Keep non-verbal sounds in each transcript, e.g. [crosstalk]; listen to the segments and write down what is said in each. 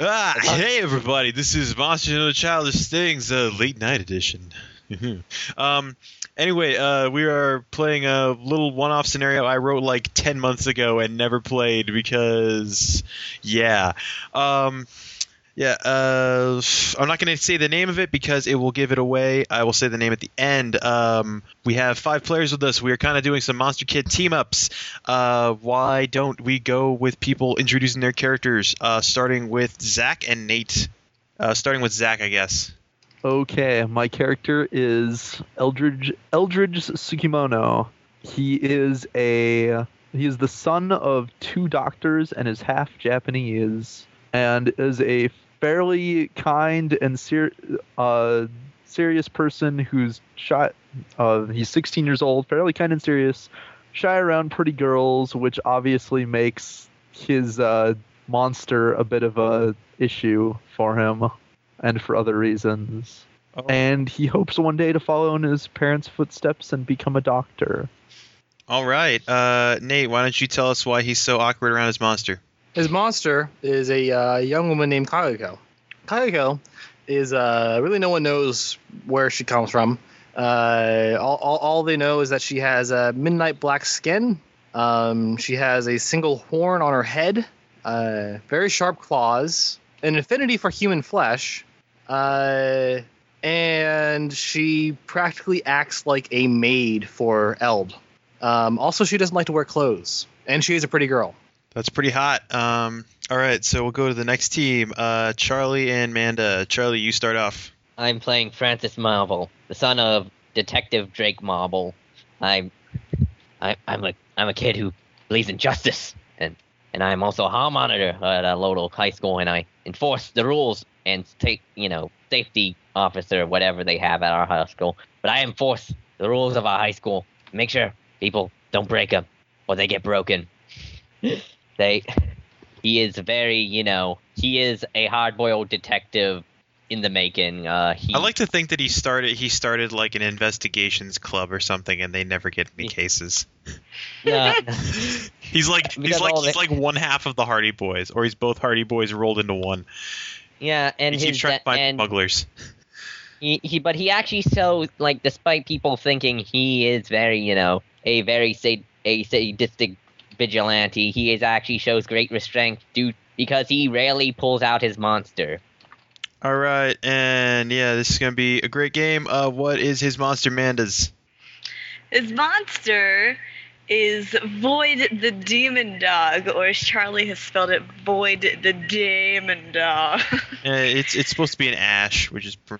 Ah, hey everybody! This is Monsters and Other Childish Things, uh, late night edition. [laughs] um, anyway, uh, we are playing a little one-off scenario I wrote like ten months ago and never played because, yeah, um, yeah. Uh, I'm not going to say the name of it because it will give it away. I will say the name at the end. Um, we have five players with us. We are kind of doing some Monster Kid team-ups. Uh, why don't we go with people introducing their characters, uh, starting with Zach and Nate? Uh, starting with Zach, I guess. Okay, my character is Eldridge Eldridge Sukimono. He is a he is the son of two doctors and is half Japanese and is a fairly kind and ser- uh, serious person who's shy. Uh, he's 16 years old, fairly kind and serious, shy around pretty girls, which obviously makes his uh, monster a bit of a issue for him and for other reasons. Oh. And he hopes one day to follow in his parents' footsteps and become a doctor. All right, uh, Nate, why don't you tell us why he's so awkward around his monster? His monster is a uh, young woman named Kayako. Kayako is uh, really no one knows where she comes from. Uh, all, all, all they know is that she has a midnight black skin. Um, she has a single horn on her head, uh, very sharp claws, an affinity for human flesh, uh, and she practically acts like a maid for Eld. Um, also, she doesn't like to wear clothes, and she is a pretty girl. That's pretty hot. Um, all right, so we'll go to the next team. Uh, Charlie and Manda. Charlie, you start off. I'm playing Francis Marvel, the son of Detective Drake Marvel. I'm, I, I'm a, I'm a kid who believes in justice, and and I'm also a hall monitor at a local high school, and I enforce the rules and take, you know, safety officer, whatever they have at our high school. But I enforce the rules of our high school. Make sure people don't break them, or they get broken. [laughs] they, he is very, you know, he is a hard-boiled detective in the making. Uh, he, I like to think that he started. He started like an investigations club or something, and they never get any Yeah. cases. Yeah. [laughs] He's like Because he's like all he's the- like one half of the Hardy Boys, or he's both Hardy Boys rolled into one. Yeah, and he his keeps trying to da- find and smugglers. he, he but he actually so like despite people thinking he is very you know a very sad a sadistic vigilante, he is actually shows great restraint due because he rarely pulls out his monster. All right, and yeah, this is gonna be a great game. Uh, what is his monster Manda's? His monster is Void the Demon Dog, or as Charlie has spelled it, Void the Demon Dog. [laughs] Uh, it's it's supposed to be an Ash, which is pr-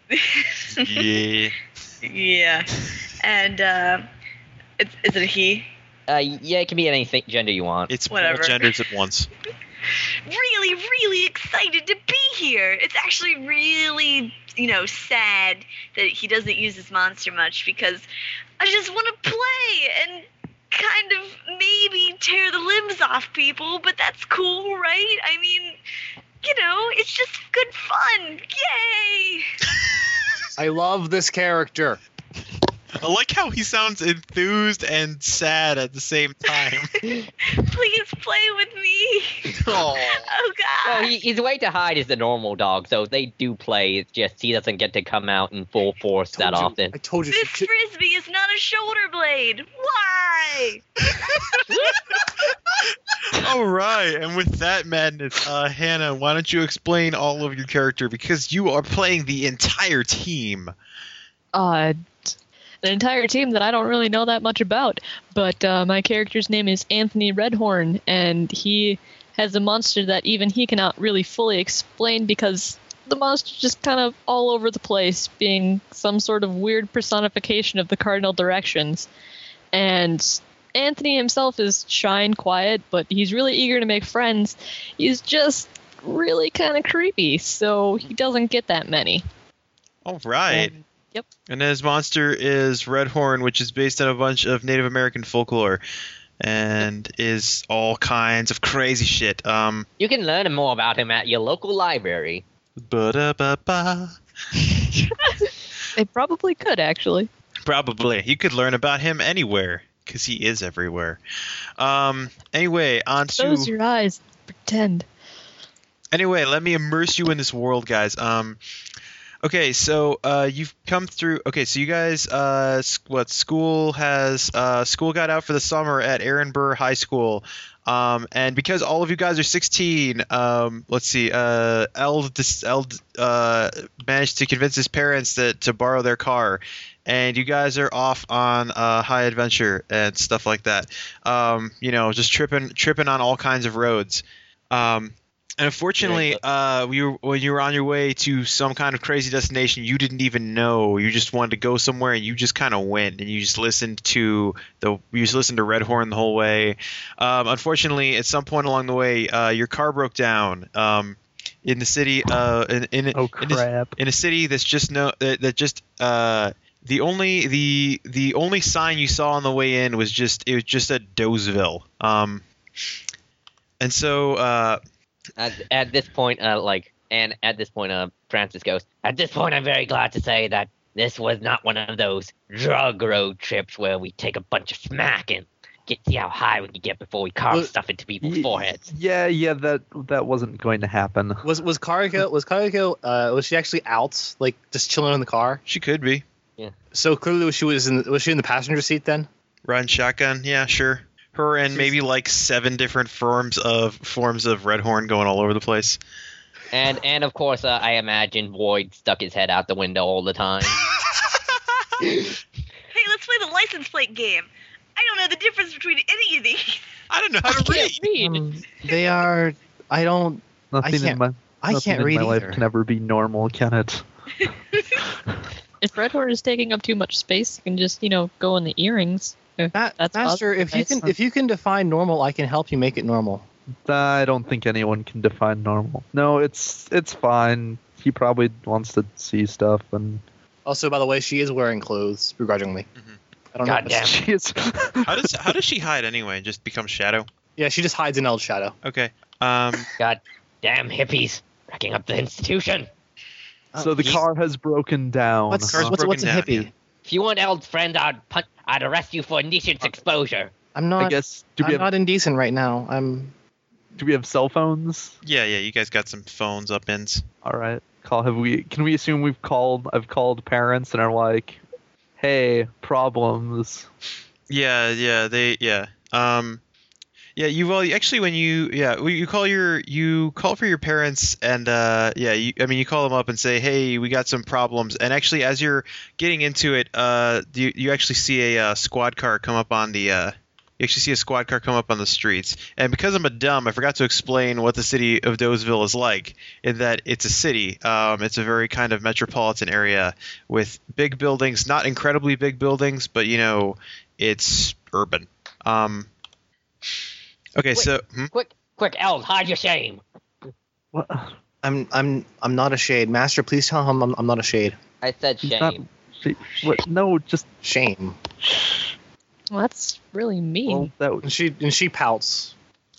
yeah. yeah. And uh, it's, is it a he? Uh, yeah, it can be any th- gender you want. It's Whatever. all genders at once. Really, really excited to be here. It's actually really, you know, sad that he doesn't use his monster much because I just want to play and kind of maybe tear the limbs off people, but that's cool, right? I mean, you know, it's just good fun. Yay! I love this character. I like how he sounds enthused and sad at the same time. Please play with me. Oh Well, god. he, his way to hide is the normal dog, so they do play. It's just he doesn't get to come out in full force that Told you- often. I told you. This She, frisbee is not a shoulder blade. Why? all right, and with that madness, uh, Hannah, why don't you explain all of your character because you are playing the entire team. uh, t- an entire team that I don't really know that much about. But uh, my character's name is Anthony Redhorn, and he has a monster that even he cannot really fully explain because the monster's just kind of all over the place, being some sort of weird personification of the cardinal directions. And Anthony himself is shy and quiet, but he's really eager to make friends. He's just really kind of creepy, so he doesn't get that many. All right. And- yep. And his monster is Red Horn, which is based on a bunch of Native American folklore and is all kinds of crazy shit. Um, You can learn more about him at your local library. ba-da-ba-ba. [laughs] They probably could actually. Probably. You could learn about him anywhere because he is everywhere. Um, anyway, on to. Close your eyes. Pretend. Anyway, let me immerse you in this world, guys. Um, okay, so uh, you've come through. Okay, so you guys, uh, s- what school has? Uh, school got out for the summer at Aaron Burr High School, um, and because all of you guys are 16, um, let's see. Uh, L, dis- L uh, managed to convince his parents that to borrow their car, and you guys are off on uh, high adventure and stuff like that. Um, you know, just tripping, tripping on all kinds of roads. Um, and unfortunately, uh, we were, when you were on your way to some kind of crazy destination, you didn't even know. You just wanted to go somewhere, and you just kind of went, and you just listened to the you just listened to Red Horn the whole way. Um, unfortunately, at some point along the way, uh, your car broke down um, in the city. Uh, in, in, Oh in this- crap! in a city that's just no that, that just uh the only the the only sign you saw on the way in was just it was just at Dozeville. Um and so uh At, at this point, uh, like, and at this point, uh, Francis goes. At this point, I'm very glad to say that this was not one of those drug road trips where we take a bunch of smack and get see how high we can get before we carve Well, stuff into people's Ye- foreheads. Yeah, yeah, that that wasn't going to happen. Was was Kariko was Kariko uh, was she actually out like just chilling in the car? she could be So clearly she was in was she in the passenger seat then? run shotgun. Yeah, sure. Her and maybe like seven different forms of forms of red horn going all over the place. And and of course, uh, I imagine Void stuck his head out the window all the [laughs] time. Hey, let's play the license plate game. I don't know the difference between any of these. [laughs] I don't know I how to read. can't read. Um, they are. I don't. Nothing in can't- my I nothing can't in read my either. life can ever be normal, can it? If Red Horn is taking up too much space, you can just, you know, go in the earrings. Uh, Ma- That's Master, awesome. if you Nice. can if you can define normal, I can help you make it normal. I don't think anyone can define normal. No, it's it's fine. He probably wants to see stuff, and Also, by the way, she is wearing clothes begrudgingly. Mhm. I don't know. [laughs] Goddamn. she [laughs] is. How does how does she hide anyway? Just become shadow. Yeah, she just hides in El Shadow. Okay. Um God damn hippies wrecking up the institution. so the he's- car has broken down. What's Car's what's, what's a broken down, hippie? yeah. If you want Eld's friend, I'd pun- I'd arrest you for Uh, indecent exposure. I'm I not. guess. Do we I'm have not indecent right now. I'm. do we have cell phones? yeah, yeah, you guys got some phones up ends. All right. Call. Have we? Can we assume we've called? I've called parents and are like, "Hey, problems." Yeah, yeah, they yeah. Um yeah, you well actually when you yeah, well, you call your you call for your parents and uh yeah, you, I mean you call them up and say, "Hey, we got some problems." And actually as you're getting into it, uh you you actually see a uh, squad car come up on the uh you actually see a squad car come up on the streets. And because I'm a dumb, I forgot to explain what the city of Dozeville is like. In that it's a city. Um, it's a very kind of metropolitan area with big buildings, not incredibly big buildings, but you know, it's urban. Um, okay, Wait. so hmm? Quick, quick, Eld, hide your shame. What? I'm. I'm. I'm not a shade, Master. Please tell him I'm. I'm not a shade. I said He's shame. not- She, what? No, just Shame. Well, that's really well, mean. that And she. And she pouts.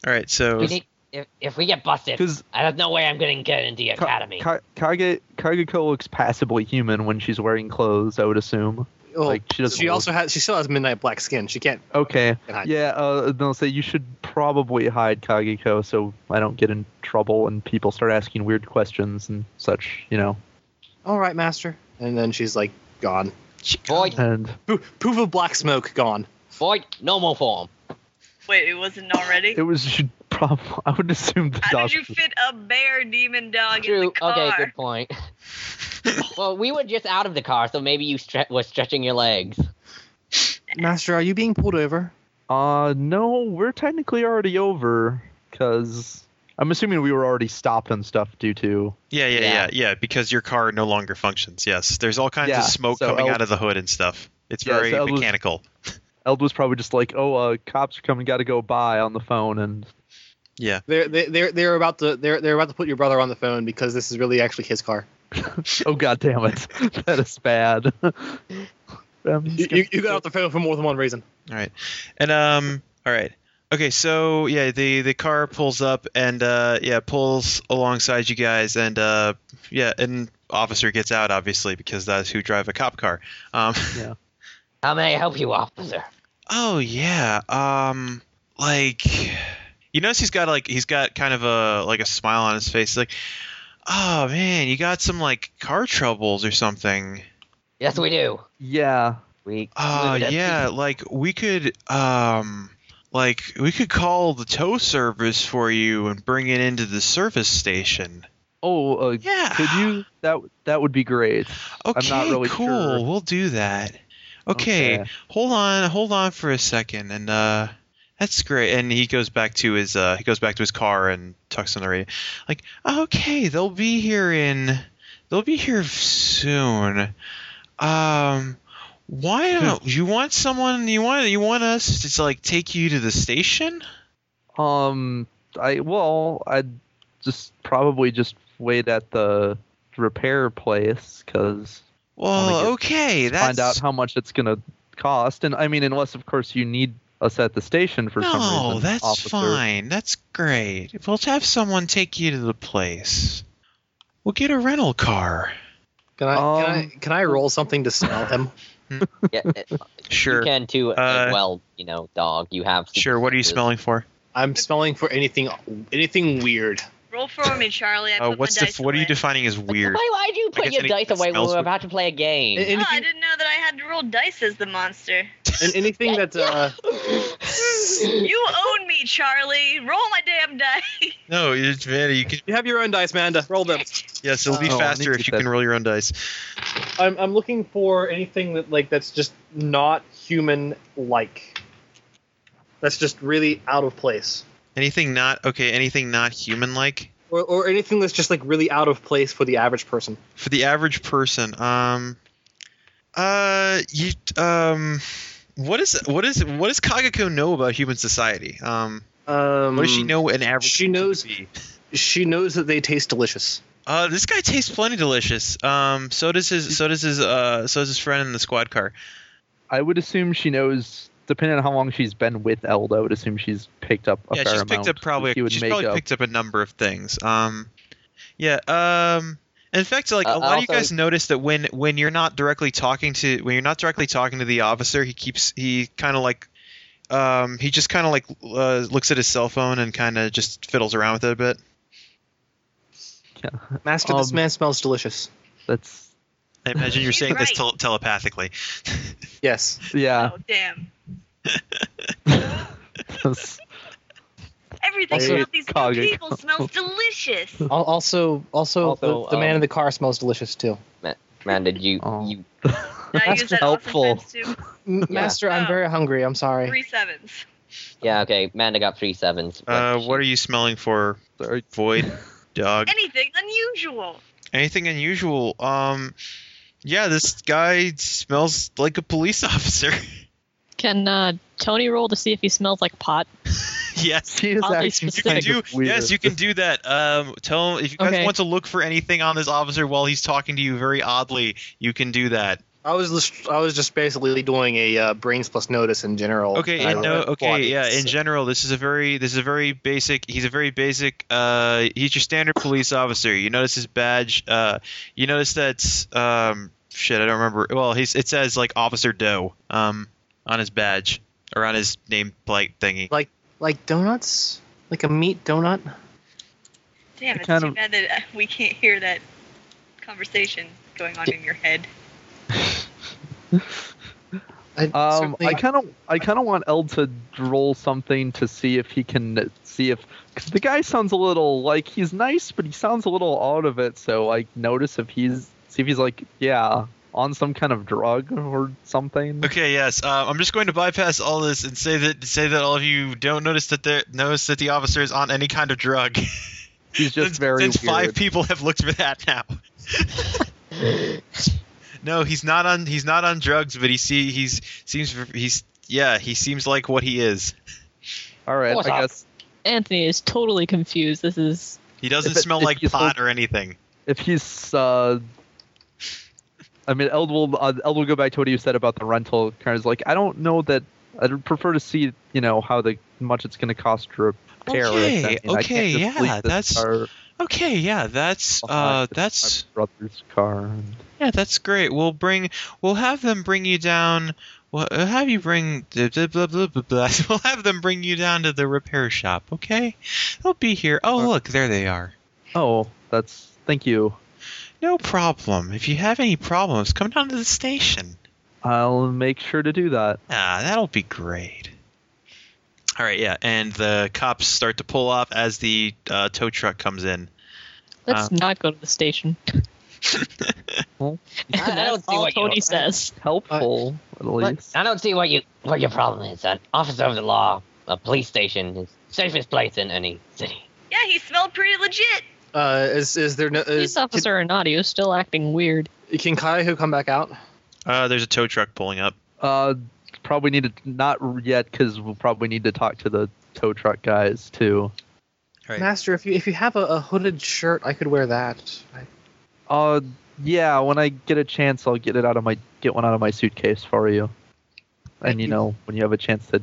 all right, so We need, if, if we get busted, because I don't know where I'm going to get into the academy. Ka- Kage Kageko looks passably human when she's wearing clothes. I would assume. Well, like she doesn't. she also has. She still has midnight black skin. She can't. Okay. Can hide. Yeah. Uh, they'll say you should probably hide Kageko so I don't get in trouble and people start asking weird questions and such. You know. All right, Master. And then she's like gone. Void, And Poo- Poof of black smoke gone. void, normal form. Wait, it wasn't already? it was. [laughs] Should prob- I would assume the How did doctor. you fit a bear demon dog in the True. car? Okay, good point. [laughs] well, we were just out of the car, so maybe you stre- were stretching your legs. Master, are you being pulled over? Uh, no, we're technically already over because I'm assuming we were already stopped and stuff due to. yeah, yeah, yeah, Yeah. yeah, because your car no longer functions. Yes, there's all kinds Yeah, of smoke so coming I'll- out of the hood and stuff. It's Yeah, very so I'll lose- mechanical. Eld was probably just like, "Oh, uh, cops are coming, got to go by" on the phone, and [laughs] Yeah, They're they, they're they're about to they're they're about to put your brother on the phone because this is really actually his car. oh god damn it, [laughs] that is bad. [laughs] Um, You, you, you got off the phone for more than one reason. all right, and um, all right. Okay, so yeah, the the car pulls up and uh, yeah, pulls alongside you guys, and uh, yeah, an officer gets out obviously because that's who drive a cop car. Um, [laughs] How may I help you, officer? Oh yeah. Um like You notice he's got like he's got kind of a like a smile on his face. Like, oh man, you got some like car troubles or something. Yes, we do. Yeah. We. Uh, we- yeah, like we could um like we could call the tow service for you and bring it into the service station. Oh, uh, Yeah. could you? That that would be great. Okay, not really cool. sure. We'll do that. Okay, Okay. hold on, hold on for a second, and uh, that's great. And he goes back to his uh, he goes back to his car and tucks in the radio. Like, okay, they'll be here in, they'll be here soon. Um, why don't you want someone? You want you want us to like take you to the station? Um, I well, I'd just probably just wait at the repair place because Well, get- okay, that's find out how much it's gonna cost. And I mean, unless of course you need us at the station for some no, reason. that's officer. fine. That's great. We'll have someone take you to the place. We'll get a rental car. Can I, can I Um, can I roll something to smell him? [laughs] yeah, you Sure. can too. Uh, as well, you know, dog. You have. Sure. What are you supersenses. smelling for? I'm smelling for anything anything weird. Roll for me, Charlie. I Uh, put what's my the, dice what are you away. defining as weird? Why? Why'd you put guess your any- dice away when smells we were weird. about to play a game? A- Oh, I Anything, didn't know that I had to roll dice as the monster. an- anything [laughs] that uh, You own me, Charlie. Roll my damn dice. No, it's man. You can, you have your own dice, Manda. Roll them. yes, it'll be Oh, I need faster to if you get can that. roll your own dice. I'm I'm looking for anything that like that's just not human like. That's just really out of place. Anything not okay? Anything not human-like Or, or anything that's just like really out of place for the average person. for the average person? Um, uh, you um, what is what is what does Kagako know about human society? Um, Um, what does Hmm. she know an average? she person knows- would be? She knows that they taste delicious. Uh, this guy tastes plenty delicious. Um, so does his, so does his, uh, so does his friend in the squad car. I would assume she knows. Depending on how long she's been with Eld, I would assume she's picked up a yeah, fair she's picked amount. up probably, She would she's make probably up- picked up a number of things. Um, yeah. Um, in fact, like Uh, a I lot of you also- guys notice that when when you're not directly talking to when you're not directly talking to the officer, he keeps he kind of like, um, he just kind of like uh, looks at his cell phone and kind of just fiddles around with it a bit. Master, this Um, man smells delicious. That's I imagine you're She's saying this right. tel- telepathically. Yes. yeah. [laughs] Oh, damn. Everything Also- about these new Cog- people smells delicious. Al- Also, also, Also, the, the man um, in the car smells delicious too. Man, did you? Oh. You. Now use That's that also helpful. times two, M- Yeah. Master, I'm Oh. very hungry. I'm sorry. three sevens. Yeah. Okay. Manda got three sevens. but Uh, she- what are you smelling for? Sorry. Void [laughs] dog. Anything unusual. Anything unusual? Um, yeah, this guy smells like a police [laughs] officer. Can uh, Tony roll to see if he smells like pot? yes, She is Oddly actually you Kind can of do. Yes, you can do that. Um, tell him if you guys Okay. want to look for anything on this officer while he's talking to you very oddly. You can do that. I was just, I was just basically doing a uh, brains plus notice in general. Okay, And I in, no, rolled okay, yeah. bodies. In general, this is a very, this is a very basic. He's a very basic. Uh, he's your standard police officer. You notice his badge. Uh, you notice that's um, shit. I don't remember. Well, he's it says like Officer Doe. Um, on his badge or on his nameplate thingy. like donuts, like a meat donut. Damn, I it's kind too of- bad that uh, we can't hear that conversation going on in your head. I, Um, certainly- I kind of, I kind of want Eld to roll something to see if he can see if cause the guy sounds a little like he's nice, but he sounds a little out of it. So like, notice if he's see if he's like, yeah, on some kind of drug or something. Okay, yes. Uh, I'm just going to bypass all this and say that say that all of you don't notice that there notice that the officer is on any kind of drug. He's just since, very since five weird. people have looked for that [laughs] now. no, he's not on he's not on drugs, but he see he's seems he's yeah he seems like what he is. All right, What's I up? guess Anthony is totally confused. This is He doesn't If it- smell if like you pot or anything. if he's, uh, I mean, Eld will, uh, Eld will go back to what you said about the rental car. Is like, I don't know that. I'd prefer to see, you know, how the much it's going to cost to repair Okay, it. I mean, I okay, can't just yeah, leave this that's- car Okay, yeah, that's uh behind that's my brother's car. and- yeah that's great. We'll bring we'll have them bring you down. Well, uh, have you bring blah, blah, blah, blah, blah. [laughs] We'll have them bring you down to the repair shop, okay? They'll be here. Oh, look, there they are. Oh, that's thank you. No problem. If you have any problems, come down to the station. I'll make sure to do that. Ah, that'll be great. All right, yeah, and the cops start to pull off as the uh, tow truck comes in. [laughs] Let's Uh, Um, not go to the station. [laughs] I don't And that's see all what you- Tony says. Helpful, Uh, at least. I don't see what you what your problem is. An officer of the law, a police station is safest place in any city. Yeah, he smelled pretty legit. Uh, is is there no? Is, Police officer Anadi is still acting weird. Can, can Kaihu come back out? Uh, there's a tow truck pulling up. Uh, probably need to not yet because we'll probably need to talk to the tow truck guys too. Right. Master, if you if you have a, a hooded shirt, I could wear that. I, Uh, yeah. When I get a chance, I'll get it out of my get one out of my suitcase for you. And you know, when you have a chance to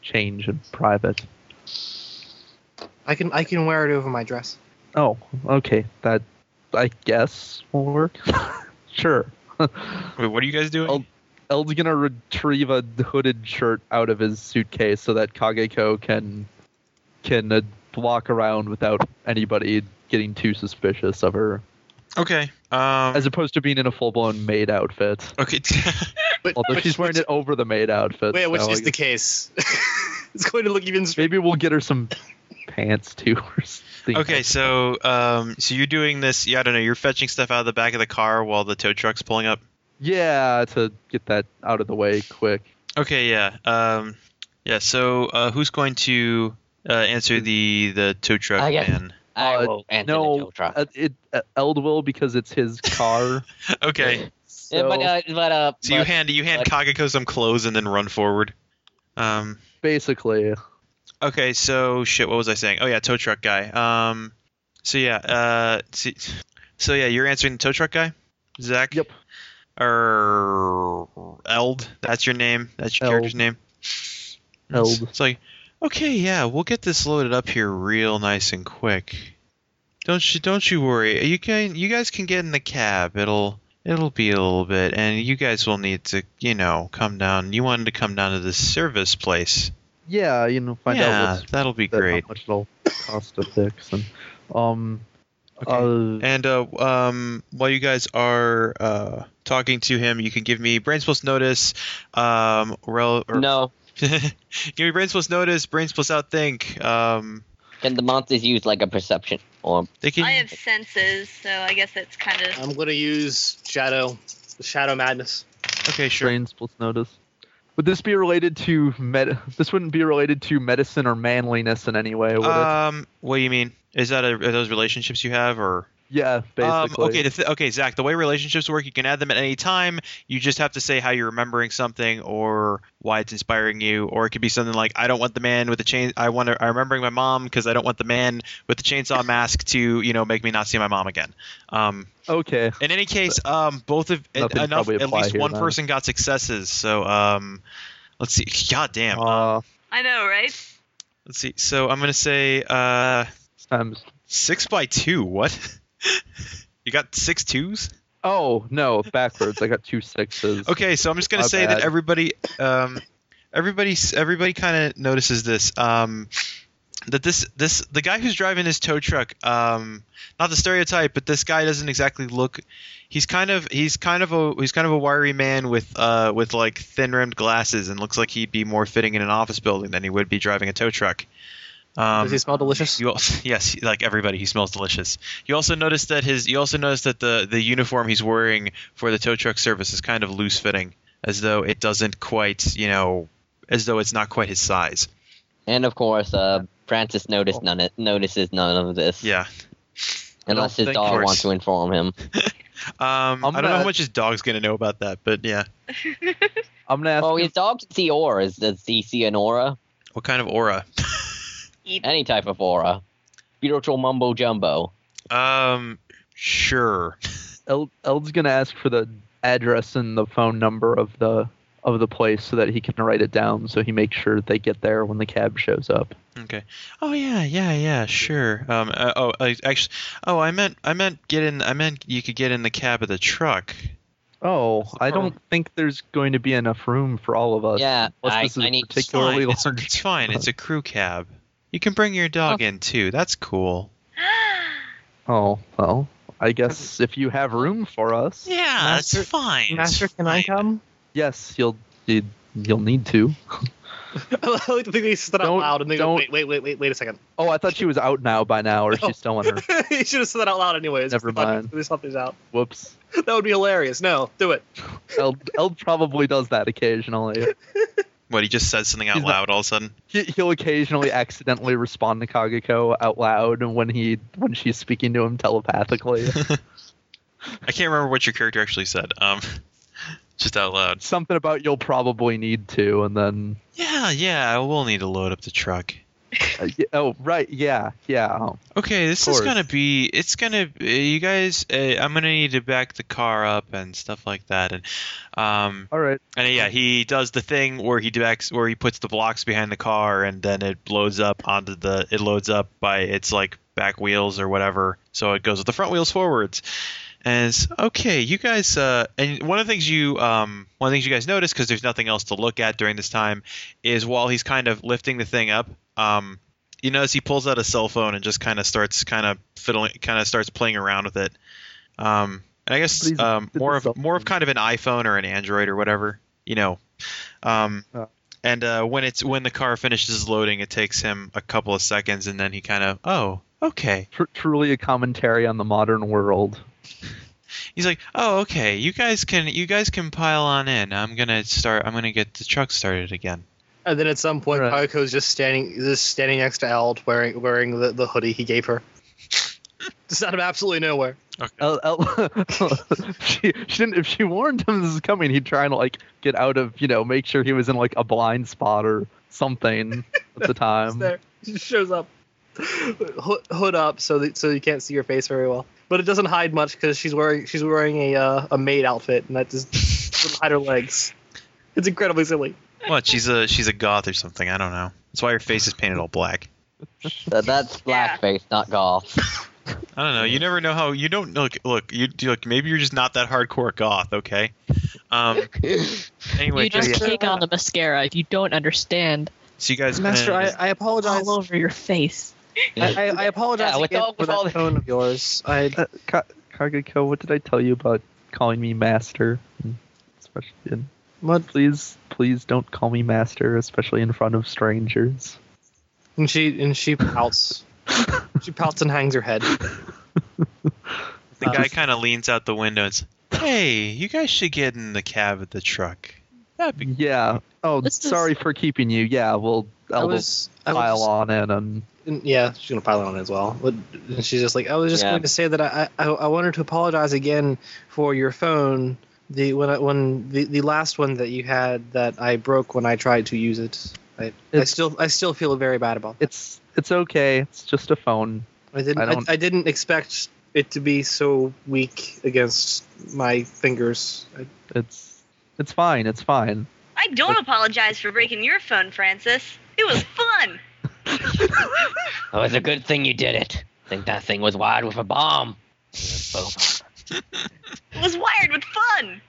change in private. I can I can wear it over my dress. Oh, okay. That I guess will work. [laughs] sure. Wait, what are you guys doing? Oh. Eld's gonna retrieve a hooded shirt out of his suitcase so that Kageko can can uh, walk around without anybody getting too suspicious of her, Okay. Um, as opposed to being in a full blown maid outfit. okay. [laughs] But, Although which- she's wearing which- it over the maid outfit. Yeah, which so I is the guess- case. [laughs] it's going to look even strange. Maybe we'll get her some pants too. Or something. okay, so um, so you're doing this. Yeah, I don't know. You're fetching stuff out of the back of the car while the tow truck's pulling up. Yeah, to get that out of the way quick. Okay, yeah. Um, yeah. So uh, who's going to uh, answer the the tow truck I guess- [laughs] man? I Uh, will answer no, the tow truck. Uh, it uh, Eld will because it's [laughs] his car. Okay. so, Yeah, but uh, but uh, So you but- hand you hand Kagako some clothes and then run forward. Um. basically, Okay. So shit. What was I saying? Oh yeah, tow truck guy. Um. So yeah. Uh. So, so yeah, you're answering the tow truck guy, Zach. Yep. Or Eld. That's your name. That's your Eld. character's name. It's, Eld. it's like, okay, yeah, we'll get this loaded up here real nice and quick. Don't you don't you worry. You can you guys can get in the cab. It'll it'll be a little bit, and you guys will need to you know come down. You wanted to come down to the service place. yeah, you know, find out yeah, what's that'll be that, great. how much it'll cost to fix, and um, Okay. uh, And uh, um, while you guys are uh, talking to him, you can give me brain pulse notice. Um, rel- or, no. [laughs] give me brain pulse notice. Brain pulse out think. Um, Can the monsters use like a perception or they can. I have senses, so I guess that's kind of. I'm going to use shadow, shadow madness. okay, sure. brain splits notice. Would this be related to med? This wouldn't be related to medicine or manliness in any way, would it? Um, what do you mean? Is that a, are those relationships you have, or Yeah, basically. Um, okay, the th- okay, Zach. The way relationships work, you can add them at any time. You just have to say how you're remembering something, or why it's inspiring you, or it could be something like, "I don't want the man with the chain. I want. to. I'm remembering my mom because I don't want the man with the chainsaw mask to, you know, make me not see my mom again." Um, okay. in any case, um, both of en- Nothing enough. probably At apply least here, one then. person got successes. So, um, let's see. God damn. Uh, I know, right? let's see. So I'm gonna say, uh. times. Six by two? What? [laughs] you got six twos? Oh no, backwards. I got two sixes. Okay, so I'm just gonna My say that bad. everybody, um, everybody, everybody kind of notices this. Um, that this this the guy who's driving his tow truck, um, not the stereotype, but this guy doesn't exactly look. He's kind of he's kind of a he's kind of a wiry man with uh with like thin rimmed glasses and looks like he'd be more fitting in an office building than he would be driving a tow truck. Um, Does he smell delicious? you also, [laughs] yes, like everybody, he smells delicious. You also notice that his you also notice that the the uniform he's wearing for the tow truck service is kind of loose fitting, as though it doesn't quite you know, as though it's not quite his size. and of course uh Francis Oh. noticed none of, notices none of this. Yeah. Unless his think- Of dog course. wants to inform him. Um, I I'm don't know how not- much his dog's gonna know about that, but yeah. I'm gonna ask. Oh, you- his dog can see auras. Does he see an aura? What kind of aura? Any type of aura. Spiritual mumbo jumbo. Um, sure. El- Eld's gonna ask for the address and the phone number of the of the place so that he can write it down so he makes sure they get there when the cab shows up. Okay. Oh yeah, yeah, yeah, sure. Um. Uh, oh, I, actually. Oh, I meant. I meant get in. I meant you could get in the cab of the truck. Oh, That's the I don't problem. think there's going to be enough room for all of us. Yeah, unless I- this is I a need- It's particularly fine. It's, large it's fine. It's a crew cab. You can bring your dog in too. That's cool. Oh well, I guess if you have room for us, Yeah, that's Master- it's fine. Master, can I come? yes, you'll you'd, you'll need to. [laughs] I like to think they said that out Don't- loud and they go, don't- wait, wait, wait, wait, wait a second. [laughs] Oh, I thought she was out now by now, or she's still on her. you should have said that out loud anyways. Never mind. They something's out. [laughs] [laughs] Whoops. That would be hilarious. No, do it. Eld, Eld probably does that occasionally. What he just said something out He's not- loud all of a sudden. He, he'll occasionally accidentally respond to Kagako out loud when he when she's speaking to him telepathically. I can't remember what your character actually said. Um, [laughs] just out loud. Something about you'll probably need to, and then Yeah, yeah. I will need to load up the truck. uh, y- oh right, yeah, yeah. oh, Okay, this is course. gonna be. It's gonna. Uh, you guys, uh, I'm gonna need to back the car up and stuff like that. And um, All right, and yeah, he does the thing where he backs, where he puts the blocks behind the car, and then it loads up onto the. It loads up by its like back wheels or whatever, so it goes with the front wheels forwards. And it's, okay, you guys. Uh, and one of the things you, um, one of the things you guys notice because there's nothing else to look at during this time, is while he's kind of lifting the thing up, um, you notice he pulls out a cell phone and just kind of starts kind of fiddling, kind of starts playing around with it. Um, and I guess Please, um, it's a more of cell more of kind of an iPhone or an Android or whatever, you know. Um, Uh. and uh, when it's when the car finishes loading, it takes him a couple of seconds, and then he kind of oh okay. tr- truly a commentary on the modern world. He's like, "Oh, okay. You guys can you guys can pile on in. I'm gonna start. I'm gonna get the truck started again." And then at some point, Right. Kayako's just standing, just standing next to Eld, wearing wearing the, the hoodie he gave her. [laughs] just out of absolutely nowhere. Oh. El- El- [laughs] she, she didn't. If she warned him this is coming, he'd try and like get out of you know make sure he was in like a blind spot or something at the Um, Just time. there, She just shows up, hood, hood up, so that so you can't see her face very well. But it doesn't hide much because she's wearing she's wearing a uh, a maid outfit, and that just doesn't hide her legs. It's incredibly silly. What? She's a she's a goth or something. I don't know. That's why her face is painted all black. So [laughs] that's Yeah. blackface, not golf. [laughs] I don't know. You never know how you don't look. Look, you you- look. Maybe you're just not that hardcore goth. Okay. [laughs] Um. Anyway, you just guys- take on the mascara. You don't understand. so you guys, Master, I, gonna- I apologize. All over your face. [laughs] I, I, I apologize Yeah, with again all- for with all the- that tone of yours. I Uh, Ka- Kageko, what did I tell you about calling me master? Especially in, what? please, please don't call me master, especially in front of strangers. And she and she [laughs] pouts. she pouts and hangs her head. the guy kind of leans out the window. and says, hey, you guys should get in the cab of the [laughs] truck. [laughs] That'd be Yeah. Oh, This is- sorry for keeping you. Yeah, we'll I I'll was, I was pile on in and And, yeah, she's gonna pile on it as well. But and she's just like, I was just Yeah. going to say that I, I I wanted to apologize again for your phone. The when I, when the, the last one that you had that I broke when I tried to use it. I, I It's- still I still feel very bad about. It. it's it's okay. It's just a phone. I didn't I I, don't- I, didn't expect it to be so weak against my fingers. I, It's it's fine. It's fine. [gasps] I don't apologize for breaking your phone, Francis. It was fun. Oh, it's a good thing you did it. I think that thing was wired with a bomb. Boom. It was wired with fun.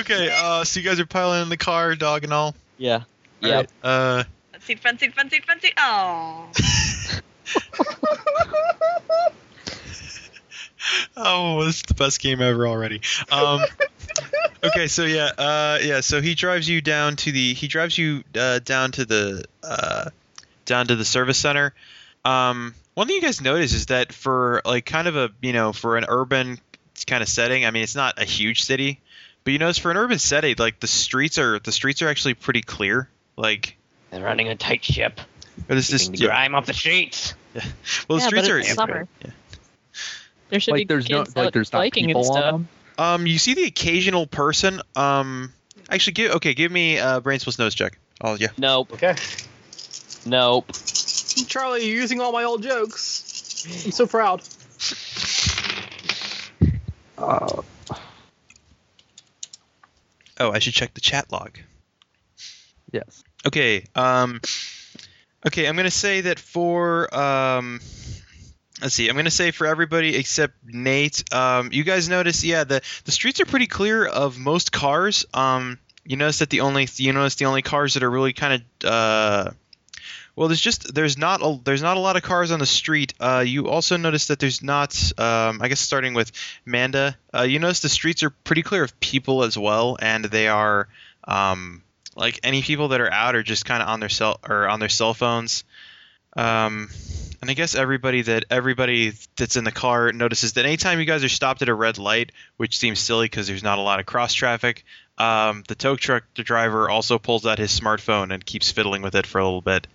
okay. Uh. So you guys are piling in the car, dog and all. Yeah. Yep. Uh. Front seat, front seat, front seat, front seat. Oh. Oh, this is the best game ever already. [laughs] Um, okay, so yeah, uh, yeah. So he drives you down to the he drives you uh, down to the uh, down to the service center. Um, one thing you guys notice is that for like kind of a you know for an urban kind of setting, I mean it's not a huge city, but you notice for an urban setting like the streets are the streets are actually pretty clear. Like They're running a tight ship. there's Keeping just the yeah, grime off the streets. well the yeah, streets but are it's summer. Yeah. There should like be there's no kids like out there's not biking and people on stuff. them. Um, you see the occasional person. Um, actually, give okay, give me uh, brain plus nose check. Oh yeah, Nope. okay, Nope. Charlie, you're using all my old jokes. I'm so proud. Uh, Oh, I should check the chat log. yes. Okay. Um, okay, I'm gonna say that for um, Let's see. I'm gonna say for everybody except Nate. Um, you guys notice, yeah, the the streets are pretty clear of most cars. Um, you notice that the only you notice the only cars that are really kind of uh, well, there's just there's not a, there's not a lot of cars on the street. Uh, you also notice that there's not. Um, I guess starting with Manda, uh, you notice the streets are pretty clear of people as well, and they are um, like any people that are out are just kind of on their cell or on their cell phones. Um, and I guess everybody that everybody that's in the car notices that anytime you guys are stopped at a red light, which seems silly because there's not a lot of cross traffic, um, the tow truck driver also pulls out his smartphone and keeps fiddling with it for a little bit.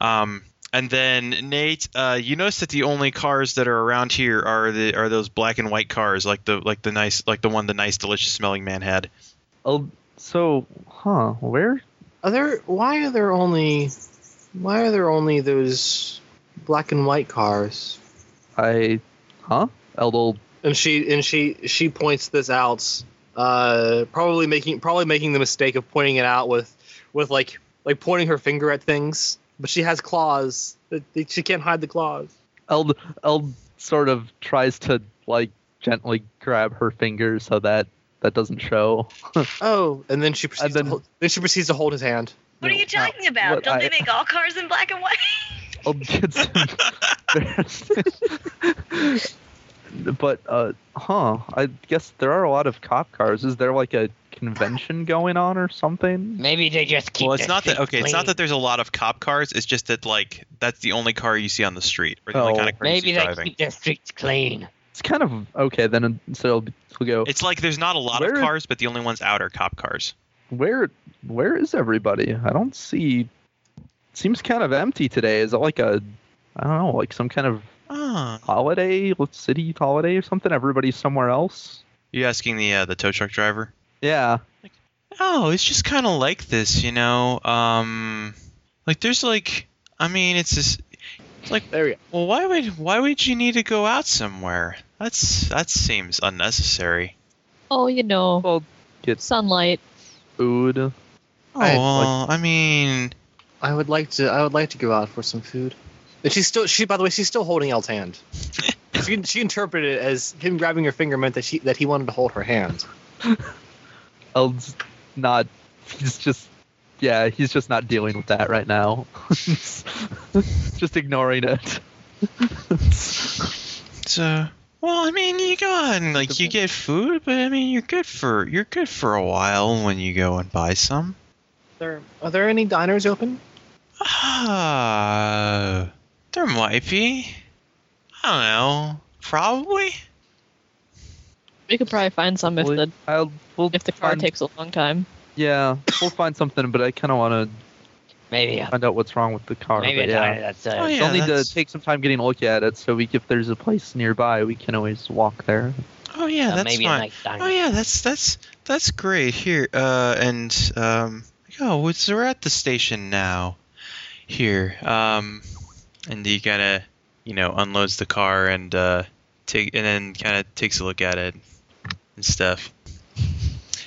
Um, and then Nate, uh, you notice that the only cars that are around here are the are those black and white cars, like the like the nice like the one the nice delicious smelling man had. Oh, so, huh? Where? Are there? Why are there only? Why are there only those black and white cars? I, huh? Eldol. And she and she she points this out, uh, probably making probably making the mistake of pointing it out with with like like pointing her finger at things. But she has claws. That- that She can't hide the claws. Eld Eld sort of tries to like gently grab her finger so that that doesn't show. Oh, and then she proceeds. then- to hold, then she proceeds to hold his hand. What are you No, uh, talking about? what Don't I- they make all cars in black and white? [laughs] I'll get some- [laughs] but uh huh i guess there are a lot of cop cars is there like a convention going on or something Maybe they just keep. well, it's the not that streets okay. It's not clean. that there's a lot of cop cars. It's just that like that's the only car you see on the street, or the only Oh. kind of car Maybe you they see driving. keep the streets clean. it's kind of okay then so it'll, be- it'll go It's like there's not a lot of Where- cars, but the only ones out are cop cars. where where is everybody i don't see seems kind of empty today is it like a i don't know like some kind of Ah. holiday what city holiday or something everybody's somewhere else You asking the uh, the tow truck driver? yeah Oh, it's just kind of like this, you know. Um, like there's like, I mean, it's just There we go. well, why would why would you need to go out somewhere? That's that seems unnecessary. Oh, you know, well get sunlight. food Oh, I- well, I mean, I would like to. I would like to go out for some food. And she's still. She, by the way, she's still holding El's hand. she, she interpreted it as him grabbing her finger meant that she that he wanted to hold her hand. Eld's not. He's just. Yeah, he's just not dealing with that right now. [laughs] just ignoring it. so well, I mean, you go out and like you get food, but I mean, you're good for you're good for a while when you go and buy some. There, are there any diners open? Ah, there might be. I don't know. Probably. We could probably find some if the [laughs] I'll, we'll if the car find- takes a long time. Yeah, we'll find something, but I kind of want Maybe. to A, find out what's wrong with the car. maybe but a yeah. diner that's. Uh, Oh, yeah. Still need that's- to take some time getting a look at it, so we, if there's a place nearby, we can always walk there. Oh yeah, uh, that's maybe fine. a nice diner. Oh yeah, that's that's that's great. Here, uh, and um, oh, it's, we're at the station now. Here, um, and he kind of, you know, unloads the car and uh, take and then kind of takes a look at it and stuff.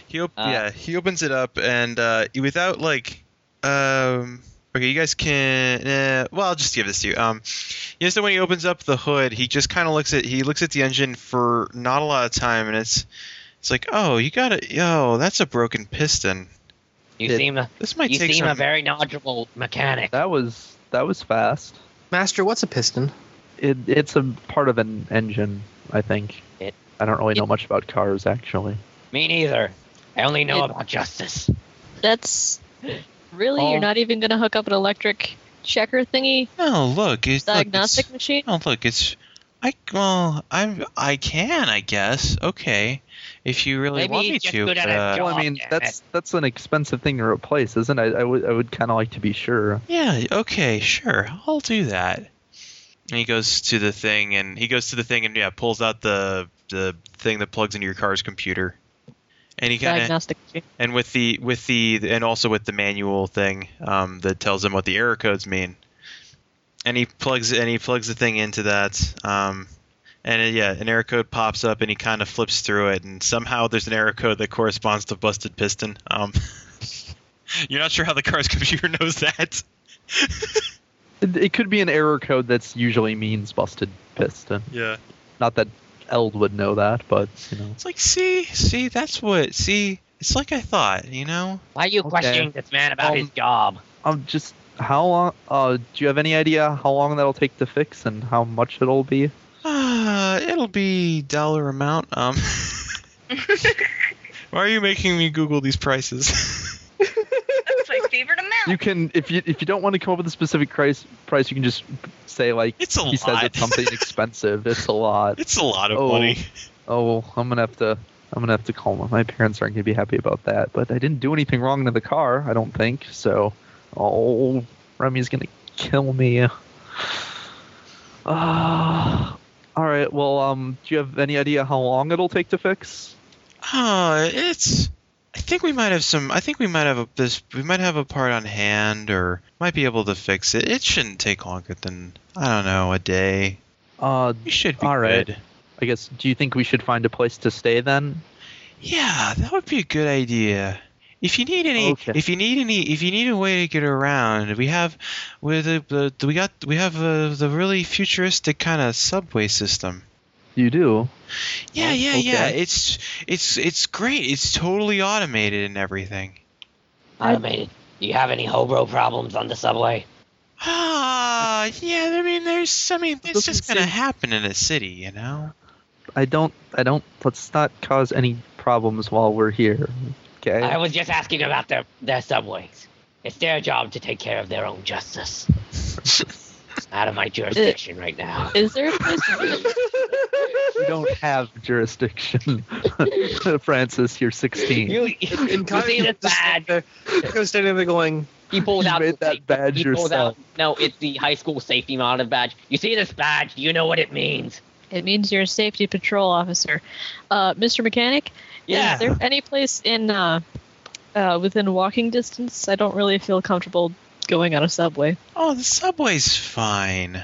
He op- Uh, yeah, he opens it up and uh, without like, um, okay, you guys can. Uh, well, I'll just give this to you. Um, you know, so when he opens up the hood, he just kind of looks at he looks at the engine for not a lot of time, and it's it's like, oh, you got to yo, that's a broken piston. You It- seem a, This might you take seem a some. very knowledgeable mechanic. That was that was fast. Master, what's a piston? It, it's a part of an engine, I think. It- I don't really know it- much about cars, actually. Me neither. I only know It- about justice. That's really Oh. you're not even gonna hook up an electric checker thingy no, Oh, look, it's look, it's- diagnostic machine. Oh, look, it's. I well, I'm I can I guess. Okay, if you really Maybe want he's me just to. good at but, his uh, job. Well, I mean, yeah. that's that's an expensive thing to replace, isn't it? I, I would I would kind of like to be sure. yeah, okay, sure, I'll do that. And he goes to the thing, and he goes to the thing, and yeah, pulls out the the thing that plugs into your car's computer, and he kind of diagnostic machine. and with the with the and also with the manual thing um, that tells him what the error codes mean and he plugs and he plugs the thing into that um, and uh, yeah an error code pops up and he kind of flips through it and somehow there's an error code that corresponds to busted piston um, [laughs] you're not sure how the car's [laughs] computer knows that It, it could be an error code that's usually means busted piston. Yeah. Not that Eld would know that, but you know. It's like, see, see, that's what, see, it's like I thought, you know? Why are you Okay. questioning this man about Um, his job? I'm just how long? Uh, do you have any idea how long that'll take to fix and how much it'll be? Uh, it'll be dollar amount. [laughs] Um, why are you making me Google these prices? That's my favorite amount. You can if you if you don't want to come up with a specific price price, you can just say like it's a he lot. says [laughs] it's something [laughs] expensive. It's a lot. It's a lot of Oh. money. Oh, I'm gonna have to. I'm gonna have to call my, my parents. Aren't gonna be happy about that. But I didn't do anything wrong to the car. I don't think so. Oh, Remy's gonna kill me. Ah. all right. Well, um, do you have any idea how long it'll take to fix? Uh, it's. I think we might have some. I think we might have a this. We might have a part on hand, or might be able to fix it. It shouldn't take longer than I don't know a day. Uh, We should be All right. good. I guess. Do you think we should find a place to stay then? Yeah, that would be a good idea. If you need any, Okay. if you need any, if you need a way to get around, we have, with the, the we got we have uh, the really futuristic kind of subway system. You do. Yeah, Oh, yeah, yeah. okay. It's it's it's great. It's totally automated and everything. Automated. Do you have any hobo problems on the subway? Ah, yeah. I mean, there's. I mean, it's Doesn't just gonna seem- happen in a city, you know. I don't. I don't. Let's not cause any problems while we're here. Okay. I was just asking about their, their subways. It's their job to take care of their [laughs] own justice. It's out of my jurisdiction right now. Is there a place? You don't have jurisdiction, [laughs] Francis. You're 16. You, you, see this [laughs] bad I was standing there going, He pulled You out made the that sa- badge he pulled yourself. Out, no, it's the high school safety monitor badge. You see this badge? You know what it means. It means you're a safety patrol officer. Uh, Mr. Mechanic, Yeah. is there any place in uh, uh, within walking distance? I don't really feel comfortable going on a subway. Oh, the subway's fine.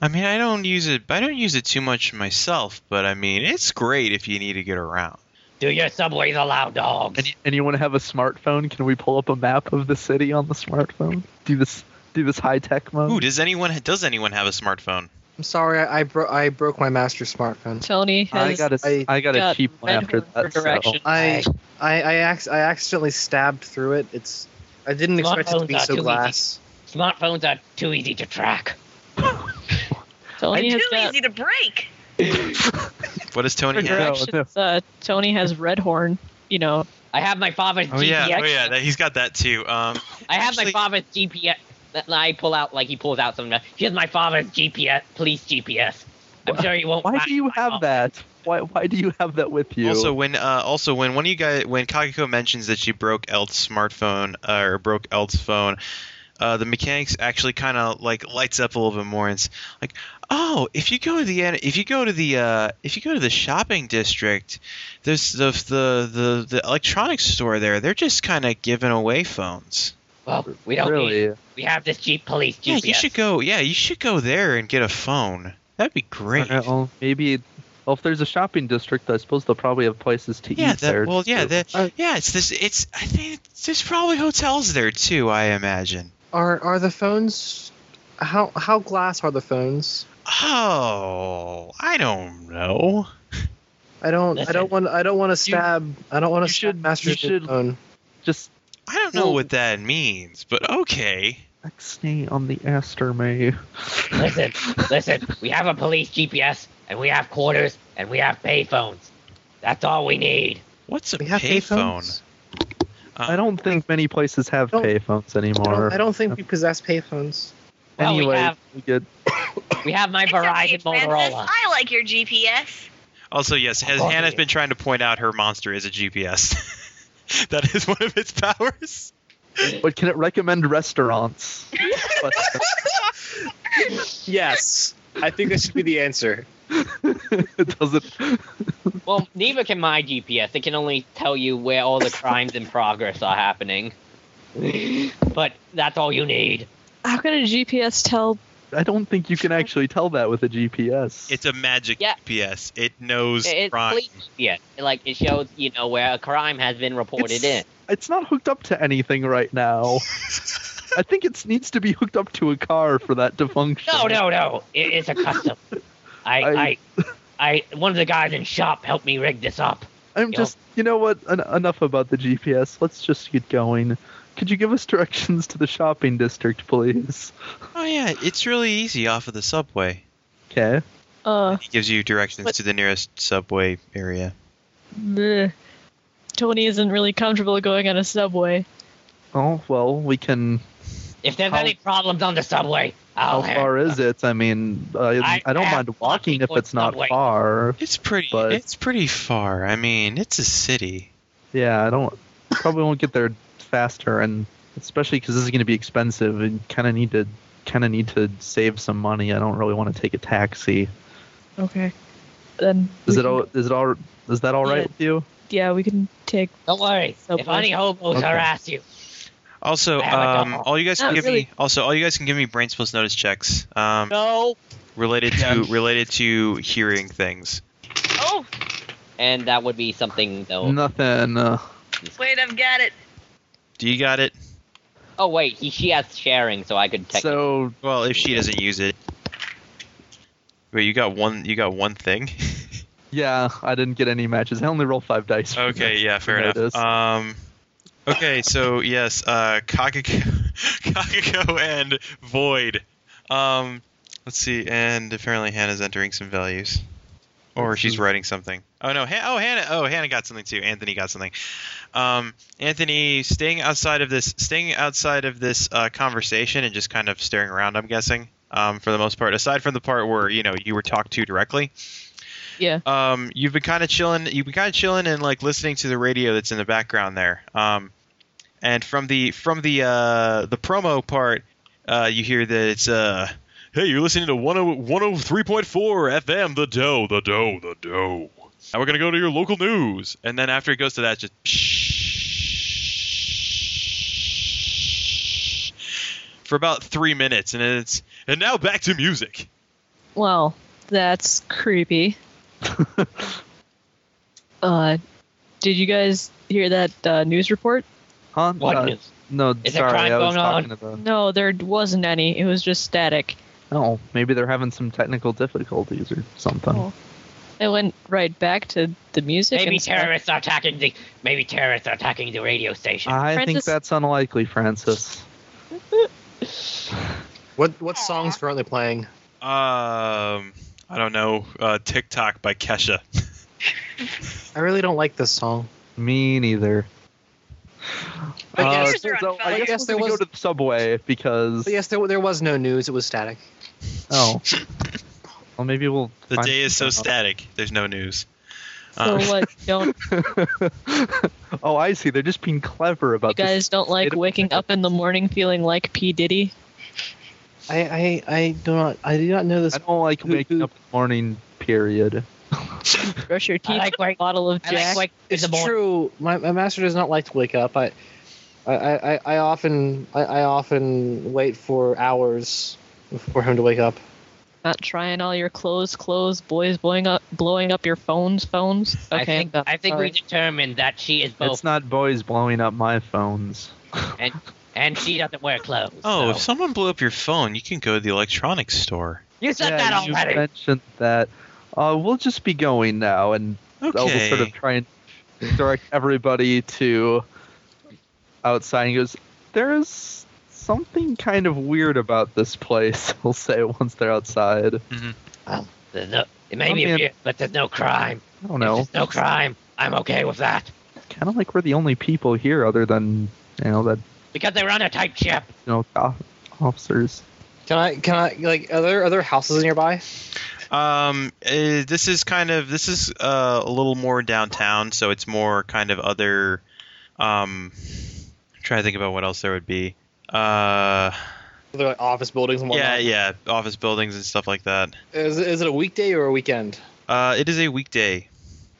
I mean, I don't use it. I don't use it too much myself, but I mean, it's great if you need to get around. Do your subways allow dogs? And, and you want to have a smartphone? Can we pull up a map of the city on the smartphone? Do this. Do this high tech mode. Ooh, does anyone does anyone have a smartphone? "I'm sorry, I, I broke I broke my master's smartphone. Tony I has got a. I I got a got cheap one red after horn for that. So. direction. I I I, ac- I accidentally stabbed through it. It's I didn't expect it to be Smartphones are so too glass. Smartphones are too easy to track. Tony Too has got. easy to break. What does For Tony have? No, directions, uh, Tony has red horn. You know, I have my father's Oh GPS. yeah, oh yeah, that, he's got that too. Um, I have Actually- my father's GPS. that- I pull out like he pulls out something. Here's my father's GPS, police GPS. I'm sure he won't. Why find do you my have father. that? Why? Why do you have that with you? also, when uh, also when one of you guys when Kakiko mentions that she broke Elt's smartphone uh, or broke Elt's phone, uh, the mechanics actually kind of like lights up a little bit more and it's like, oh, if you go to the an- if you go to the uh, if you go to the shopping district, there's the the the, the electronics store there. They're just kind of giving away phones. Well, we don't. Need, really. we have this Jeep police Yeah, GPS. you should go. Yeah, you should go there and get a phone. That'd be great. Alright, well, maybe. Well, if there's a shopping district, I suppose they'll probably have places to yeah, eat there. that, well, yeah, too. that, Uh, yeah, it's this, it's, I think it's- there's probably hotels there too, I imagine. Are are the phones? How how glass are the phones? Oh, I don't know. I don't I Listen. don't want I don't want to stab I don't want you to should- stab master's you should- phone. just I don't know Well- what that means, but okay. Exney on the Aster Uh, May. Listen, listen, we have a police GPS, and we have quarters, and we have payphones. That's all we need. What's a We have payphone? payphones. I don't think many places have Don't- payphones I anymore. don't, I don't think we possess payphones. Well, we anyway, have- we get We have my It's okay, Verizon Francis. Motorola. I like your GPS. Uh, Also, yes, has, Oh, Hannah's yeah. been trying to point out her monster is a GPS. [laughs] that is one of its powers. But can it recommend [laughs] restaurants? But- Yes, I think that should be the answer. [laughs] it doesn't. Well, neither can my GPS. It can only tell you where all the crimes in progress are happening. But that's all you need. how can a GPS tell? I don't think you can actually tell that with a GPS. It's a magic Yeah. GPS. It knows It- It's crime. police GPS. Like it shows, you know, where a crime has been reported in. It's- It's not hooked up to anything right now. I think it needs to be hooked up to a car for that to function. No, no, no. It, it's a custom. I, I- I, I, one of the guys in shop helped me rig this up. I'm Yeah. just, you know what? En- enough about the GPS. Let's just get going. Could you give us directions to the shopping district, please? Oh yeah, it's really easy off of the subway. Okay. Uh, It gives you directions What- to the nearest subway area. bleh. Tony isn't really comfortable going on a subway. Oh well, we can. If there's How- any problems on the subway, I'll How have. far is it? I mean, I, Oh, I- I, don't I- mind walking if or it's not subway. far. It's pretty. But- It's pretty far. I mean, it's a city. Yeah, I don't. Probably won't get there faster, and especially because this is going to be expensive, and kind of need to kind of need to save some money. I don't really want to take a taxi. Okay. Then Is we it can- all? Is it all? Is that all right Yeah. with you? Yeah, we can take. Don't worry. Subway. If any hobos Okay. harass you, Also, I have a um, double. all you guys can Not give me. really. Also, all you guys can give me brain plus notice checks. Um, no. related Yeah. to related to hearing things. Oh, And that would be something though. Nothing. Uh, wait, I've got it. Do you got it? Oh wait, he she has sharing, so I could text. so Well, if she doesn't use it. Wait, you got one. You got one thing. [laughs] yeah, I didn't get any matches. I only roll five dice. for Okay, this. yeah, fair There it enough. is. Um, okay, so yes, uh, [laughs] Kakako, Kakako and Void. Um, let's see, and apparently Hannah's entering some values, or she's writing something. Oh no, Han- oh Hannah, oh Hannah got something too. Anthony got something. Um, Anthony, staying outside of this, staying outside of this uh, conversation and just kind of staring around. I'm guessing, um, for the most part, aside from the part where you know you were talked to directly Yeah. um, you've been kind of chilling. You've been kind of chilling and like listening to the radio that's in the background there. Um, and from the from the uh, the promo part, uh, you hear that it's uh, hey, you're listening to oh, 10- 103.4 FM, the Doe, the Doe, the Doe. And we're gonna go to your local news. And then after it goes to that, just for about three minutes, and then it's and now back to music. Well, that's [laughs] creepy. uh, did you guys hear that uh, news report? Huh? What Uh, news? No, Is there sorry, crime I was going on? talking to the. No, there wasn't any. It was just static. No, maybe they're having some technical difficulties or something. Oh. It went right back to the music. Maybe and stuff. terrorists are attacking the. Maybe terrorists are attacking the radio station. I think Francis- that's unlikely, Francis. What what song's currently playing? Um, I don't know. Uh, TikTok by Kesha. [laughs] I really don't like this song. Me neither. But Uh, yes, Computers are on so fire. I guess Yes, we're there gonna was- go to the subway because But yes, there, there was no news. It was static. oh, well maybe we'll. The find day is so something static. There's no news. So Um, Uh. what? Don't else. [laughs] oh, I see. They're just being clever you [laughs] about guys don't like It- waking up in the morning feeling like P Diddy? I, I I do not I do not know this. this. I don't like Who- waking who- up in the morning. Period. Brush your teeth like with a wake- bottle of I like Jack. wake It's in the morning. true. My, my master does not like to wake up. I I, I, I often I, I often wait for hours for him to wake up. Not trying all your clothes, clothes, boys blowing up, blowing up your phones, phones. Okay, I think, I'm done. I think we Sorry. determined that she Oh. is both, It's not boys blowing up my phones. and and she doesn't wear clothes. [laughs] Oh, if so. someone blew up your phone, you can go to the electronics store. you said yeah, that you already. mentioned that. Uh, we'll just be going now, and I'll Okay. sort of try and direct everybody to outside. And he goes, "There's something kind of weird about this place." [laughs] We'll say once they're outside. There's no, it may Come be in. a fear, but there's no crime. I don't If know. There's no crime. I'm okay with that Kind of like we're the only people here, other than you know that because they run a tight ship. you know co- officers. Can I can I like are there are there houses nearby? Um, eh, this is kind of this is uh, a little more downtown, so it's more kind of other. Um, I'm trying to think about what else there would be. Uh, Are there like office buildings and yeah, whatnot? yeah, office buildings and stuff like that. Is, it- is it a weekday or a weekend? Uh, it is a weekday.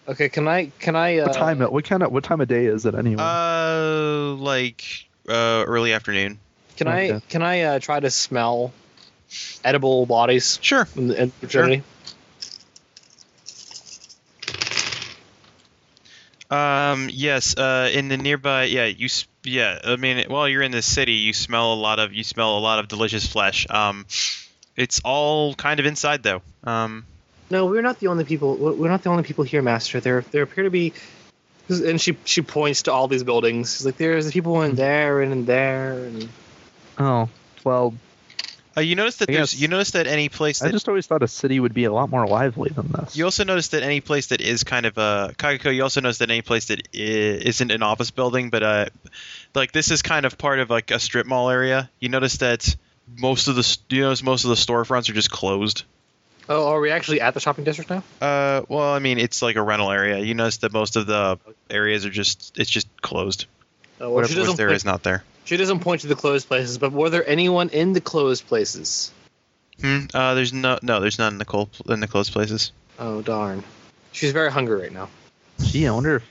Okay, can I can I uh, What time? What kind of what time of day is it anyway? Mm-hmm. Uh, like uh, early afternoon. Can I Okay. can I uh, try to smell edible bodies Sure. in the, in the vicinity? Um. Yes. Uh. In the nearby. Yeah. You. s- Yeah. I mean, while you're in the city, you smell a lot of. You smell a lot of delicious flesh. Um. It's all kind of inside though. Um. No, we're not the only people. we're- We're not the only people here, Master. There, there appear to be. And she she points to all these buildings. She's like, "There's people in there and in there." And Oh, well, Uh, you notice that I there's. guess- You notice that any place I that just always thought a city would be a lot more lively than this. You also notice that any place that is kind of a Kagako, you also notice that any place that i- isn't an office building, but uh, like this is kind of part of like a strip mall area. You notice that most of the s- you notice most of the storefronts are just closed. oh, are we actually at the shopping district now? Uh, well, I mean it's like a rental area. You notice that most of the areas are just it's just closed. Oh, well, she Whatever was doesn't. there point, is not there. She doesn't point to the closed places. But were there anyone in the closed places? Hmm. Uh, there's no no there's none in the cold in the closed places. Oh darn. She's very hungry right now. Gee, I wonder if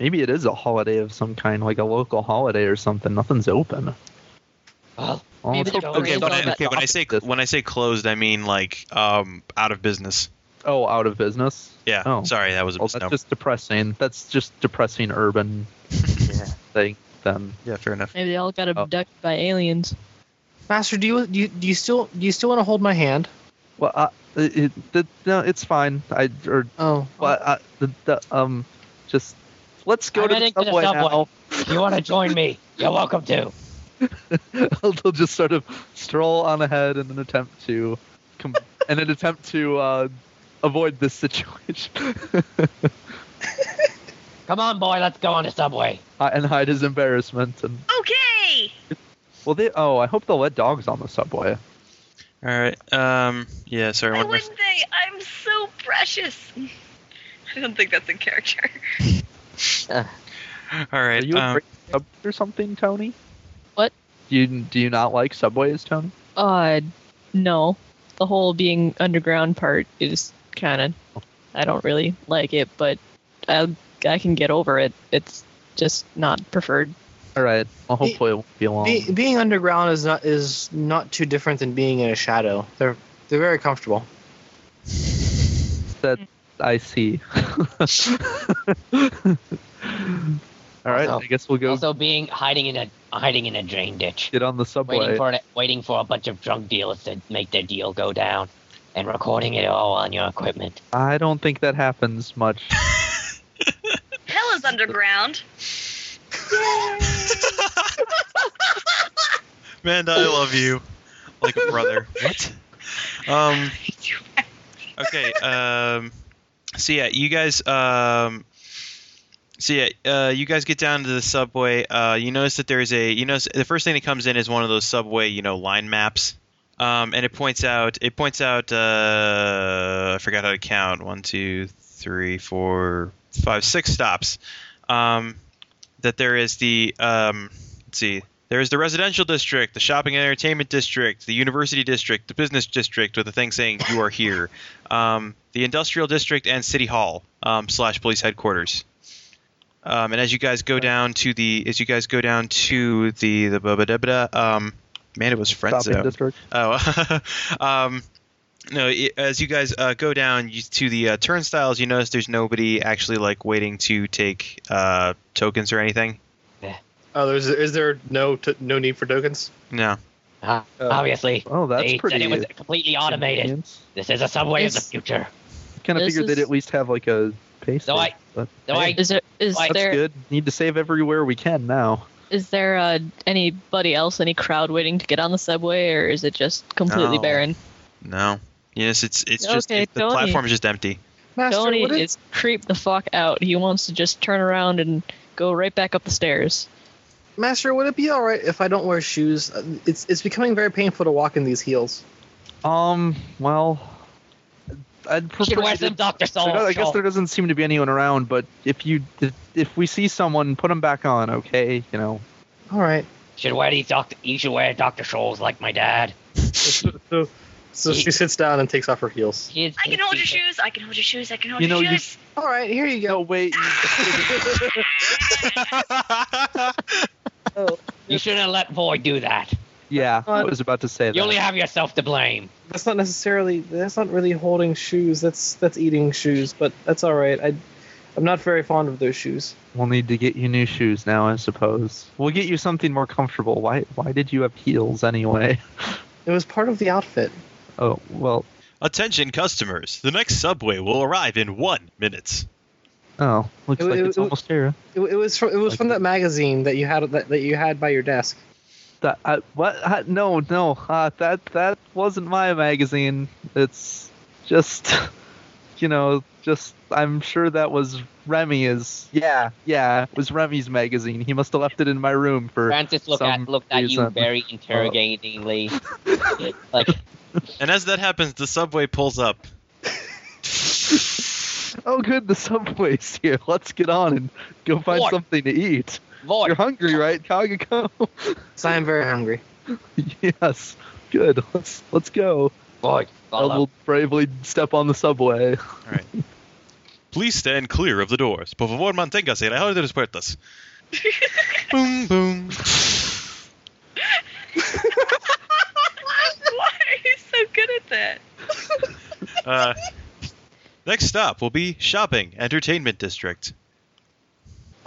maybe it is a holiday of some kind, like a local holiday or something. Nothing's open. Well, Oh, it's Maybe they all don't Okay, closed when raise on I, the all okay, when I office say dis- when I say closed, I mean like um out of business. oh, out of business. Yeah. Oh. Sorry, that was a Well, that's misnomer. just depressing. That's just depressing urban [laughs] thing. Then Yeah, fair [laughs] enough. Maybe they all got Oh. abducted by aliens. Master, do you do you, do you still do you still want to hold my hand? well, uh, it, it, that- no, it's fine. I or Oh, well, I, the, the um, just let's go I'm to the heading to the subway, subway. now. if you want to join me, you're welcome to. [laughs] They'll just sort of stroll on ahead in an attempt to, com- [laughs] in an attempt to uh, avoid this situation [laughs] Come on, boy, let's go on the subway. Hi- and hide his embarrassment. And Okay. well, they oh, I hope they'll let dogs on the subway. All right. Um. Yeah. Sorry. Why One more. wouldn't they? I'm so precious. [laughs] I don't think that's in character. [laughs] All Are right. you um, afraid of sub- or something, Tony? What? Do you do you not like subways, Tony? Uh, no. The whole being underground part is kind of. I don't really like it, but I I can get over it. It's just not preferred. All right. Well, hopefully it won't be long. Be, being underground is not is not too different than being in a shadow. They're they're very comfortable. that I see. [laughs] All right. Also- I guess we'll go Also, being hiding in a hiding in a drain ditch, get on the subway. waiting for it, waiting for a bunch of drug dealers to make their deal go down, and recording it all on your equipment. I don't think that happens much. Hell is underground. [laughs] [laughs] Amanda, I love you, like a brother. [laughs] what? Um. Okay. Um. So yeah, you guys. Um. So yeah, uh, you guys get down to the subway. Uh, you notice that there's a. You notice the first thing that comes in is one of those subway, you know, line maps. Um, and it points out. It points out. Uh, I forgot how to count. One, two, three, four, five, six stops. Um, that there is the. Um, let's see. There is the residential district, the shopping and entertainment district, the university district, the business district, with a thing saying "You are here," [laughs] um, the industrial district, and city hall um, slash police headquarters. Um, and as you guys go down to the, as you guys go down to the the blah, blah, blah, blah, um, man, it was friend Stopping zone. district. Oh, [laughs] um, no. i as you guys uh, go down you, to the uh, turnstiles, you notice there's nobody actually like waiting to take uh, tokens or anything. Oh, there's is there no t- no need for tokens? No. Uh, Uh, obviously, Oh, that's they pretty. said it was completely automated. This is a subway of the It's- future. Kind of This figured they'd is- at least have like a pace. So I- but So I, Is there is Why- that's there good. Need to save everywhere we can now. is there uh, anybody else, any crowd waiting to get on the subway, or is it just completely No. barren? No. Yes, it's it's just Okay, it- the Tony. platform is just empty. Master, Tony what is- is creep the fuck out. He wants to just turn around and go right back up the stairs. Master, would it be all right if I don't wear shoes? Uh, It's it's becoming very painful to walk in these heels. Um. Well, I'd you prefer. should wear some Dr. Soul. There does- I guess there doesn't seem to be anyone around, but if you if, if we see someone, put them back on, okay? You know, All right. should wear these doctor. You should wear Dr. Scholl's like my dad. So, so, so she sits down and takes off her heels. He's, I can hold your shoes. I can hold your shoes. I can hold You know, your you- shoes. [laughs] All right, here you go. no [laughs] wait. You shouldn't let Void do that. yeah, I was about to say You only that. have yourself to blame. That's not necessarily that's not really holding shoes. That's that's eating shoes, but that's all right. I I'm not very fond of those shoes. We'll need to get you new shoes now, I suppose. We'll get you something more comfortable. Why why did you have heels anyway? It was part of the outfit. Oh well, Attention customers, the next subway will arrive in one minute. Oh, looks It- like it- it's it- almost here. It, it was from, it was Like from the- that magazine that you had that, that you had by your desk. That, I, what? I, no, no. Uh, that that wasn't my magazine. It's just, [laughs] you know, just. I'm sure that was Remy's. Yeah, yeah. It was Remy's magazine. He must have left it in my room for. Francis looked some at looked at you reason. [laughs] very interrogatingly. like And as that happens, the subway pulls up. Oh, good. The subway's here. [laughs] Let's get on and go find Lord. something to eat. Lord, You're hungry, right, Kagako? So I am very hungry. [laughs] yes. Good. Let's let's go. Lord, I follow. will bravely step on the subway. Please stand clear of the doors. Por favor, manténgase alejado de las puertas. boom, boom. [laughs] Why are you so good at that? Uh, next stop will be shopping, entertainment district.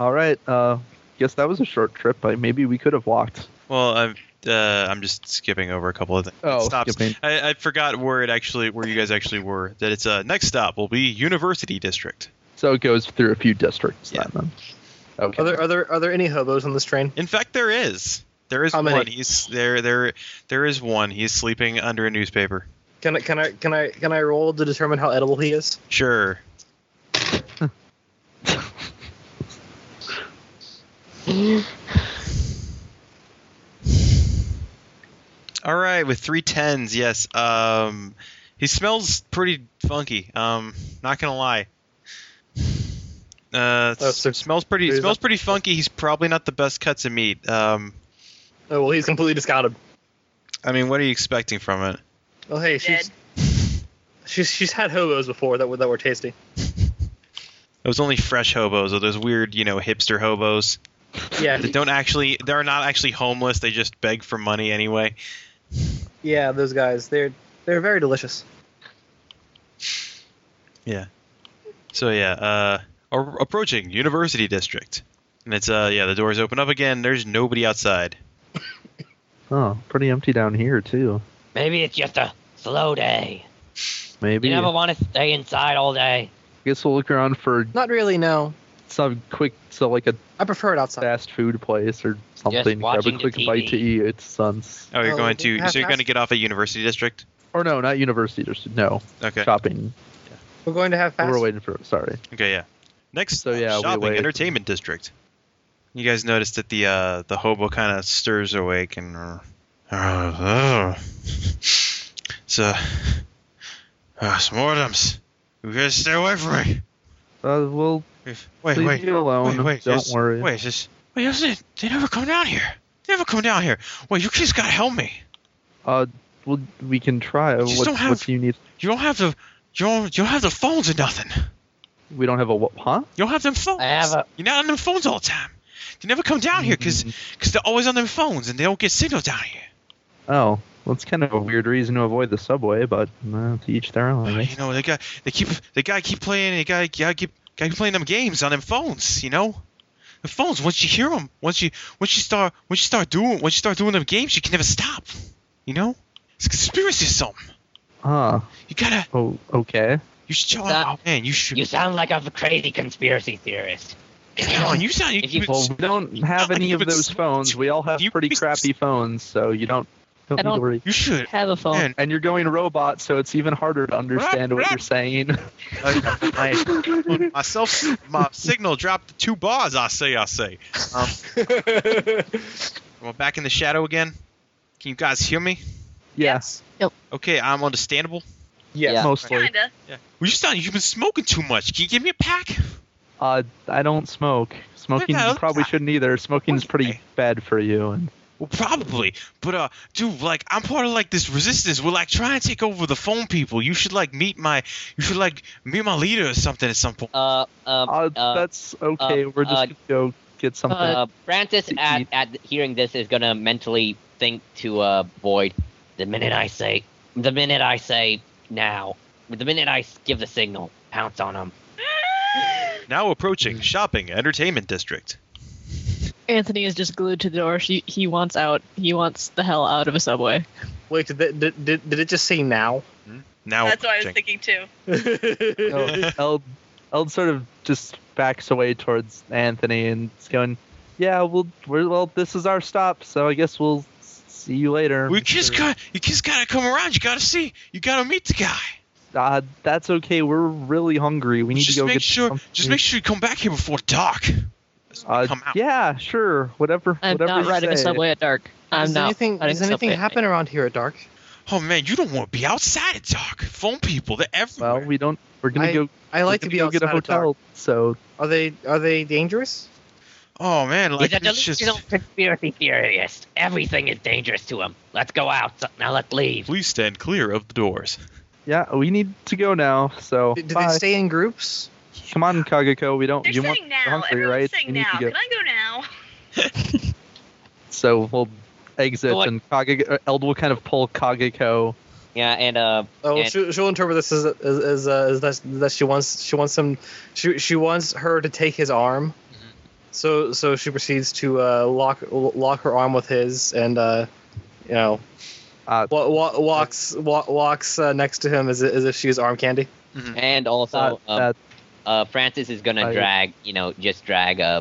All right. Uh, guess that was a short trip. I, maybe we could have walked. Well, I'm uh, I'm just skipping over a couple of things. Oh, stops. skipping. I, I forgot where it actually where you guys actually were. That it's uh, next stop will be University District. So it goes through a few districts Yeah. then. Okay. Are there are there are there any hobos on this train? In fact, there is there is How one. many? He's there there there is one. He's sleeping under a newspaper. Can I can I can I can I roll to determine how edible he is? Sure. [laughs] All right, with three tens, yes. Um, he smells pretty funky. Um, not gonna lie. Uh, Oh, so- smells pretty. so he's Smells not- pretty funky. He's probably not the best cuts of meat. Um, Oh well, he's completely discarded. I mean, what are you expecting from it? Oh hey, she's Dead. she's she's had hobos before that were that were tasty. It was only fresh hobos, or those weird, you know, hipster hobos Yeah, that don't actually. They're not actually homeless. They just beg for money anyway. yeah, those guys. They're they're very delicious. So yeah, uh, are approaching University District, and it's uh, yeah, the doors open up again. There's nobody outside. oh, pretty empty down here too. Maybe it's just a slow day. Maybe. You never want to stay inside all day. guess we'll look around for Not really. No, some quick, so like a I prefer it outside. fast food place or something. Grab watching a the quick TV. bite to eat. It's suns. Oh, you're Oh, going they to have so you're going to fast- get off at University District. Or no, not university. Just no Okay. shopping. We're going to have fast. We're waiting for. Sorry. Okay, yeah. Next, So, yeah, we shopping wait. entertainment district. You guys noticed that the uh, the hobo kind of stirs awake and. [laughs] Uh, uh, so, [laughs] uh, some ordums. You guys stay away from me. Uh, we'll If- Wait, leave wait. you alone. Wait, wait, Don't just- worry. Wait, just wait. Isn't it, they never come down here. They never come down here. Wait, you kids gotta help me. Uh, we'll, we can try. Just What, don't have- what do you need? You don't have the you don't, you don't have the phones or nothing. We don't have a wha- huh? You don't have them phones. I have a You're not on them phones all the time. They never come down here because Mm-hmm. they're always on them phones and they don't get signal down here. Oh, well, it's kind of a weird reason to avoid the subway, but uh, to each their own. I guess. You know they got they keep they gotta keep playing they gotta, gotta keep gotta keep playing them games on them phones. You know, the phones. Once you hear them, once you once you start once you start doing once you start doing them games, you can never stop. You know, it's a conspiracy or something. Huh. You gotta Oh, okay. you should tell That- him. Oh man, you should. You sound like a crazy conspiracy theorist. Come on, you sound. You, If you- you- Well, we don't have any of those phones. We all have You- pretty crappy phones, so you don't don't I need to don't- worry. you should. Have a phone. Man, And you're going robot, so it's even harder to understand what you're saying. I, I, myself, my signal dropped to two bars. I say, I say. Um, [laughs] am I back in the shadow again? Can you guys hear me? yes, Okay, I'm understandable. Yeah. mostly. Kinda. Yeah. Well, you sound. You've been smoking too much. Can you give me a pack? Uh, I don't smoke. Smoking No, you probably I- shouldn't either. Smoking's pretty Okay. bad for you. And Well, probably. But uh, dude, like I'm part of like this resistance. We're like trying to take over the phone people. You should like meet my. You should like meet my leader or something at some point. Uh, um, uh, uh, that's okay. We're just uh, gonna go get something. uh, Francis, to at, eat. at hearing this, is gonna mentally think to uh, Boyd. The minute I say, the minute I say now, the minute I s- give the signal, pounce on him. Now approaching shopping entertainment district. Anthony is just glued to the door. She, he wants out. He wants the hell out of a subway. Wait, did, they, did, did did it just say now? Oh, Now That's what I was approaching. thinking [laughs] too. El- Oh, Eld, Eld sort of just backs away towards Anthony and is going, "Yeah, we'll we're, well, this is our stop, so I guess we'll s- see you later." We just Mr. got you just gotta come around. You gotta see. You gotta meet the guy. Uh, that's okay. We're really hungry. We need just to go make get sure. something Just to make eat." sure you come back here before dark. Uh, come out. Yeah, sure. Whatever. I'm whatever not you riding a say. subway at dark. I'm does not. anything, riding does a anything subway at happen around here at dark? Oh man, you don't want to be outside at dark. Phone people, they're everywhere. Well, we don't. We're gonna go. I we're like to gonna be go outside get a at dark. hotel. So Are they are they dangerous? oh man, like He's a it's just. delusional conspiracy theorist. Everything is dangerous to him. Let's go out. So- Now let's leave. Please stand clear of the doors. yeah, we need to go now. So Do, do bye. they stay in groups? Come on, Kagako. We don't. They're Oh, you want saying now. you're hungry, Everyone's right? saying We need now. to go. Can I go [laughs] now? So we'll exit, Well, like- and Kagako, Eld will kind of pull Kagako. Yeah, and uh, Oh, And- she, she'll interpret this as as, as, uh, as that, that she wants she wants him she she wants her to take his arm. Mm-hmm. So so she proceeds to uh, lock lock her arm with his and uh, you know Uh, wa- wa- walks wa- walks uh, next to him as, i- as if she's arm candy. and also that- um, that- uh, Francis is gonna I- drag, you know, just drag uh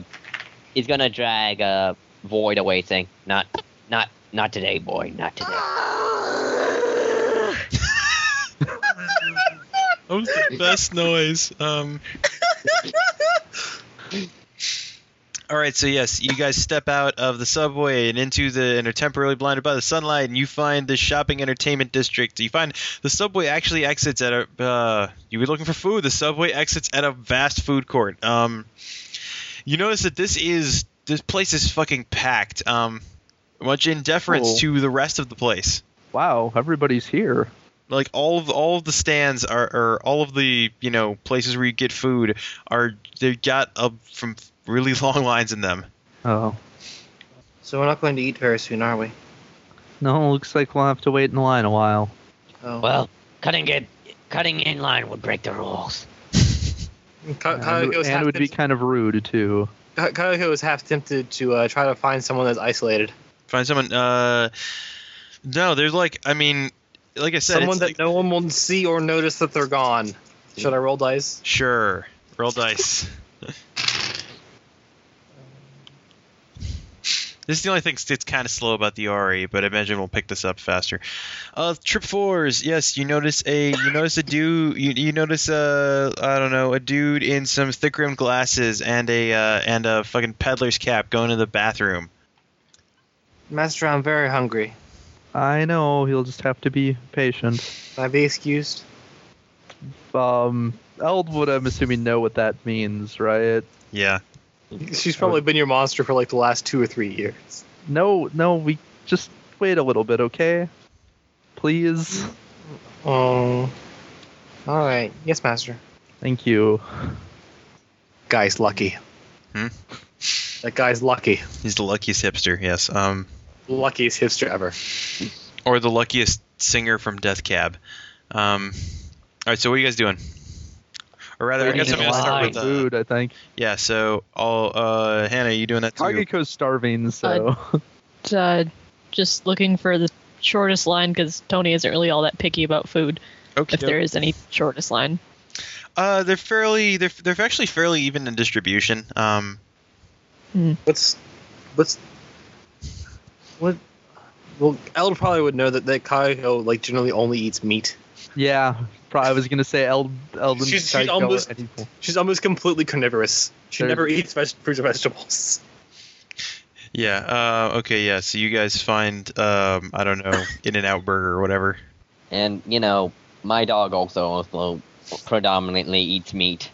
he's gonna drag uh Void away saying, Not not not today, boy, not today. That was [laughs] the best noise. Um. [laughs] All right, so yes, you guys step out of the subway and into the and are temporarily blinded by the sunlight, and you find the shopping entertainment district. You find the subway actually exits at a. Uh, you were looking for food. The subway exits at a vast food court. Um, you notice that this is this place is fucking packed. Um, much in deference Cool. to the rest of the place wow, everybody's here. like all of all of the stands are, are all of the you know places where you get food are they've got up from really [laughs] long lines in them Oh So we're not going to eat very soon, are we? no, looks like we'll have to wait in line a while. Oh. Well, cutting it cutting in line would break the rules. Ka- and Kagako's and it half, would be tempt- kind of rude too. Ka- Kagako is half tempted to uh, try to find someone that's isolated, find someone uh no there's like i mean like i said someone it's that like- no one will see or notice that they're gone. Should I roll dice? sure roll dice [laughs] This is the only thing that's kind of slow about the RE, but I imagine we'll pick this up faster. Uh, trip fours, yes. You notice a you notice a dude you, you notice a I don't know a dude in some thick rimmed glasses and a uh, and a fucking peddler's cap going to the bathroom. Master, I'm very hungry. I know he'll just have to be patient. Can I be excused? Um, Eld would, I'm assuming, know what that means, right? Yeah. She's probably been your monster for like the last two or three years. No, no, we just wait a little bit, okay? Please, Oh. All right. Yes, Master. thank you. Guy's lucky. Hmm? That guy's lucky. He's the luckiest hipster. Yes. Um. Luckiest hipster ever. Or the luckiest singer from Death Cab. Um. All right. So what are you guys doing? Or rather, I We're guess I'm eating gonna start line. with uh, food, I think. yeah. So all uh, Hannah, you doing that too? Kagiko's starving, so dark. Uh, just looking for the shortest line because Tony isn't really all that picky about food. Okay. If there is any shortest line, Uh, they're fairly they're they're actually fairly even in distribution. Um, What's. What's. What. Well, Eld probably would know that, that Kaiko, like, generally only eats meat. yeah. Pro- I was gonna say Eld, Elden. She's- she's Kagiko are almost- unequal. She's almost completely carnivorous. She There- never eats veg- fruits or vegetables. [laughs] yeah. Uh, okay. Yeah. So you guys find um, I don't [laughs] know, In and Out Burger or whatever. And you know, my dog also also predominantly eats meat.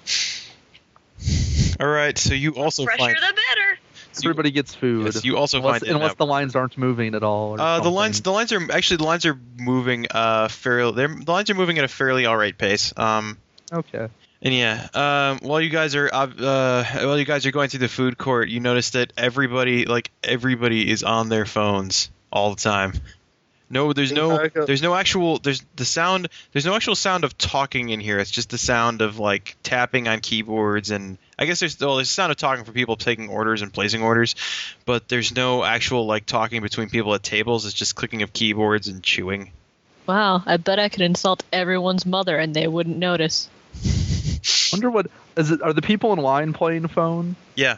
All right. So you also Fresher find the better. Everybody gets food. yes, you also unless find In-N-Out unless the lines aren't moving at all. or Uh, the something. lines, the lines are actually the lines are moving. Uh, fairly, they're, the lines are moving at a fairly all right pace. Um, Okay. and yeah, um, while you guys are uh, uh, while you guys are going through the food court, you notice that everybody, like everybody, is on their phones all the time. No, there's no, Metallica. there's no actual, there's the sound, there's no actual sound of talking in here. It's just the sound of like tapping on keyboards and I guess there's well, there's the sound of talking for people taking orders and placing orders, but there's no actual like talking between people at tables. It's just clicking of keyboards and chewing. Wow, I bet I could insult everyone's mother and they wouldn't notice. Wonder what is it? Are the people in line playing phone? Yeah.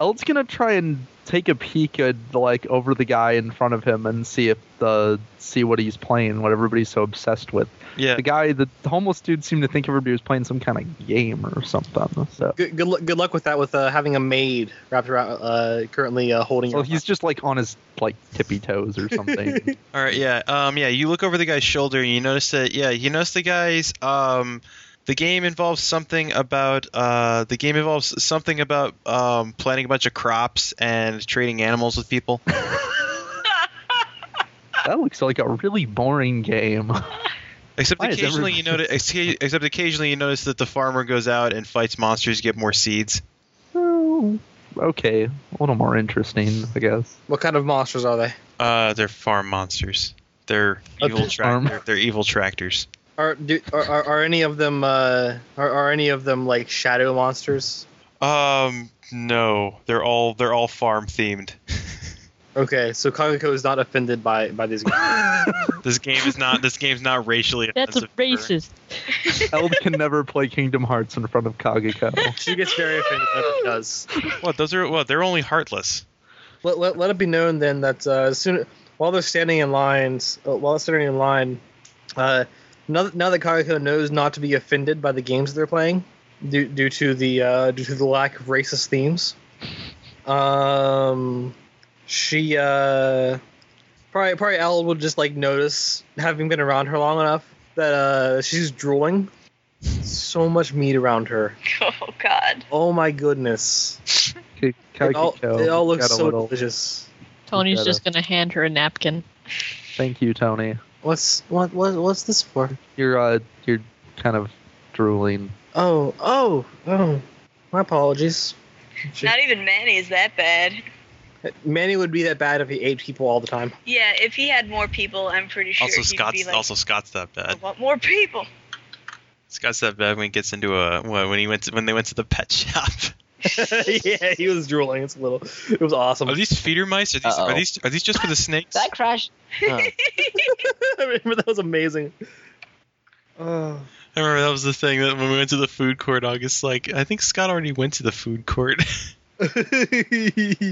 Eld's gonna try and take a peek at like over the guy in front of him and see if the see what he's playing, what everybody's so obsessed with. Yeah. The guy, the homeless dude, seemed to think everybody was playing some kind of game or something. So, Good, good, luck- good luck with that. With uh, having a maid wrapped around, uh, currently uh, holding. so your- he's just like on his like tippy toes or [laughs] something. All right, yeah, um, yeah. You look over the guy's shoulder and you notice that, yeah, you notice the guy's. Um, the game involves something about. Uh, the game involves something about um, planting a bunch of crops and trading animals with people. that looks like a really boring game. Except Why is occasionally you everybody- notice. Except occasionally you notice that the farmer goes out and fights monsters to get more seeds. Oh, okay, a little more interesting, I [laughs] guess. what kind of monsters are they? Uh, they're farm monsters. They're A evil pit farm. tractor. They're evil tractors. Are, do, are, are are any of them uh, are, are any of them like shadow monsters? Um, no, they're all they're all farm themed. Okay, so Kagako is not offended by by these. Games. This game is not. This game's not racially. That's offensive for- racist. Eld can never play Kingdom Hearts in front of Kageko. she gets very offended if it does. What? Those are what? They're only heartless. Let, let, let it be known then that uh, as soon while they're standing in lines, uh, while they're standing in line, uh, now, that- now that Kagako knows not to be offended by the games they're playing, due, due to the uh, due to the lack of racist themes, um, she uh, probably probably Elle will just like notice having been around her long enough that uh, she's drooling. So much meat around her. Oh God. Oh my goodness! K- It all, Kageko it all looks got a so little- delicious. Tony's Gotta- just gonna hand her a napkin. Thank you, Tony. What's what what what's this for? You're uh, you're kind of drooling. Oh oh oh, my apologies. She- Not even Manny's that bad. Manny would be that bad if he ate people all the time. [laughs] Yeah, if he had more people, I'm pretty sure also, he'd be Scott's like, also Scott's that I bad. want more people. Scott's that bad when he gets into a when when he went to, when they went to the pet shop. yeah, he was drooling. It's a little. It was awesome. [laughs] Are these feeder mice? Are these Uh-oh. are these are these just for the snakes? Did I crash? [laughs] I remember that was amazing. [laughs] Oh. I remember that was the thing that when we went to the food court, August like I think Scott already went to the food court. [laughs]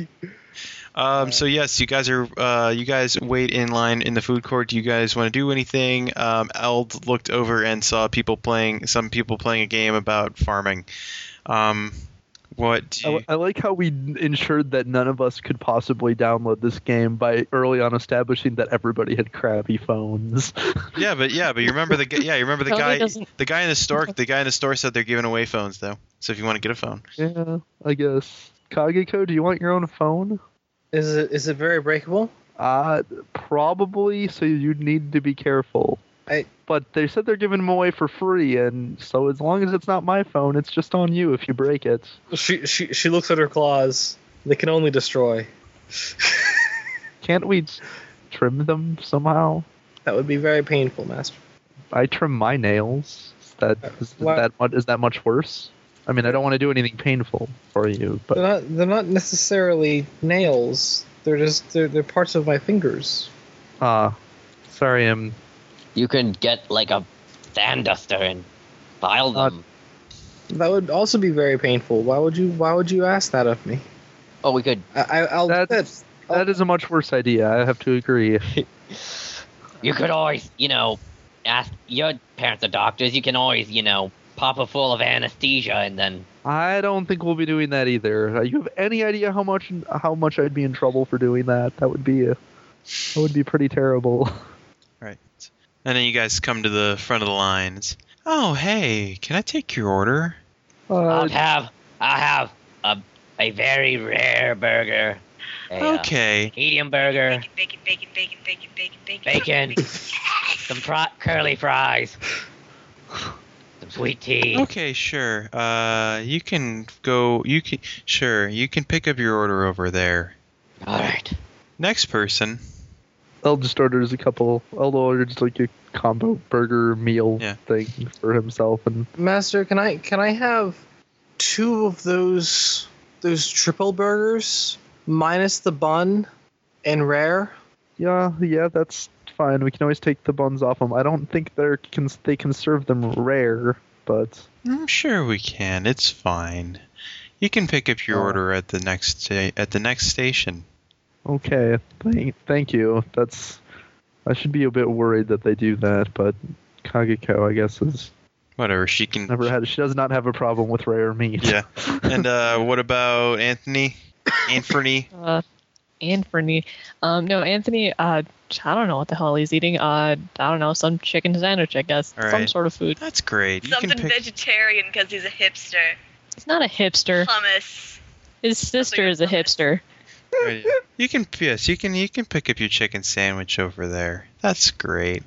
Um, so yes, you guys are uh, you guys wait in line in the food court. Do you guys want to do anything? Um, Eld looked over and saw people playing some people playing a game about farming. Um, what? Do I, you, I like how we ensured that none of us could possibly download this game by early on establishing that everybody had crappy phones. [laughs] yeah, but yeah, but you remember the g- yeah you remember the Tony guy doesn't- the guy in the store the guy in the store said they're giving away phones though. So if you want to get a phone, yeah, I guess. Kageko, do you want your own phone? Is it is it very breakable? Uh, probably. So you need to be careful. I- But they said they're giving them away for free, and so as long as it's not my phone, it's just on you if you break it. She she she looks at her claws. They can only destroy. Can't we trim them somehow? [laughs] That would be very painful, Master. I trim my nails. Is that is Why- that mu- is that much worse? I mean, I don't want to do anything painful for you, They're but not they're not necessarily nails. They're just they're, they're parts of my fingers. uh sorry, um, I'm You can get like a sand duster and file Uh, them. That would also be very painful. Why would you? Why would you ask that of me? oh, we could. I, I, I'll That- that's that is a much worse idea. I have to agree. You could always, you know, ask your parents are doctors. You can always, you know, pop a full of anesthesia and then. I don't think we'll be doing that either. Uh, You have any idea how much how much I'd be in trouble for doing that? That would be uh, that would be pretty terrible. [laughs] right? And then you guys come to the front of the lines. Oh hey, can I take your order? Uh, I'll have. I'll have a a very rare burger. A, uh, Okay. medium burger, Bacon, bacon, bacon, bacon, bacon, bacon. [laughs] bacon, some fri- curly fries, some sweet tea. Okay, sure. Uh, you can go. You can sure. You can pick up your order over there. All right. Next person. I'll just orders a couple. I'll order just like a combo burger meal Yeah. thing for himself, and master. Can I? Can I have two of those those triple burgers minus the bun and rare? yeah, yeah, that's fine. We can always take the buns off them. I don't think they're can they can serve them rare, but I'm Mm, sure we can. It's fine. You can pick up your Oh. order at the next sta- at the next station. okay. Thank thank you. That's I should be a bit worried that they do that, but Kagiko, I guess, has Whatever she can. never had. She does not have a problem with rare meat. [laughs] Yeah. and uh, what about Anthony? Anthony. Uh, Anthony. Um, no, Anthony, uh, I don't know what the hell he's eating. Uh, I don't know, some chicken sandwich, I guess. All Some right. sort of food. That's great. You Something can pick. vegetarian because he's a hipster. He's not a hipster. Hummus. His sister like a is a hipster. Right. uh, You can yes, you can you can pick up your chicken sandwich over there. That's great.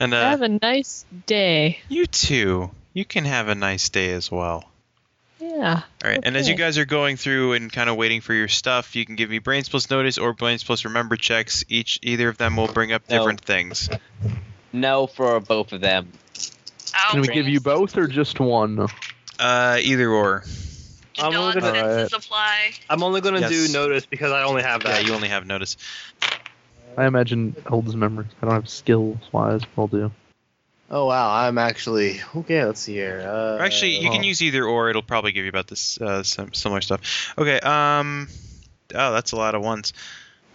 And uh, Have a nice day. you too. You can have a nice day as well. Yeah. All right. And as you Okay. guys are going through and kind of waiting for your stuff, you can give me brains plus notice or brains plus remember checks. Each either of them will bring up No. different things. No for both of them. [laughs] I'll Can we bring give you both or just one? Uh, either or. the I'm only gonna- nonsense to supply. I'm only going to Yes. do notice because I only have Yeah, that. you only have notice. I imagine Eld's memory. I don't have skill wise, but I'll do. oh wow, I'm actually okay. Let's see here. Uh, Or Actually, you can oh. use either or. It'll probably give you about this uh, some similar stuff. Okay. Um. Oh, that's a lot of ones.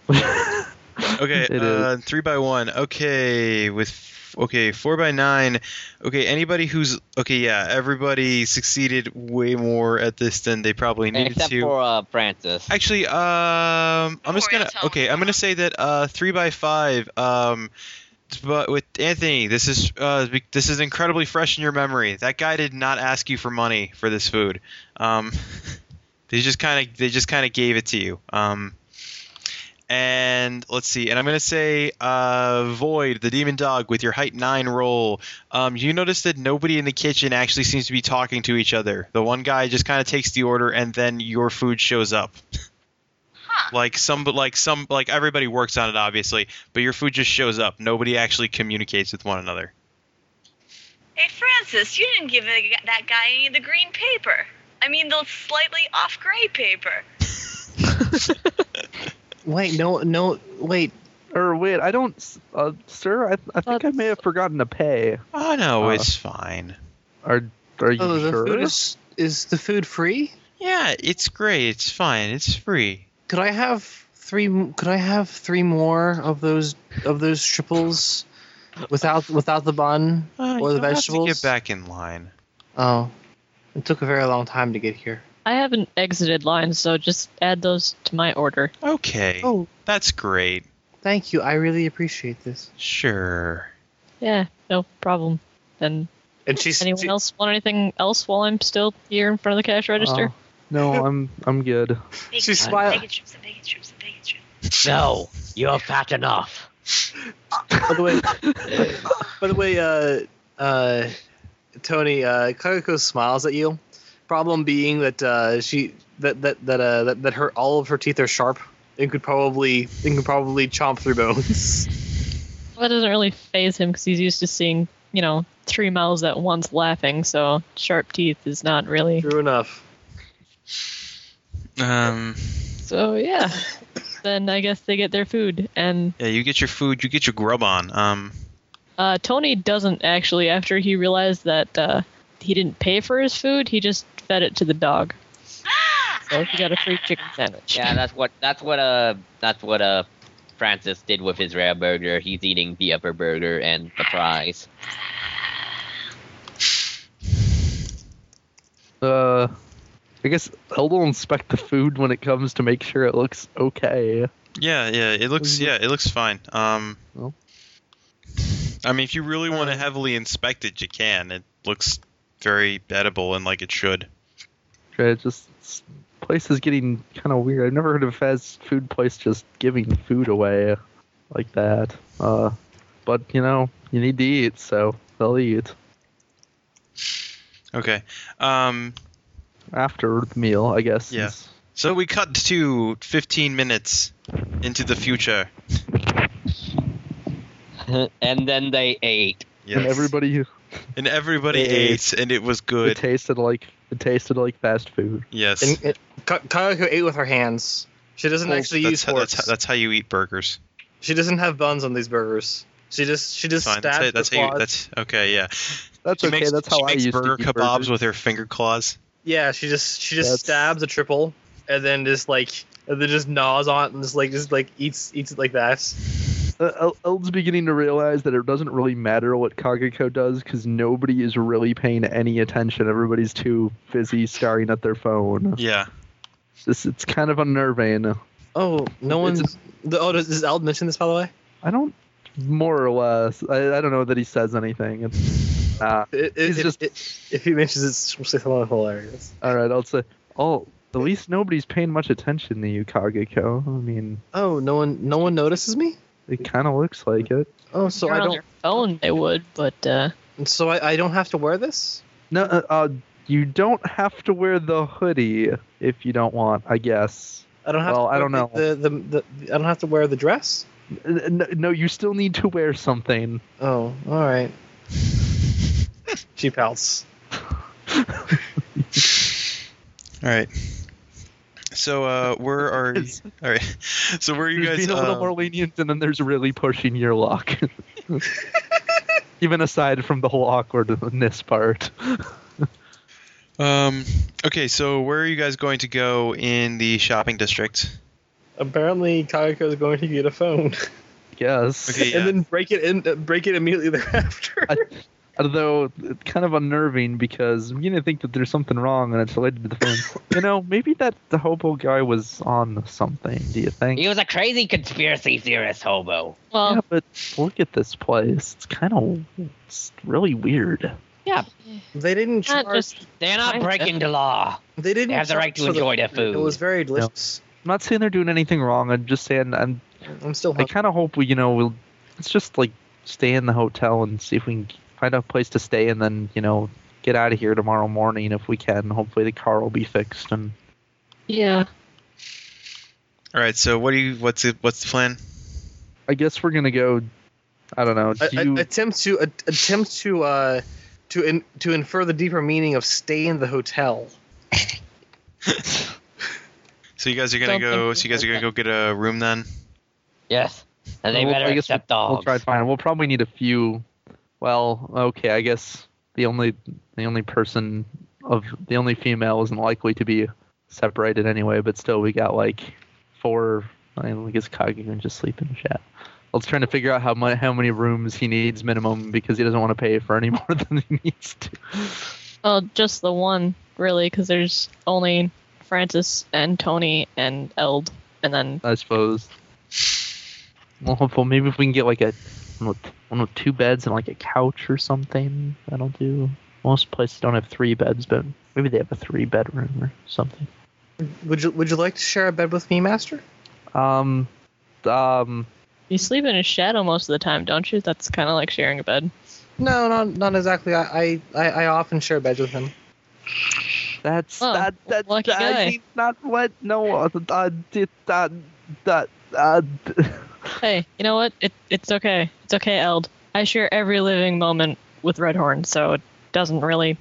Okay, [laughs] It is. uh, three by one. Okay, with okay four by nine. Okay, anybody who's okay, yeah, everybody succeeded way more at this than they probably needed Except to. for uh, Francis. Actually, um, I'm Don't just worry, gonna I'll tell okay. him. I'm gonna say that uh, three by five. Um, but with Anthony, this is uh, be- this is incredibly fresh in your memory. That guy did not ask you for money for this food. Um, [laughs] they just kind of they just kind of gave it to you. Um, and let's see. And I'm gonna say uh, Void, the demon dog, with your height nine roll. Um, you notice that nobody in the kitchen actually seems to be talking to each other. The one guy just kind of takes the order, and then your food shows up. Huh. Like some, like some, like everybody works on it, obviously, but your food just shows up. Nobody actually communicates with one another. Hey, Francis, you didn't give the- that guy any of the green paper. I mean, the slightly off gray paper. Wait, no, no, wait. Or wait, I don't, uh, sir. I, I think I may have forgotten to pay. Oh no, Uh. it's fine. Are are you Oh, the sure? food is is the food free? Yeah, it's great. It's fine. It's free. Could I have three? m- Could I have three more of those of those triples, without without the bun? Uh, Or you'll the have to vegetables? get back in line. Oh, it took a very long time to get here. I haven't exited lines, so just add those to my order. Okay, Oh, that's great. thank you. I really appreciate this. Sure. Yeah, no problem. Then And she's anyone she- else want anything else while I'm still here in front of the cash register? Oh, no, I'm I'm good. Bacon She strips, smiled. Bacon strips and bacon strips and bacon strips. No, you have had enough. By [laughs] the way, by the way, uh, uh, Tony, uh, Kagako smiles at you. Problem being that uh, she that that that, uh, that that her all of her teeth are sharp and could probably and could probably chomp through bones. [laughs] Well, that doesn't really phase him because he's used to seeing, you know, three mouths at once laughing. So sharp teeth is not really. True enough. Um, So yeah, then I guess they get their food. And yeah, you get your food. You get your grub on. Um, uh, Tony doesn't actually. After he realized that uh, he didn't pay for his food, he just fed it to the dog. So he got a free chicken sandwich. Yeah, that's what that's what uh that's what uh Francis did with his rare burger. He's eating the upper burger and the fries. [laughs] Uh, I guess Eld will inspect the food when it comes to make sure it looks okay. Yeah, yeah, it looks Mhm. yeah, it looks fine. Um, Well. I mean, if you really want to heavily inspect it, you can. It looks very edible and like it should. Okay, it's just this place is getting kind of weird. I've never heard of a fast food place just giving food away like that. Uh, but you know, you need to eat, so they'll eat Okay. Um, after the meal, I guess. Yeah. is- so we cut to 15 minutes into the future. and then they ate. Yes. And everybody, And everybody ate, Ate. and it was it good. tasted like it tasted like fast food. Yes. And, and Ka- Kagako ate with her hands. She doesn't actually Oh, that's use how, forks. that's, how, that's how you eat burgers. She doesn't have buns on these burgers. She just she just Fine, stabs that's it. That's the how you, claws. that's okay. Yeah, That's she okay. makes, that's how she I makes used burger to eat kebabs burgers. with her finger claws. Yeah, she just she just That's- stabs a triple and then just like and then just gnaws on it and just like just like eats eats it like that. Uh, El- Eld's beginning to realize that it doesn't really matter what Kageko does because nobody is really paying any attention. Everybody's too busy staring at their phone. Yeah. It's, just- it's kind of unnerving. Oh, no It's one's. the, oh, does, does Eld mention this by the way? I don't, more or less, I, I don't know that he says anything. It's, uh, It, it, He's it- just- it- if he mentions it, we'll say something hilarious. all right, I'll say, oh, at least nobody's paying much attention to you, Kageko. I mean, Oh, no one no one notices me. it kind of looks like it. Oh, so You're I on don't their phone, they would, but uh, so I, I don't have to wear this. No, uh, uh, you don't have to wear the hoodie if you don't want, I guess. I don't have. Well, to I don't wear The, the, the, the I don't have to wear the dress. N- n- No, you still need to wear something. [laughs] Oh, all [laughs] right. she pouts. All right. So uh, where are [laughs] It's- all right? So where are you There's guys? being a little um, more lenient, and then there's really pushing [laughs] your luck. Even aside from the whole awkwardness part, um, okay, so where are you guys going to go in the shopping district? Apparently, Kageko is going to get a phone yes. Okay, yeah. and then break it in, uh, break it immediately thereafter. I- Although it's kind of unnerving because you know think that there's something wrong and it's related to the phone. you know, maybe that the hobo guy was on something. Do you think? He was a crazy conspiracy theorist hobo. well, yeah, but look at this place. It's kind of it's really weird. they didn't not charge. just They're not Kinda. breaking the law. they didn't They have the charge right to for enjoy their It food. was very delicious. I'm not saying they're doing anything wrong. I'm just saying I'm I'm still I hungry. kind of hope we, you know, we'll. Let's just like stay in the hotel and see if we can find a place to stay, and then you know get out of here tomorrow morning if we can. Hopefully the car will be fixed. And yeah. All right. So what do you? What's it? What's the plan? I guess we're gonna go. I don't know. Do A- a- you, attempt to a- attempt to uh to in, to infer the deeper meaning of stay in the hotel. So you guys are gonna Don't go. think So you guys are gonna go get a room then. Yes. And they Well, better I guess accept we'll dogs. try to find. We'll probably need a few. Well, okay. I guess the only the only person of the only female isn't likely to be separated anyway. But still, we got like four. I mean, I guess Kagi can just sleep in the chat. Let's trying to figure out how much how many rooms he needs minimum because he doesn't want to pay for any [laughs] more than he needs to. Well, just the one, really, because there's only Francis and Tony and Eld, and then I suppose. Well, hopeful. Maybe if we can get like a one with, one with two beds and like a couch or something, that'll do. Most places don't have three beds, but maybe they have a three bedroom or something. Would you would you like to share a bed with me, Master? Um, um, you sleep in a shadow most of the time, don't you? That's kind of like sharing a bed. No, not not exactly. I I, I often share beds with him. that's Oh, that that lucky I guy. did not what no uh, uh, did that that uh, Hey, you know what? It, it's okay. It's okay, Eld. I share every living moment with Redhorn, so it doesn't really.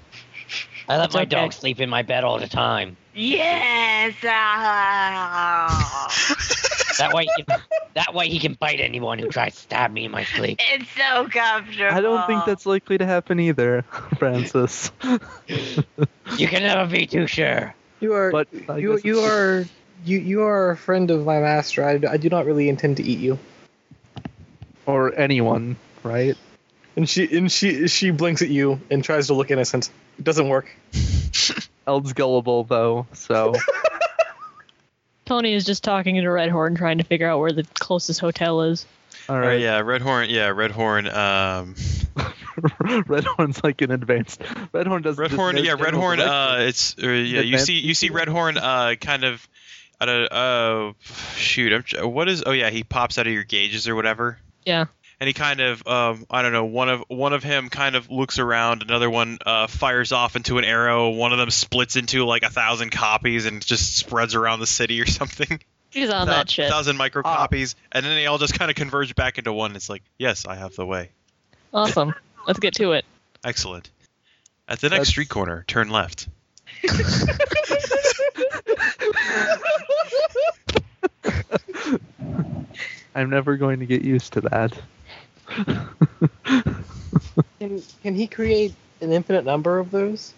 I let It's my okay. dog sleep in my bed all the time. Yes. ah. That way, he can, that way he can bite anyone who tries to stab me in my sleep. [laughs] it's so [laughs] comfortable. I don't Uh. think that's likely to happen either, [laughs] [laughs] Francis. You can never be too sure. You are But I you guess you it's- are you you are a friend of my master. I, I do not really intend to eat you. or anyone, right? And she and she she blinks at you and tries to look innocent. It doesn't work. Eld's gullible though, [laughs] so. Tony is just talking to Redhorn, trying to figure out where the closest hotel is. All All right. right. Yeah. Red horn. Yeah. Red horn. Um. [laughs] Red Horn's like an advanced. Red Horn doesn't. Red just horn. know Yeah. Red general horn. direction. Uh. It's. Uh, yeah. You Advanced see. You see. people. Red horn. Uh. Kind of. Out of. Oh. Shoot. I'm. tr- What is? Oh yeah. He pops out of your gauges or whatever. Yeah. and he kind of um, I don't know one of one of him kind of looks around another one uh, fires off into an arrow one of them splits into like a thousand copies and just spreads around the city or [laughs] something She's on Thou- that Ah. shit. thousand micro copies and then they all just kind of converge back into one it's like yes I have the way Awesome. Let's get to it. excellent at the next That's- street corner turn left uh, [laughs] I'm never going to get used to that. Can can he create an infinite number of those?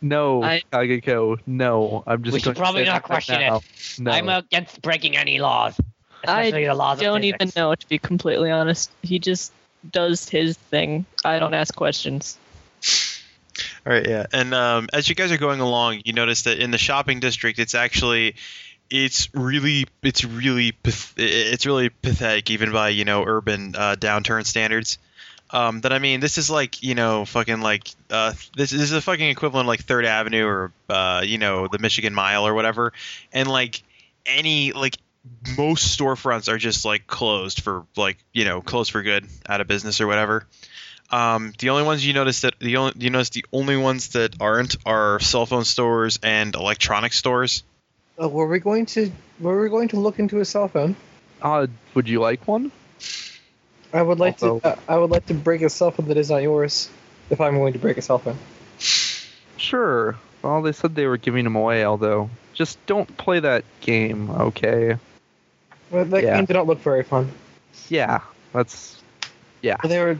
no, I- Kageko. No, I'm just. We should going to probably say not that question now. No. I'm against breaking any laws, I especially the laws of don't physics. even know, to be completely honest. He just does his thing. I don't ask questions. All right, yeah. And um, as you guys are going along, you notice that in the shopping district, it's actually it's really it's really path- it's really pathetic, even by you know urban uh, downturn standards. Um, but I mean, this is like you know fucking like uh, this, this is a fucking equivalent of, like Third Avenue or uh, you know the Michigan Mile or whatever, and like any like most storefronts are just like closed for like you know closed for good, out of business or whatever. Um, the only ones you notice that the only you notice the only ones that aren't are cell phone stores and electronic stores. Oh, were we going to were we going to look into a cell phone? Uh, would you like one? I would like to Also- uh, I would like to break a cell phone that is not yours. If I'm going to break a cell phone, Sure. Well, they said they were giving them away, although just don't play that game, okay? well, that Yeah. game did not look very fun. Yeah, that's yeah. They were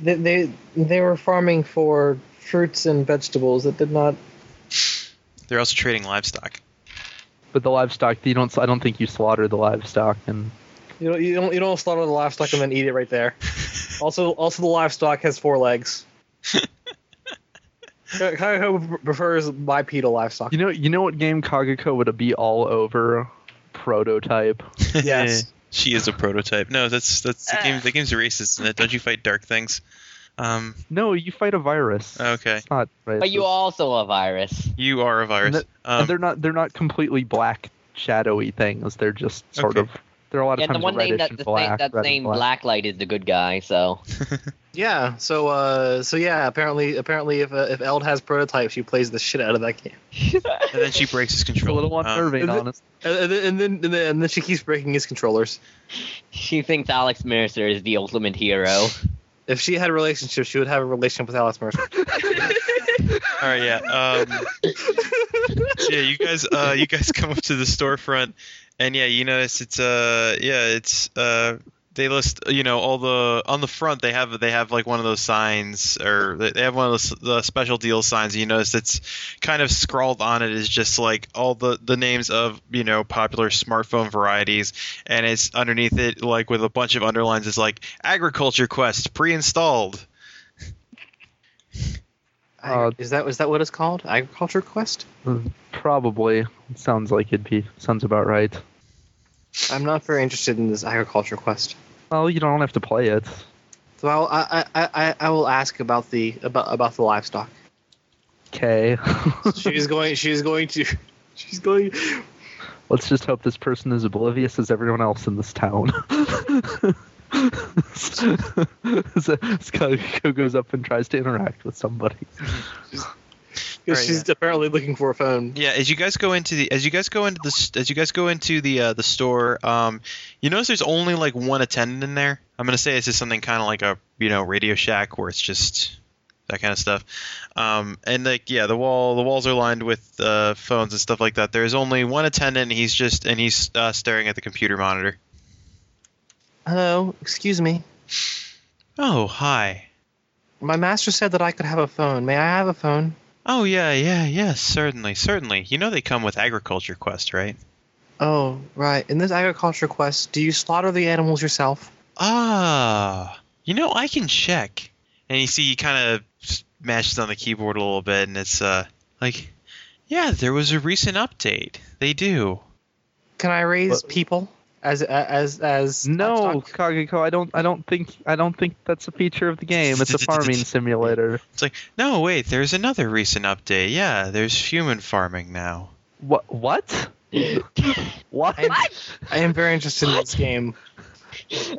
they, they they were farming for fruits and vegetables that did not. They're also trading livestock. But the livestock, you don't. I don't think you slaughter the livestock, and You don't you don't you don't slaughter the livestock and then eat it right [laughs] there. Also also the livestock has four [laughs] legs. Kaiho prefers [laughs] bipedal livestock. you know, you know what game Kagako would be all over? Prototype. Yes. [laughs] she is a prototype. No, that's that's the game. The game's racist, and don't you fight dark things? Um, No, you fight a virus. Okay. It's not racist. But you also a virus. you are a virus. And um, And they're not. They're not completely black, shadowy things. They're just sort Okay. of. They're a lot of And the times one reddish named that and the black. same, red that and same black. Blacklight is the good guy. So Yeah. So, uh, so yeah. Apparently, apparently, if uh, if Eld has prototypes, she plays the shit out of that game. [laughs] and then she breaks his [laughs] It's a control. little Um, unnerving, is it- honestly. And, and then, and then and then and then she keeps breaking his controllers. she thinks Alex Mercer is the ultimate hero. If she had a relationship, she would have a relationship with Alice [laughs] Mercer. all right, yeah. Um, yeah, you guys, uh, you guys [laughs] come up to the storefront, and yeah, you notice it's uh, yeah, it's uh, they list you know all the on the front they have they have like one of those signs or they they have one of those the special deal signs. You notice it's kind of scrawled on it is just like all the the names of you know popular smartphone varieties, and it's underneath it like with a bunch of underlines is like agriculture quest pre-installed. Uh, is that is that what it's called? Agriculture Quest? Probably. Sounds like it'd be. Sounds about right. I'm not very interested in this Agriculture Quest. Well, you don't have to play it. So I'll, I, I I I will ask about the about about the livestock. Okay. [laughs] she's going. She's going to. She's going. Let's just hope this person is oblivious as everyone else in this town. [laughs] Skagako goes up and tries to interact with somebody. Right, she's apparently looking for a phone. Yeah, as you guys go into the as you guys go into the s- as you guys go into the uh, the store, um, you notice there's only like one attendant in there. I'm gonna say this is something kind of like a you know Radio Shack where it's just that kind of stuff. Um, and like yeah, the wall the walls are lined with uh, phones and stuff like that. There's only one attendant. And he's just and he's uh, staring at the computer monitor. Hello. Excuse me. Oh hi. My master said that I could have a phone. May I have a phone? Oh yeah yeah yeah certainly certainly. You know they come with Agriculture Quest, right? Oh, right. In this agriculture quest, do you slaughter the animals yourself? Ah, you know I can check. And you see, he kind of smashes on the keyboard a little bit, and it's uh like, yeah, there was a recent update. They do. Can I raise What? people as as as No, livestock? Kagako, I don't. I don't think. I don't think that's a feature of the game. [laughs] It's a farming simulator. It's like, no, wait, there's another recent update. Yeah, there's human farming now. What? [laughs] What? What? I, am, What? I am very interested in this game.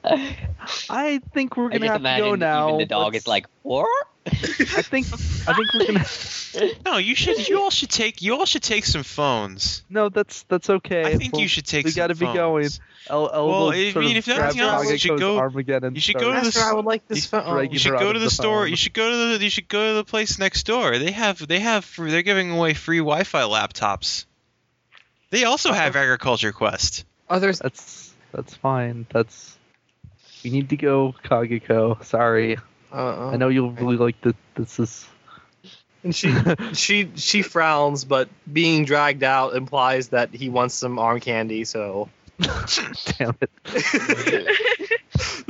I think [laughs] we're I gonna just have to imagine go now. even the dog Let's- is like, "What?" I think. I think we're gonna. No, you should. You all should take. You all should take some phones. No, that's that's okay. I think We'll- you should take. we some gotta be phones. going. I'll, I'll Well, will I sort mean, if of nothing grab else, you should Kagako's go- Armageddon you should go to the Master, I would like this You- phone. Greg- You Give should her out go of to the, the store. phone. You should go to the. You should go to the place next door. They have. They have. They're giving away free Wi-Fi laptops. They also have Agriculture Quest. Oh, there's That's that's fine. That's We need to go Kagiko. Sorry. Uh, I know you'll really like this. This is. [laughs] And [laughs] she she she frowns, but being dragged out implies that he wants some arm candy. [laughs] So Damn it.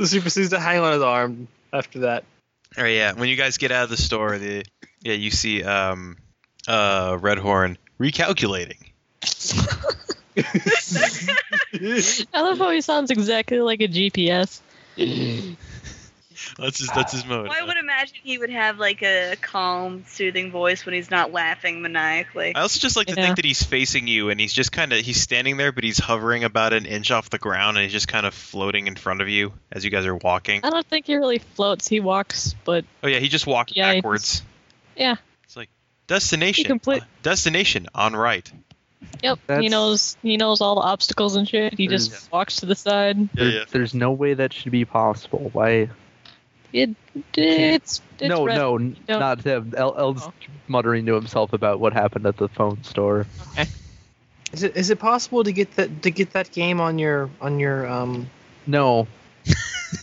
she proceeds to hang on his arm after [laughs] that. All right, Oh, yeah. When you guys get out of the store, the yeah, you see um, uh, Red Horn recalculating. I love how he sounds exactly like a GPS. That's his that's his mode. [laughs] Well, I would imagine he would have like a calm, soothing voice when he's not laughing maniacally. I also just like to Yeah. think that he's facing you, and he's just kind of he's standing there, but he's hovering about an inch off the ground, and he's just kind of floating in front of you as you guys are walking. I don't think he really floats. He walks, but Oh yeah, he just walked Yeah, he backwards. yeah, It's like destination, He complete- destination on right. yep. He That's- knows he knows all the obstacles and shit. He just There's- walks to the side. Yeah, There- yeah. There's no way that should be possible. Why? It, it's, it's no, red. no, n- Don't- not him. El- El's Oh. muttering to himself about what happened at the phone store. Is it is it possible to get that to get that game on your on your um? No,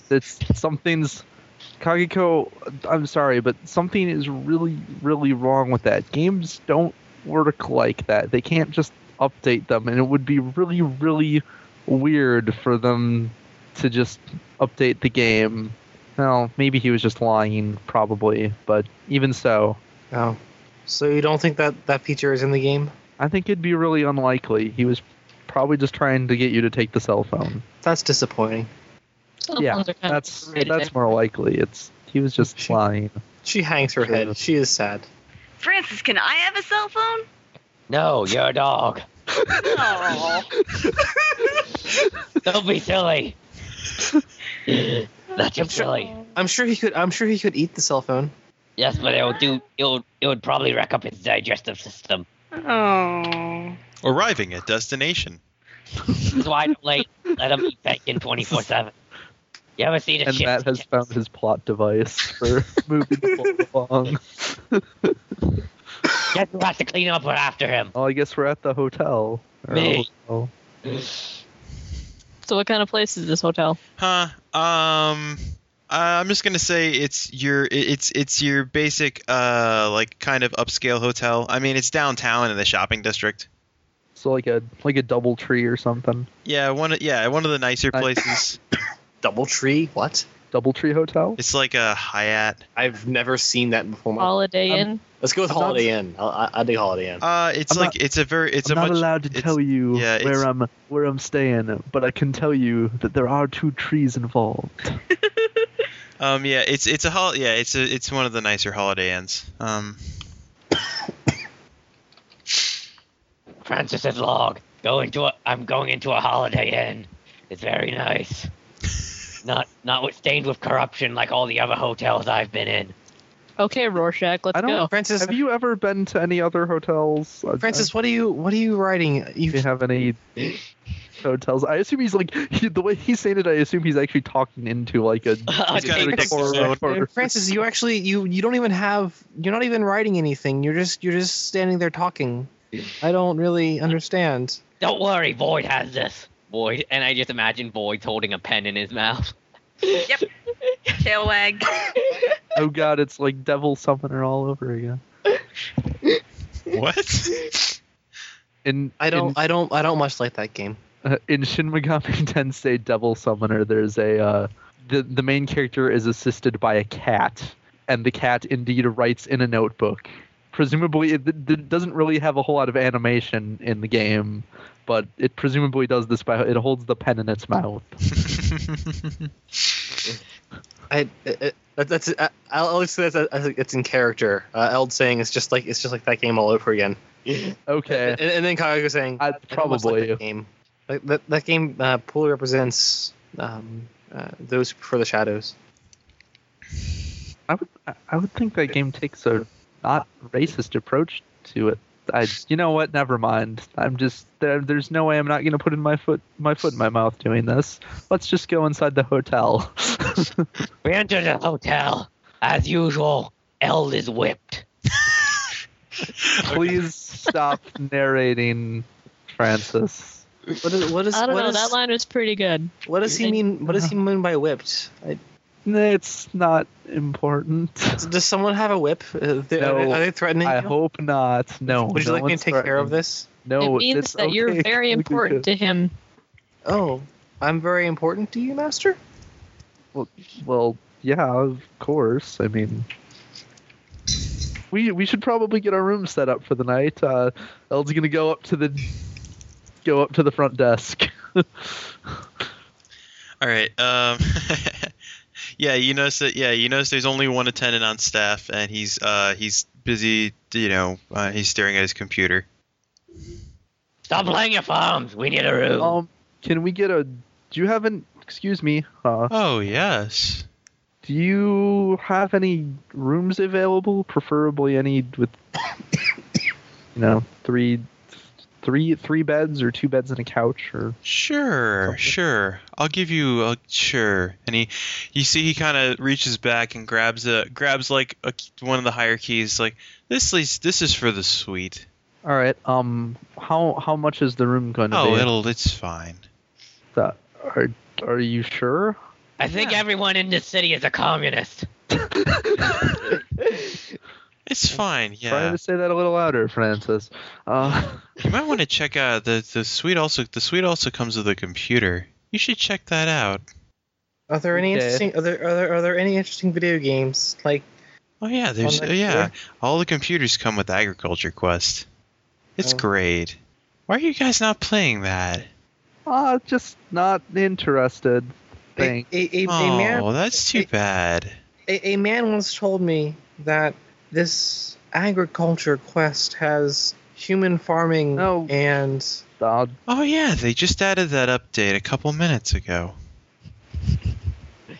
it's something's. Kagiko, I'm sorry, but something is really, really wrong with that. Games don't work like that. They can't just update them, and it would be really, really weird for them to just update the game. Well, maybe he was just lying, probably, but even so, Oh, so you don't think that that feature is in the game? I think it'd be really unlikely. He was probably just trying to get you to take the cell phone. That's disappointing. Cell yeah, phones are kind of That's overrated. that's more likely. It's he was just She- lying. She hangs her head. She is sad. Francis, can I have a cell phone? No, you're a dog. No. Don't be [laughs] silly. That's just silly. I'm sure he could. I'm sure he could eat the cell phone. Yes, but it would do. It would. It would probably rack up his digestive system. Oh. Arriving at destination. That's why I don't let let him eat bacon twenty four seven. You ever seen a [laughs] and shit? Matt has found his plot device [laughs] for moving the plot along. Guess who has to clean up after him? Oh, I guess we're at the hotel. Or Me. hotel. So what kind of place is this hotel? Huh. Um. uh, I'm just gonna say it's your it- it's it's your basic uh like kind of upscale hotel. I mean it's downtown in the shopping district. So like a like a double tree or something. Yeah, one of- yeah one of the nicer I- [laughs] places. Double tree? What? Double tree hotel. It's like a Hyatt. I've never seen that before. My- Holiday Um, Inn. Let's go with I'm not- Holiday Inn. I'll, I, I dig Holiday Inn. Uh, it's I'm like it's a very it's I'm a not much allowed to it's- tell you yeah, it's- where I'm where I'm staying, but I can tell you that there are two trees involved. um yeah it's it's a hol- yeah it's a it's one of the nicer Holiday Inns. Um. Francis is log. Going to a. I'm going into a Holiday Inn. It's very [laughs] nice. Not not with- stained with corruption like all the other hotels I've been in. Okay, Rorschach, let's I don't- go. Oh, Francis, Have you ever been to any other hotels? I- Francis, what are you? What are you writing? Do you You have any hotels? I assume he's like he, the way he's saying it. I assume he's actually talking into like [laughs] a. He's gotta like a take the horror- phone. horror- Francis, you actually you you don't even have. You're not even writing anything. You're just you're just standing there talking. I don't really understand. Don't worry, Void has this. Void, and I just imagine Void's holding a pen in his mouth. [laughs] Yep. Tail wag. Oh God, it's like Devil Summoner all over again. [laughs] What? In I don't I don't I don't much like that game. in, uh, in Shin Megami [laughs] Tensei Devil Summoner. There's a uh, the the main character is assisted by a cat, and the cat indeed writes in a notebook. Presumably, it, it doesn't really have a whole lot of animation in the game, but it presumably does this by it holds the pen in its mouth. I uh, that, that's uh, I'll I'll say that's uh, it's in character. Uh, Eld saying it's just like it's just like that game all over again. Okay, And, and then Kagago saying I, I don't much like probably. that game. Like, that, that game uh, poorly represents um, uh, those who prefer the shadows. I would I- I would think that game takes a not racist approach to it. I you know what? Never mind. I'm just there. There's no way I'm not gonna put in my foot my foot in my mouth doing this. Let's just go inside the hotel. [laughs] We enter the hotel. As usual, Eld is whipped. Please stop narrating, Francis. What is what is I don't what know. is- That line was pretty good. what does he mean? What does he mean by whipped? I, It's not important. does someone have a whip? Uh, they- No, are they threatening I you? hope not. No. Would you no like me to one's take care threatening. of this? No. it means it's that you're okay. [laughs] very We do important this. to him. Oh, I'm very important to you, master. Well, yeah, of course. I mean, we we should probably get our room set up for the night. Uh, El's gonna go up to the go up to the front desk. [laughs] All right. Um, [laughs] yeah, you notice that. Yeah, you notice there's only one attendant on staff, and he's uh, he's busy. You know, uh, he's staring at his computer. Stop playing your farms. We need a room. um, can we get a? Do you have an? Excuse me. Uh, Oh yes. do you have any rooms available? Preferably any with, [coughs] you know, three, three, three beds or two beds and a couch or. Sure, Something. sure. I'll give you a sure. And he, you see, he kind of reaches back and grabs a grabs like a, key- one of the higher keys. Like this is this is for the suite. All right. Um, how how much is the room going to be? Oh, it'll it's fine. That, are are you sure? I think everyone in this city is a communist. It's fine. Yeah. Try to say that a little louder, Francis. Uh, [laughs] You might want to check out the the suite. Also, the suite also comes with a computer. You should check that out. Are there any Okay. interesting? Are there, are there are there any interesting video games like? Oh yeah, there's that yeah. computer? All the computers come with Agriculture Quest. It's Oh. great. Why are you guys not playing that? uh, just not interested. A, Thanks. a, a, a man Oh, that's too bad. a, a man once told me that this agriculture quest has human farming Oh. No. and Uh, Oh yeah, they just added that update a couple minutes ago.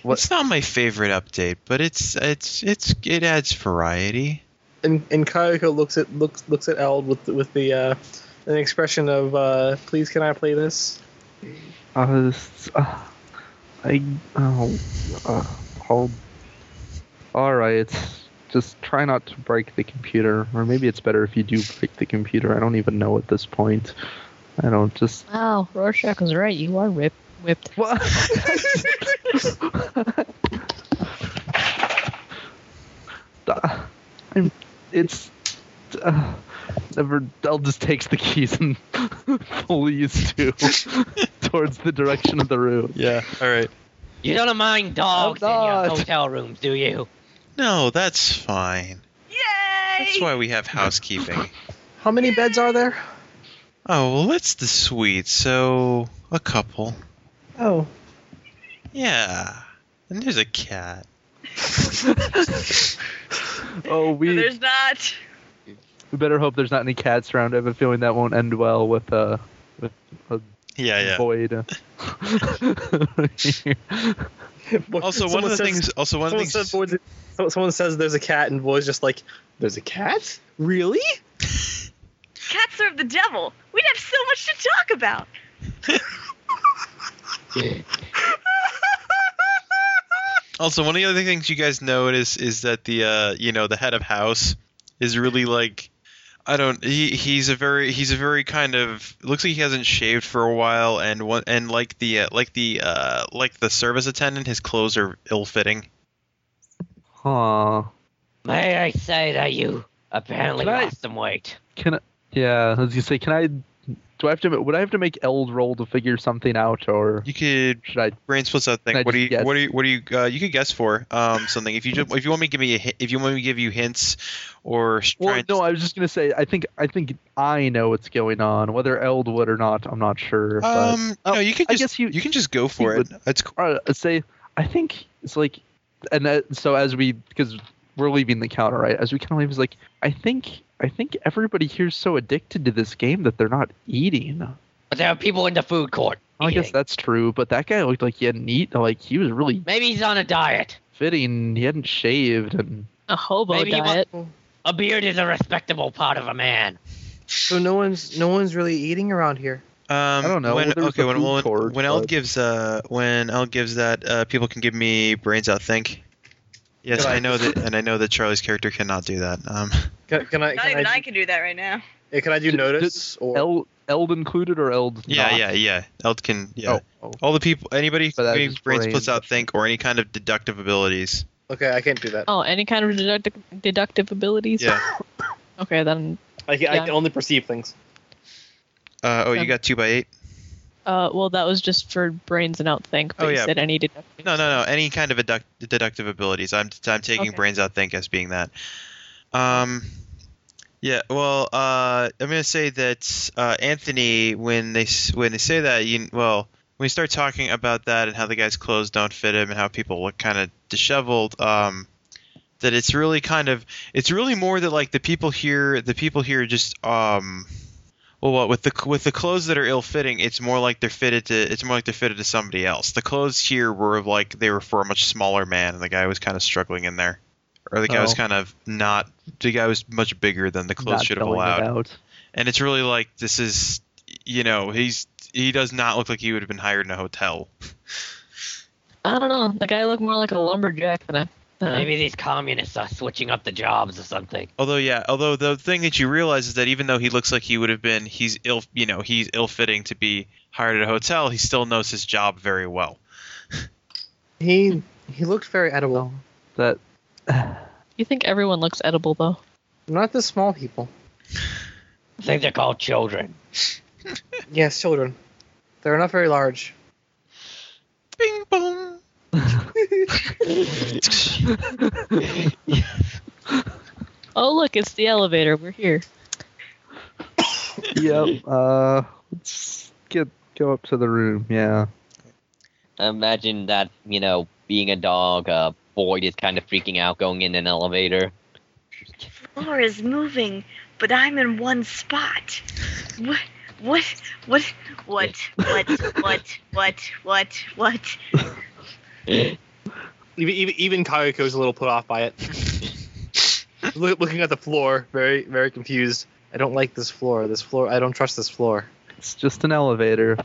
What- It's not my favorite update, but it's it's it's it adds variety. and and Kayako looks at looks looks at Eld with with the uh, an expression of uh, please can I [laughs] play this? uh, s- uh, I oh, uh, I'll- all right. Just try not to break the computer, or maybe it's better if you do break the computer. I don't even know at this point. I don't just. Wow, Rorschach was right. You are whip, whipped. What? Uh, I'm, [laughs] it's uh, never. I'll just takes the keys and [laughs] pulleys too [laughs] towards the direction of the room. Yeah. All right. You don't mind dogs in not. your hotel rooms, do you? No, that's fine. Yay! That's why we have housekeeping. How many beds are there? Oh well, that's the suite. So a couple. [laughs] Oh, Yeah. And there's a cat. Oh, No, we, there's not. we better hope there's not any cats around. I have a feeling that won't end well with uh, with a Yeah, void. [laughs] Also, one Someone of the says- things. Also, one of the Someone things. says, boys, so- someone says there's a cat, and boys just like, there's a cat? Really? Cats are of the devil. We'd have so much to talk about. Also, one of the other things you guys notice is that the uh, you know the head of house is really like I don't he, he's a very he's a very kind of looks like he hasn't shaved for a while and one and like the uh, like the uh, like the service attendant his clothes are ill fitting. Huh. May I say that you apparently Can I- lost some weight? Can I, yeah, as you say, can I? Do I have to? Would I have to make Eld roll to figure something out, or You could should I? brain splits out Can I thing. What do just you guess? what do you what do you uh, you could guess for um something if you just, if you want me to give me a hint, if you want me to give you hints or s- try Well, and- no, I was just gonna say. I think I think I know what's going on, whether Eld would or not. I'm not sure. But, um oh, no you can I just guess you- you can just go for it. would- It's cool. All right, let's say I think it's like, and that, so as we because we're leaving the counter, right? As we kind of leave, it's like I think I think everybody here's so addicted to this game that they're not eating. But there are people in the food court. I guess eating. that's true, but that guy looked like he hadn't eaten. Like he was really Maybe he's on a diet. fitting. He hadn't shaved, and A hobo Maybe he wa- diet. A beard is a respectable part of a man. So no one's no one's really eating around here. Um, I don't know. When, Well, there was okay, the when food when, court, when Eld but- gives uh when Eld gives that uh, people can give me brains out think. Yes, Go I ahead. know that, and I know that Charlie's character cannot do that. Um, [laughs] Can, can I? Not Can even I, I can do that right now. do, can I do Did- notice? Or El Eld included or Eld? Yeah, not? yeah, yeah. Eld can. Yeah. Oh, oh. All the people, anybody, But that who was brain brain. splits out think or any kind of deductive abilities. Okay, I can't do that. Oh, any kind of deductive, deductive abilities? Yeah. [laughs] Okay, then. I, can, I Yeah. can only perceive things. Uh, oh, you got two by eight. Uh, well, that was just for brains and outthink. But Oh, you yeah. said any deductive. No, no, no. Any kind of deduct- deductive abilities. I'm I'm taking Okay. brains out think as being that. Um, yeah. Well, uh, I'm gonna say that uh, Anthony, when they s- when they say that, you well, when we start talking about that and how the guy's clothes don't fit him and how people look kind of disheveled, um, that it's really kind of it's really more that like the people here the people here just um. Well, what with the with the clothes that are ill fitting, it's more like they're fitted to it's more like they're fitted to somebody else. The clothes here were of, like they were for a much smaller man, and the guy was kind of struggling in there, or the guy was Oh. kind of not. The guy was much bigger than the clothes Not should have filling it allowed, out. and it's really like this is, you know, he's he does not look like he would have been hired in a hotel. I don't know. The guy looked more like a lumberjack than a. than a- Maybe these communists are switching up the jobs or something. Although yeah, although the thing that you realize is that even though he looks like he would have been, he's ill, you know, he's ill fitting to be hired at a hotel. He still knows his job very well. He he looked very edible. That you think everyone looks edible, though? Not the small people. I think they're called children. Yes, children. They're not very [laughs] large. Bing bong. [laughs] [laughs] Oh, look, it's the elevator. We're here. [laughs] yep. Uh, let's get go up to the room. Yeah. Imagine that, you know, being a dog, uh, Boyd is kind of freaking out going in [laughs] an elevator. floor is moving, but I'm in one spot. What? What? What? What? What? What? What? What? What? Even even, even Kayuko's a little put off by it. Look, looking at the floor, very very confused. I don't like this floor. This floor. I don't trust this floor. It's just an elevator.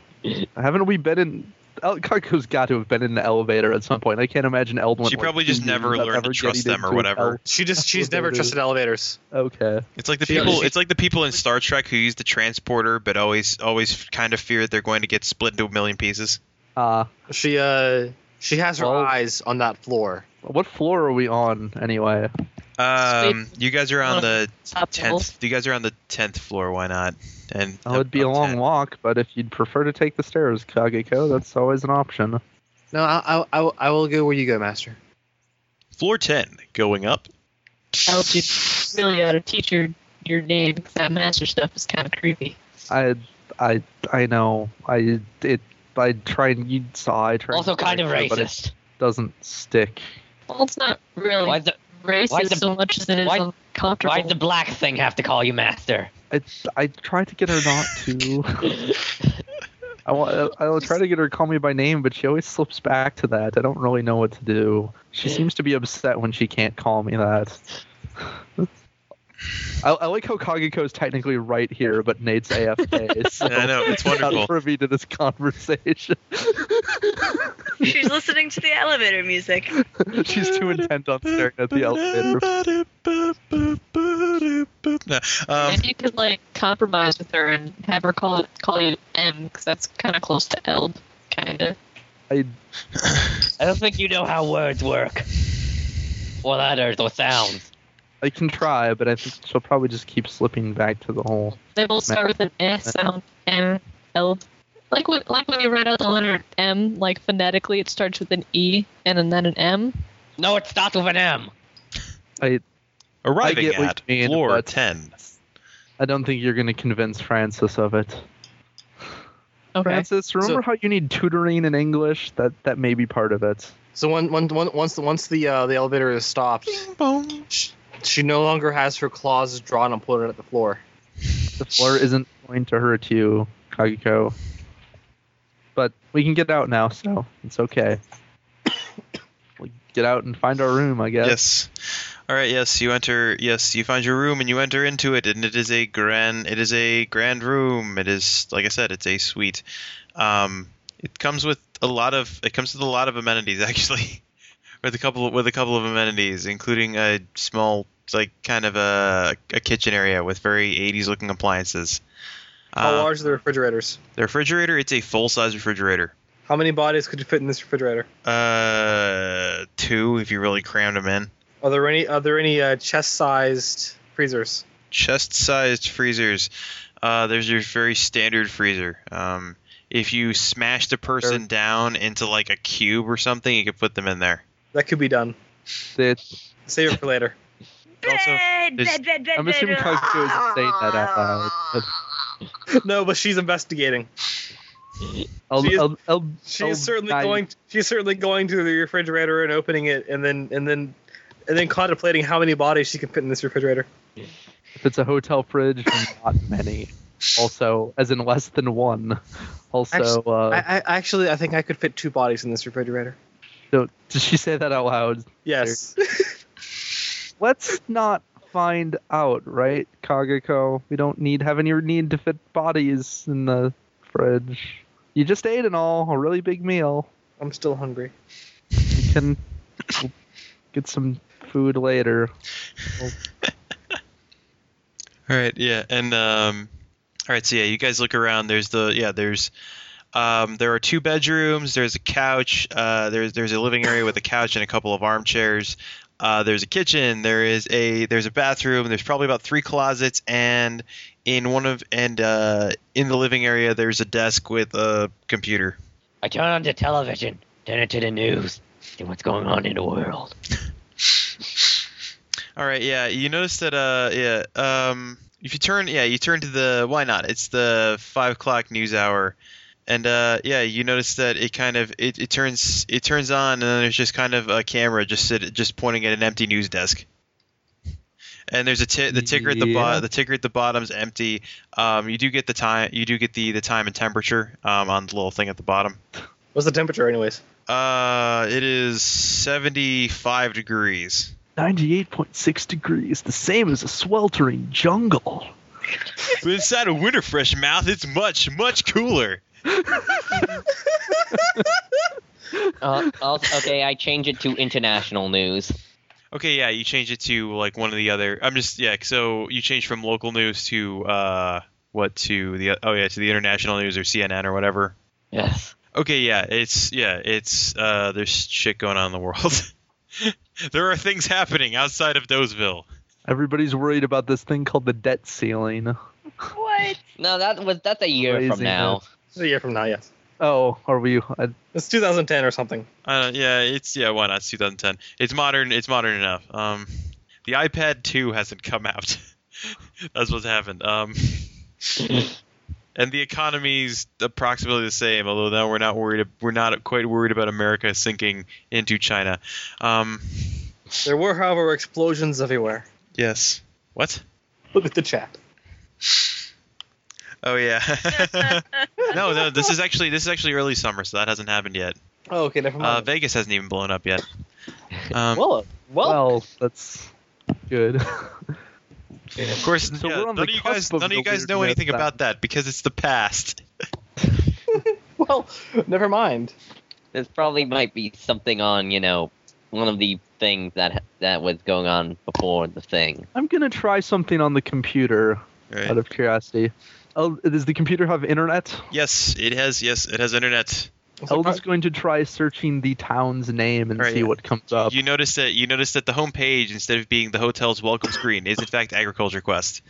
Haven't we been in? El- Karko's got to have been in an elevator at some point. I can't imagine Eld went, She like, probably two just never years without learned to ever trust getting them or into an whatever. She just she's never Elevators. trusted elevators. el- okay. It's like the She- people. she- It's like the people in Star Trek who use the transporter, but always always kind of fear they're going to get split into a million pieces. Uh, She uh she has her Well- eyes on that floor. what floor are we on anyway? Um, you guys are on the Top level. tenth. You guys are on the tenth floor. Why not? And Oh, it'd be a up long 10. walk, but if you'd prefer to take the stairs, Kageko, that's always an option. No, I I, I, I will go where you go, master. Floor ten, going up. I'll be really out of teacher your name. 'cause That master stuff is kind of creepy. I, I, I know. I it. I try and you saw. I try. Also and- kind of but it racist. doesn't stick. Well, it's not really Why the racist why the- so much as it is why- uncomfortable. why the black thing have to call you master? It's, I try to get her not to. [laughs] I will, I'll try to get her to call me by name, but she always slips back to that. I don't really know what to do. She seems to be upset when she can't call me that. I, I like how Kagiko's technically right here, but [laughs] Nate's AFK. So I know, it's not wonderful. privy to this conversation. [laughs] She's listening to the elevator music. She's too intent on staring at the elevator. [laughs] No, um, and you could like compromise with her and have her call it call you M because that's kind of close to L, kind of. I I don't think you know how words work. Or letters or sounds. I can try, but I think she'll probably just keep slipping back to the whole. They both start with an S sound. M L. Like when like when you write out the letter M, like phonetically, it starts with an E and then an M. No, it starts with an M. I arriving I get what at you mean, floor but- ten. I don't think you're going to convince Francis of it. Okay. Francis, remember So- how you need tutoring in English? That that may be part of it. So one, one, one, once the once the uh, the elevator is stopped, sh- she no longer has her claws drawn and pointed at the floor. The floor isn't going to hurt you, Kagiko. But we can get out now, so it's [coughs] okay. we get out and find our room, I guess. Yes. All right. Yes, you enter. Yes, you find your room and you enter into it, and it is a grand. It is a grand room. It is, like I said, it's a suite. Um, it comes with a lot of. It comes with a lot of amenities, [laughs] actually, with a couple with a couple of amenities, including a small, like kind of a a kitchen area with very 80s looking appliances. How Uh, large are the refrigerators? the refrigerator, it's a full size refrigerator. How many bodies could you fit in this refrigerator? Uh, two if you really crammed them in. Are there any are there any uh, chest sized freezers? chest sized freezers. Uh, there's your very standard freezer. Um, if you smash the person down into like a cube or something, you could put them in there. That could be done. That's- Save it for [laughs] later. Also, Bed, there's- bed, bed, bed, I'm assuming bed. Cosco is saying that out loud. but no, but she's investigating. I'll, She is- I'll, I'll, She's I'll certainly die. going. She's certainly going to the refrigerator and opening it, and then and then and then contemplating how many bodies she can fit in this refrigerator. If it's a hotel fridge, not [coughs] many. Also, as in less than one. Also, Actu- uh, I, I actually I think I could fit two bodies in this refrigerator. don't- [laughs] did she say that out loud? Yes. [laughs] Let's not find out, right, Kagako? We don't need have any need to fit bodies in the fridge. You just ate and all a really big meal. I'm still hungry. You can get some food later. All right, yeah, and um, all right, so yeah, you guys look around. There's the yeah, there's um, there are two bedrooms. There's a couch. Uh, there's there's a living area with a couch and a couple of armchairs. Uh, there's a kitchen. There is a there's a bathroom. There's probably about three closets, and in one of and uh, in the living area there's a desk with a computer. I turn on the television, turn it to the news, see what's going on in the world. All right, yeah. You notice that, uh, yeah. Um, if you turn, yeah, you turn to the why not? It's the five o'clock news hour, and uh, yeah, you notice that it kind of it, it turns it turns on, and then there's just kind of a camera just sit, just pointing at an empty news desk. And there's a ti- the ticker at the Yeah. bottom. The ticker at the bottom's empty. Um, you do get the time. You do get the the time and temperature um, on the little thing at the bottom. What's the temperature, anyways? Uh, it is 75 degrees. 98.6 degrees, the same as a sweltering jungle. But inside a Winterfresh mouth, it's much, much cooler. Uh, also, okay, I change it to international news. Okay, yeah, you change it to like one or the other. I'm just yeah. So you change from local news to uh what to the oh yeah to the international news or CNN or whatever. Yes. Okay, yeah, it's yeah, it's uh there's shit going on in the world. [laughs] there are things happening outside of Dozeville. Everybody's worried about this thing called the debt ceiling. What? [laughs] No, that was that's a year Crazy, from now. It's a year from now, yes. Oh, are we? I, It's 2010 or something. Uh, yeah, it's yeah. Why not? It's 2010. It's modern. It's modern enough. Um, the iPad 2 hasn't come out. [laughs] That's what's happened. [laughs] Um, and the economy's approximately the same. Although now we're not worried. We're not quite worried about America sinking into China. Um, There were, however, explosions everywhere. yes. What? Look at the chat. Oh yeah. no, no. This is actually this is actually early summer, so that hasn't happened yet. [laughs] Oh, okay, never Uh, mind. Vegas hasn't even blown up [laughs] yet. Um, well, well, [laughs] well, that's good. [laughs] Of course, So yeah, we're on none the of you guys, cusp of none of you the guys know weirdness anything that- about that because it's the past. well, never mind. There's probably might be something on you know one of the things that that was going on before the thing. I'm gonna try something on the computer Right. out of curiosity. Oh, does the computer have internet? Yes, it has. Yes, it has internet. Oh, Elda's going to try searching the town's name and Right, see yeah. what comes up. You notice that you notice that the homepage, instead of being the hotel's welcome screen, is in fact Agriculture Quest.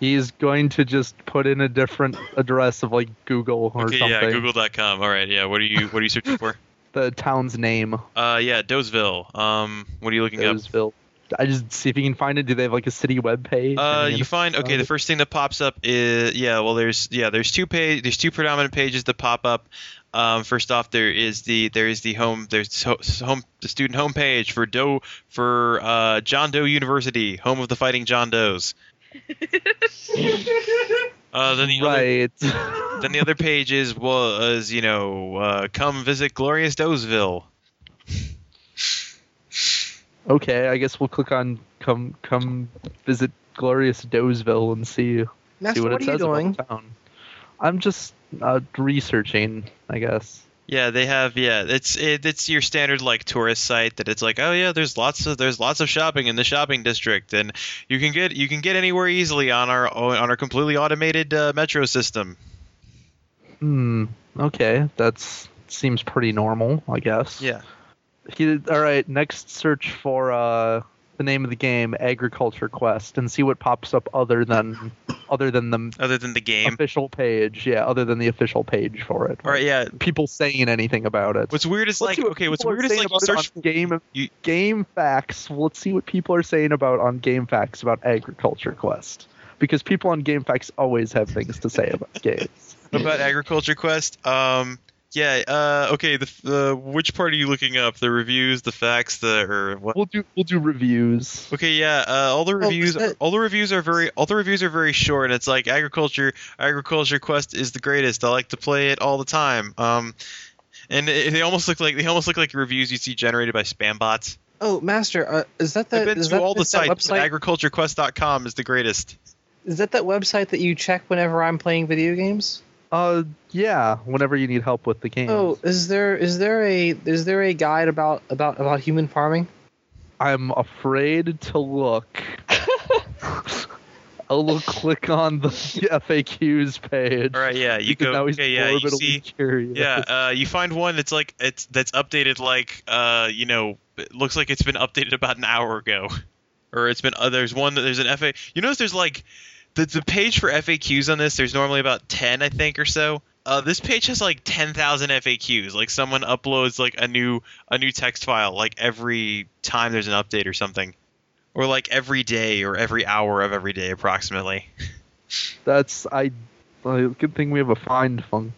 He's going to just put in a different address of like Google or Okay, something. yeah, Google.com. All right, yeah. What are you What are you searching [laughs] for? The town's name, Uh, yeah, Dozeville. Um, what are you looking Roseville. I just see if you can find it. Do they have like a city webpage? up? Uh, Any you find okay. The first thing that pops up is yeah. Well, there's yeah. There's two page. There's two predominant pages that pop up. Um, first off, there is the there is the home there's ho- home the student homepage for Doe for uh, John Doe University, home of the fighting John Does. uh, then the other right. [laughs] Then the other page is was you know uh, come visit glorious Dozeville. okay, I guess we'll click on come come visit glorious Dozeville and see Master, see what, what, it are you says doing? about the town. I'm just uh, researching, I guess. Yeah, they have. Yeah, it's it, it's your standard like tourist site that it's like, oh yeah, there's lots of there's lots of shopping in the shopping district, and you can get you can get anywhere easily on our on our completely automated uh, metro system. Hmm. Okay, that's seems pretty normal, I guess. Yeah. He, all right. Next, search for uh, the name of the game, Agriculture Quest, and see what pops up other than other than the Other than the game. official page. Yeah, other than the official page for it. All right. Yeah. People saying anything about it. What's weird is Let's like see what okay. What's people are weird is saying like you about it search on game you- game facts. Let's see what people are saying about on game facts about Agriculture Quest because people on game facts always have things to say about [laughs] games. about Agriculture Quest. Um, yeah. Uh, okay. The uh, which part are you looking up? The reviews, the facts, the or what? We'll do we'll do reviews. Okay, yeah. Uh, all the reviews, Oh, is that- all the reviews are very, all the reviews are very short. It's like agriculture, agriculture quest is the greatest. I like to play it all the time. Um, and it, they almost look like they almost look like reviews you see generated by spam bots. Oh, master, uh, is that I've that? been Is through that, all the is that sites. website? Agriculturequest.com is the greatest. is that that website that you check whenever I'm playing video games? Uh, yeah. Whenever you need help with the game, Oh, is there is there a is there a guide about about about human farming? I'm afraid [laughs] to look. I will click on the [laughs] FAQs page. All right, yeah. You because go. now he's Okay, yeah. You morbidly see. curious. Yeah, uh, you find one that's like it's that's updated like uh, you know it looks like it's been updated about an hour ago, or it's been uh, there's one that there's an FA. You notice there's like the the page for FAQs on this. There's normally about ten I think or so. Uh, this page has like ten thousand FAQs. Like someone uploads like a new a new text file like every time there's an update or something, or like every day or every hour of every day approximately. That's I. uh, good thing we have a find function.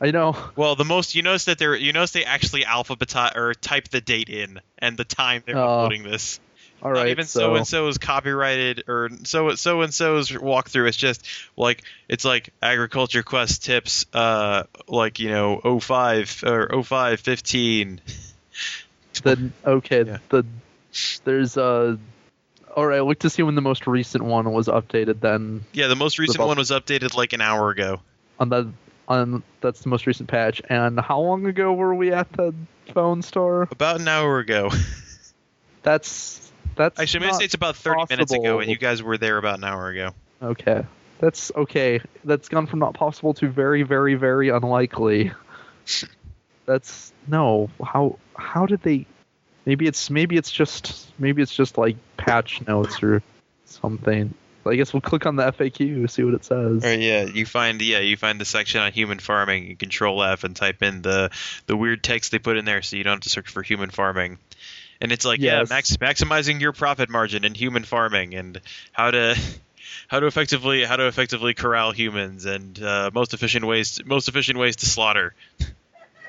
I know. Well, the most you notice that they're you notice they actually alphabetize or type the date in and the time they're Oh. uploading this. All Not right. even so, so and so is copyrighted or so so and so's walkthrough. It's just like it's like agriculture quest tips, uh, like you know 05 or 05 15. then okay. Yeah. The there's uh All right. Look to see when the most recent one was updated. Then Yeah, the most recent bubble. one was updated like an hour ago. on the on that's the most recent patch. And how long ago were we at the phone store? About an hour ago. That's that's. I should not- say it's about 30 minutes ago, possible. and you guys were there about an hour ago. Okay. That's okay. That's gone from not possible to very, very, very unlikely. That's no. How how did they maybe it's maybe it's just maybe it's just like patch notes or something. I guess we'll click on the FAQ, see what it says. Or yeah, you find yeah, you find the section on human farming. You control F and type in the the weird text they put in there, so you don't have to search for human farming. And it's like Yes. yeah, max, maximizing your profit margin in human farming, and how to [laughs] how to effectively how to effectively corral humans, and uh, most efficient ways most efficient ways to slaughter.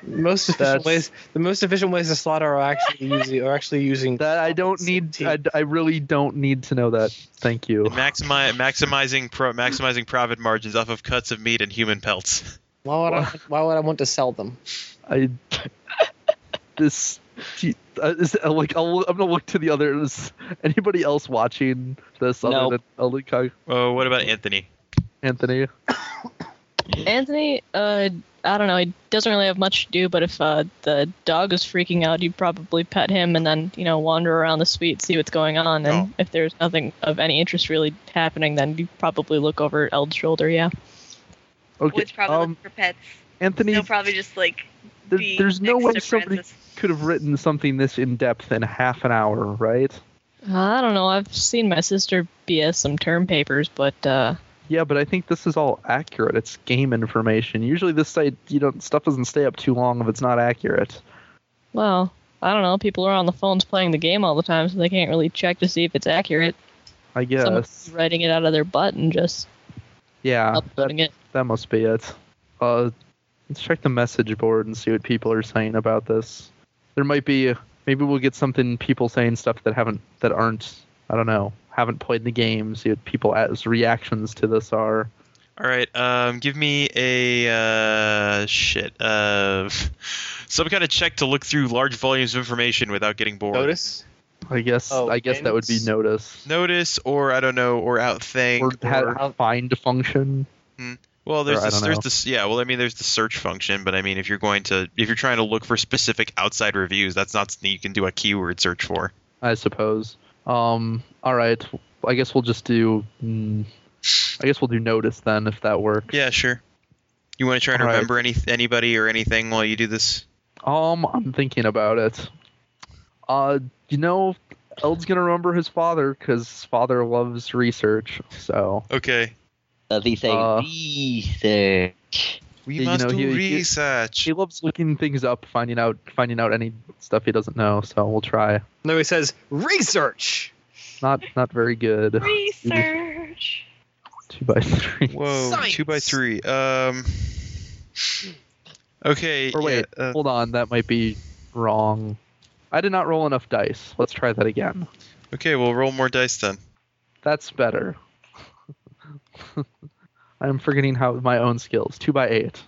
Most efficient That's- ways the most efficient ways to slaughter are actually using are actually using That I don't need I, I really don't need to know that. Thank you. And maximi- maximizing pro- maximizing profit margins off of cuts of meat and human pelts. [laughs] Why would I why would I want to sell them? I this gee, uh, is uh, like I'll, I'm gonna look to the other. Is anybody else watching this other Nope. than Elder Cog- Oh, what about Anthony? Anthony? Anthony, uh, I don't know. He doesn't really have much to do, but if uh, the dog is freaking out, you'd probably pet him and then, you know, wander around the suite, see what's going on. And Oh. if there's nothing of any interest really happening, then you'd probably look over at Eld's shoulder, yeah. Okay, Wood's probably um, looking for pets. Anthony, They'll probably just like. there- be there's no next way to somebody Francis. could have written something this in depth in half an hour, right? I don't know. I've seen my sister BS some term papers, but uh, Yeah, but I think this is all accurate. It's game information. Usually, this site, you don't stuff doesn't stay up too long if it's not accurate. well, I don't know. People are on the phones playing the game all the time, so they can't really check to see if it's accurate. I guess. Someone's writing it out of their butt and just yeah, that, uploading it. That must be it. Uh, let's check the message board and see what people are saying about this. There might be maybe we'll get something people saying stuff that haven't that aren't I don't know haven't played the game. See what people as reactions to this are. All right, um, give me a uh, shit uh, some kind of check to look through large volumes of information without getting bored. Notice? I guess Oh, I guess that would be games? notice Notice, or I don't know, or outthink, or or, ha- find function. Well, there's Or I this, don't there's know. this, yeah. Well, I mean, there's the search function, but I mean, if you're going to, if you're trying to look for specific outside reviews, that's not something you can do a keyword search for. I suppose. Um, all right. I guess we'll just do. Mm, I guess we'll do notice then, if that works. Yeah, sure. You want to try and All right. remember any anybody or anything while you do this? Um, I'm thinking about it. Uh, you know, Eld's gonna remember his father because his father loves research. So Okay. Does he say Uh, research? We Yeah, you must know, do he- he- research. he loves looking things up, finding out finding out any stuff he doesn't know. So we'll try. No, he says research. Not not very good. Research. Two by three. Whoa, two by Science. three. Um. Okay. Or wait, yeah, uh, Hold on, that might be wrong. I did not roll enough dice. Let's try that again. okay, we'll roll more dice then. That's better. [laughs] I'm forgetting how my own skills. Two by eight.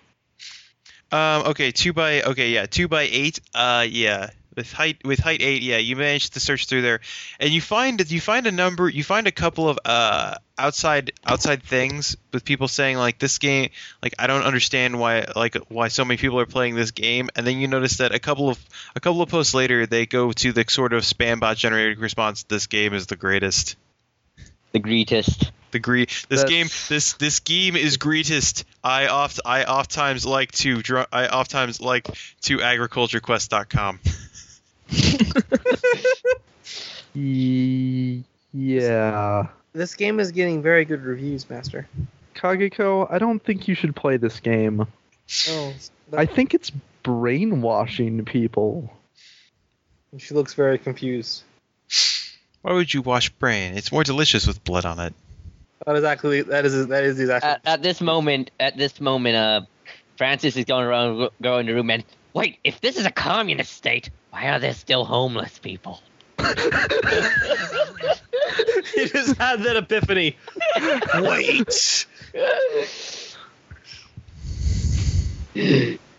Um, okay, two by okay, yeah, two by eight. Uh, yeah, with height with height eight, yeah, you manage to search through there, and you find you find a number, you find a couple of uh outside outside things with people saying like this game, like I don't understand why like why so many people are playing this game, and then you notice that a couple of a couple of posts later they go to the sort of spam bot generated response. This game is the greatest. The greatest. The gre- this That's- game this this game is greatest. I oft I oft times like to dr- I oft times like to agriculturequest.com. Ye- yeah. This game is getting very good reviews, Master. Kageko, I don't think you should play this game. Oh, I think it's brainwashing people. she looks very confused. Why would you wash brain? It's more delicious with blood on it. That is actually that is that is exactly. [laughs] At, at this moment, at this moment, uh, Francis is going around, going to the room, and wait, if this is a communist state, why are there still homeless people? he just had that epiphany. Wait.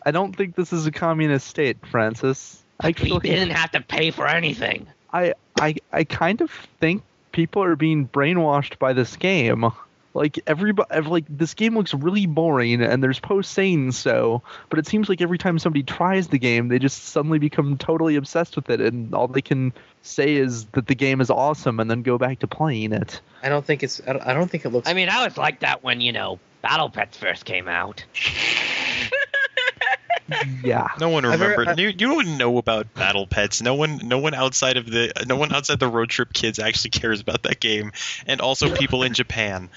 I don't think this is a communist state, Francis. I We feel didn't have to pay for anything. I, I kind of think people are being brainwashed by this game. Like everybody, like this game looks really boring, and there's posts saying so. But it seems like every time somebody tries the game, they just suddenly become totally obsessed with it, and all they can say is that the game is awesome, and then go back to playing it. I don't think it's. I don't, I don't think it looks. I mean, I was like that when you know Battle Pets first came out. yeah, No one I've heard- remembered. I- you you don't know about battle pets. No one no one outside of the no one outside the road trip kids actually [laughs] cares about that game, and also people in Japan.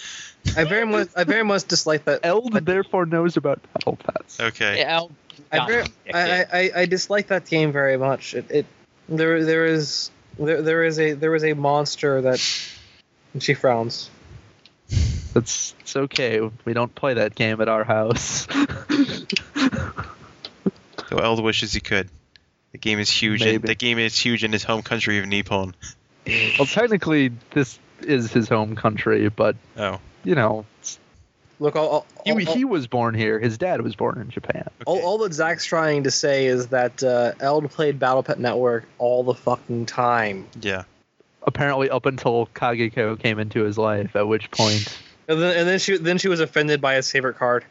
I very much. I very much [laughs] dislike that. Oh, Eld therefore knows about battle pets. Okay. Yeah, I'll- I, very, I, I- I, I dislike that game very much. It, it there there is there, there is a there is a monster that and she frowns. That's it's okay. We don't play that game at our house. So Eld wishes he could. The game is huge. And, Maybe. the game is huge in his home country of Nippon. well, technically, this is his home country, but Oh. you know, Look, all all, he, all, he was born here. His dad was born in Japan. all, all that Zach's trying to say is that uh, Eld played Battle Pet Network all the fucking time. Yeah. Apparently, up until Kageko came into his life, at which point, And then, and then she then she was offended by his favorite card.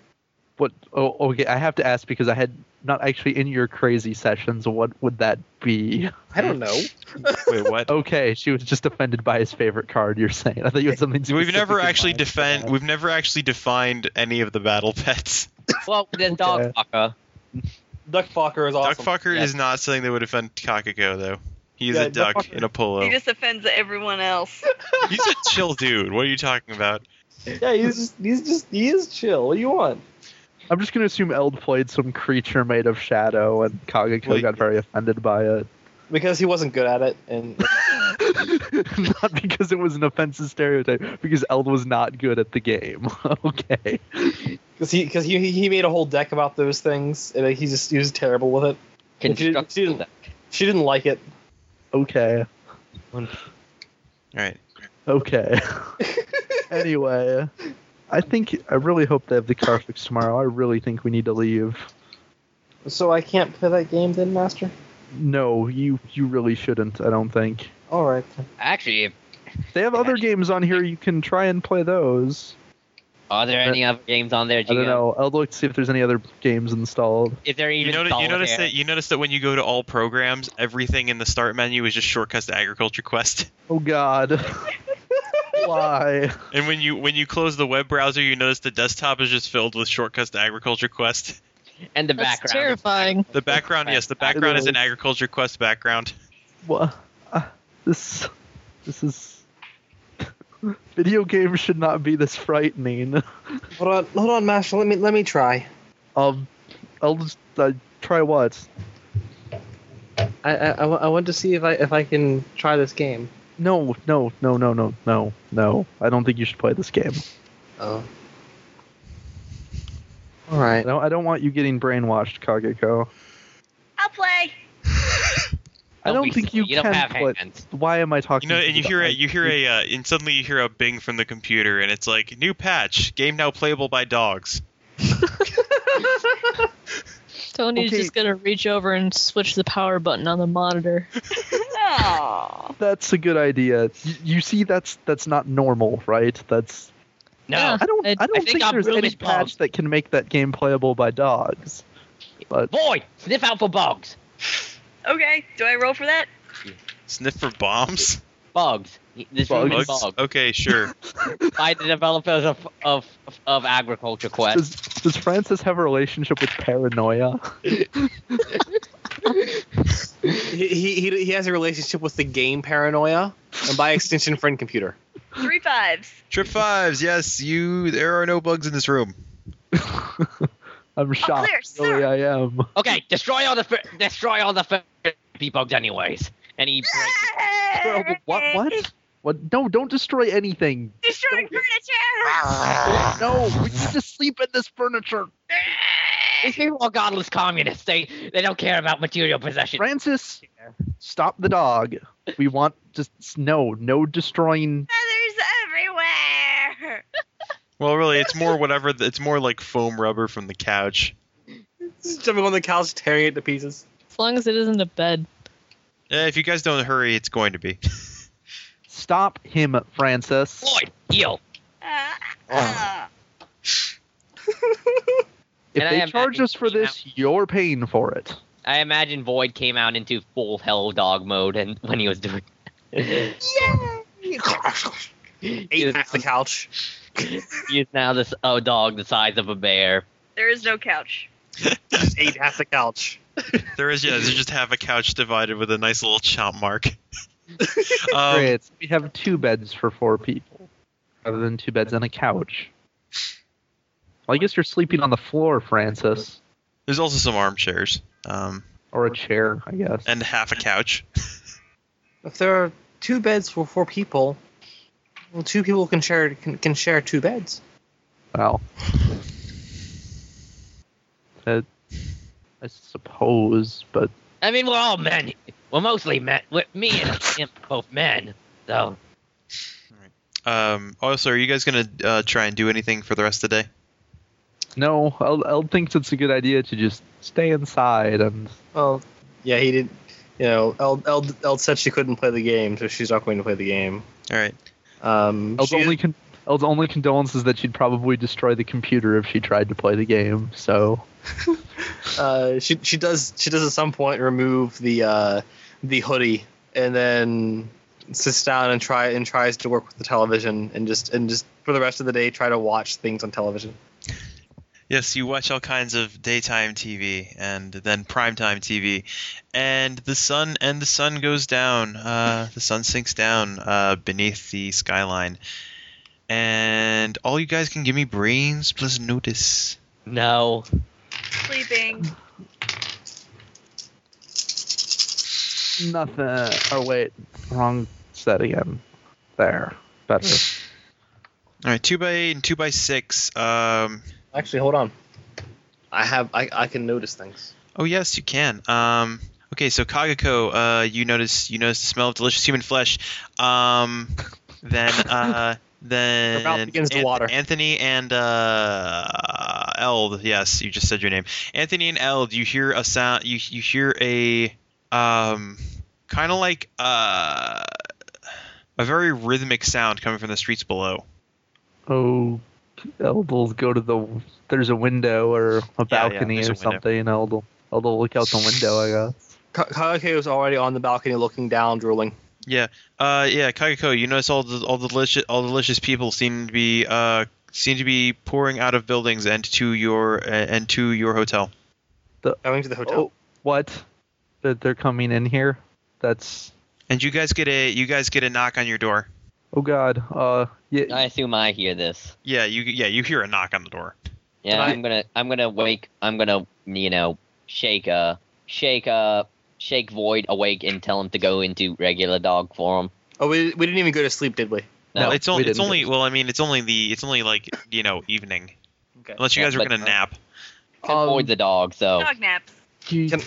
what? Oh, okay. I have to ask because I had not actually in your crazy sessions. What would that be? [laughs] I don't know. Wait, what? Okay, she was just offended by his favorite card. You're saying? I thought you had something. We've specific never in actually mind. defend. We've never actually defined any of the battle pets. well, there's dog fucker. Duck Fokker is awesome. Duck fucker Yeah. is not something that would offend Kakako though. He's Yeah, a duck Duckfucker- in a polo. He just offends everyone else. He's a chill dude. What are you talking about? Yeah, he's just, he's just he is chill. What do you want? I'm just gonna assume Eld played some creature made of shadow, and Kageko Well, got very offended by it. [laughs] Because he wasn't good at it, [laughs] and not because it was an offensive stereotype, because Eld was not good at the game. [laughs] okay. because he because he, he made a whole deck about those things, and he just he was terrible with it. Construct- She didn't- She didn't [laughs] like it. Okay. All right. Okay. anyway, I think I really hope they have the car fixed tomorrow. I really think we need to leave. So I can't play that game then, Master. No, you you really shouldn't. I don't think All right. Actually, if- they have other games on here. You can try and play those. Are there any other games on there? Uh, I don't Gio? know. I'll look to see if there's any other games installed. Is there even You notice, you notice solitaire? that you notice that when you go to all programs, everything in the start menu is just shortcuts to agriculture quest. [laughs] Oh God. Why? And when you when you close the web browser, you notice the desktop is just filled with shortcuts to agriculture quest. and the That's background. terrifying. The background, yes, the background is an agriculture quest background. What? Uh, this. This is. [laughs] Video games should not be this frightening. [laughs] Hold on, hold on, Master. Let me let me try. Um, I'll just uh, try what? I, I, I wa- I want to see if I if I can try this game. No, no, no, no, no, no, no. I don't think you should play this game. [laughs] Oh. All [laughs] right. No, I don't want you getting brainwashed, Kageko. I'll play. I don't be think silly. you, don't can have play. hands. Why am I talking? You know, to and you the- hear I- a you hear a uh, and suddenly you hear a bing from the computer, and it's like new patch, game now playable by dogs. Tony's Okay. just gonna reach over and switch the power button on the monitor. Aw. That's a good idea. You, you see, that's that's not normal, right? That's No. Yeah. I don't I, I- don't I think think, our there's room any is bombed. patch that can make that game playable by dogs. But Boy, sniff out for bugs. okay, do I roll for that? Sniff for [laughs] bombs. Bugs. This room is Bugs? bugs. Okay, sure. By the developers of of, of agriculture quest. [laughs] does does Francis have a relationship with paranoia? [laughs] He, he, he, he has a relationship with the game Paranoia, and by extension, friend computer. Three fives. [laughs] Trip fives, yes, you. There are no bugs in this room. I'm shocked. clear, really, sir. I am. [laughs] Okay, destroy all the fir- destroy all the fir- be bugs anyways. And he breaks Well, What? What? What? No! Don't destroy anything. Destroying [laughs] furniture. No, we need to sleep in this furniture. These people are godless communists. They they don't care about material possession. Francis, stop the dog. We want just no, no destroying. Feathers everywhere. Well, really, it's more whatever. th- It's more like foam rubber from the couch. Just jumping on the couch, tearing it to pieces. As long as it isn't a bed. Eh, if you guys don't hurry, it's going to be. Stop him, Francis. Floyd, heal. Uh, uh. If And I they am charge happy us for to be this, you're paying for it. I imagine Void came out into full hell dog mode, and [laughs] when he was doing, [laughs] [laughs] Ate half the couch. he's now this oh dog the size of a bear. There is no couch. Just ate half the couch. There is, yeah. There's just have a couch divided with a nice little chomp [laughs] mark. um, Great. We have two beds for four people, rather than two beds and a couch. Well, I guess you're sleeping on the floor, Francis, there's also some armchairs um, or a chair, I guess. and half a couch. If there are two beds for four people, well, two people can share can, can share two beds. Well, that, I suppose, but I mean, we're all men. We're mostly men. we me and him are both men. So Um, also, are you guys gonna uh, try and do anything for the rest of the day? no, I'll, I'll think it's a good idea to just stay inside and Well, yeah, he did. You know, Eld, Eld, Eld said she couldn't play the game, so she's not going to play the game. All right. Oh, Um, Eld's she- only con- Eld's only condolence is that she'd probably destroy the computer if she tried to play the game. So uh, she she does she does at some point remove the uh, the hoodie and then sits down and try and tries to work with the television and just and just for the rest of the day try to watch things on television. Yes, you watch all kinds of daytime TV and then primetime TV, and the sun and the sun goes down. Uh, the sun sinks down uh, beneath the skyline, and all you guys can give me brains plus notice. no, Sleeping. nothing. Oh wait, wrong set again. There, [sighs] better. All right, two by eight and two by six. Um, Actually, hold on. I have I, I can notice things. oh yes, you can. Um, okay, so Kagako, uh, you notice you notice the smell of delicious human flesh. Um, [laughs] then uh, then Her mouth begins to Anth- water. Anthony and uh, Eld. Yes, you just said your name. Anthony and Eld. You hear a sound. You you hear a um, kind of like uh, a very rhythmic sound coming from the streets below. Oh Eld'll go to the there's a window or a yeah, balcony there's a or window. something, and Eld'll Eld'll look out the window. [laughs] I guess. Ka- Kagekeo is already on the balcony looking down, drooling. Yeah, uh, yeah, Kageko. You notice all the all the delicious all the delicious people seem to be uh seem to be pouring out of buildings and to your uh, and to your hotel. Going to the hotel. Oh, what? That they're coming in here? That's And you guys get a you guys get a knock on your door. oh god. Uh, yeah. I assume I hear this. Yeah, you yeah you hear a knock on the door. Yeah, I'm gonna I'm gonna wake I'm gonna you know shake uh shake uh shake Void awake and tell him to go into regular dog form. Oh, we, we didn't even go to sleep, did we? No, well, it's we only it's didn't. only well I mean it's only the it's only like you know evening Okay. unless you Yeah, guys were but- gonna nap. Um, Void's a dog, so Dog naps. you, Can-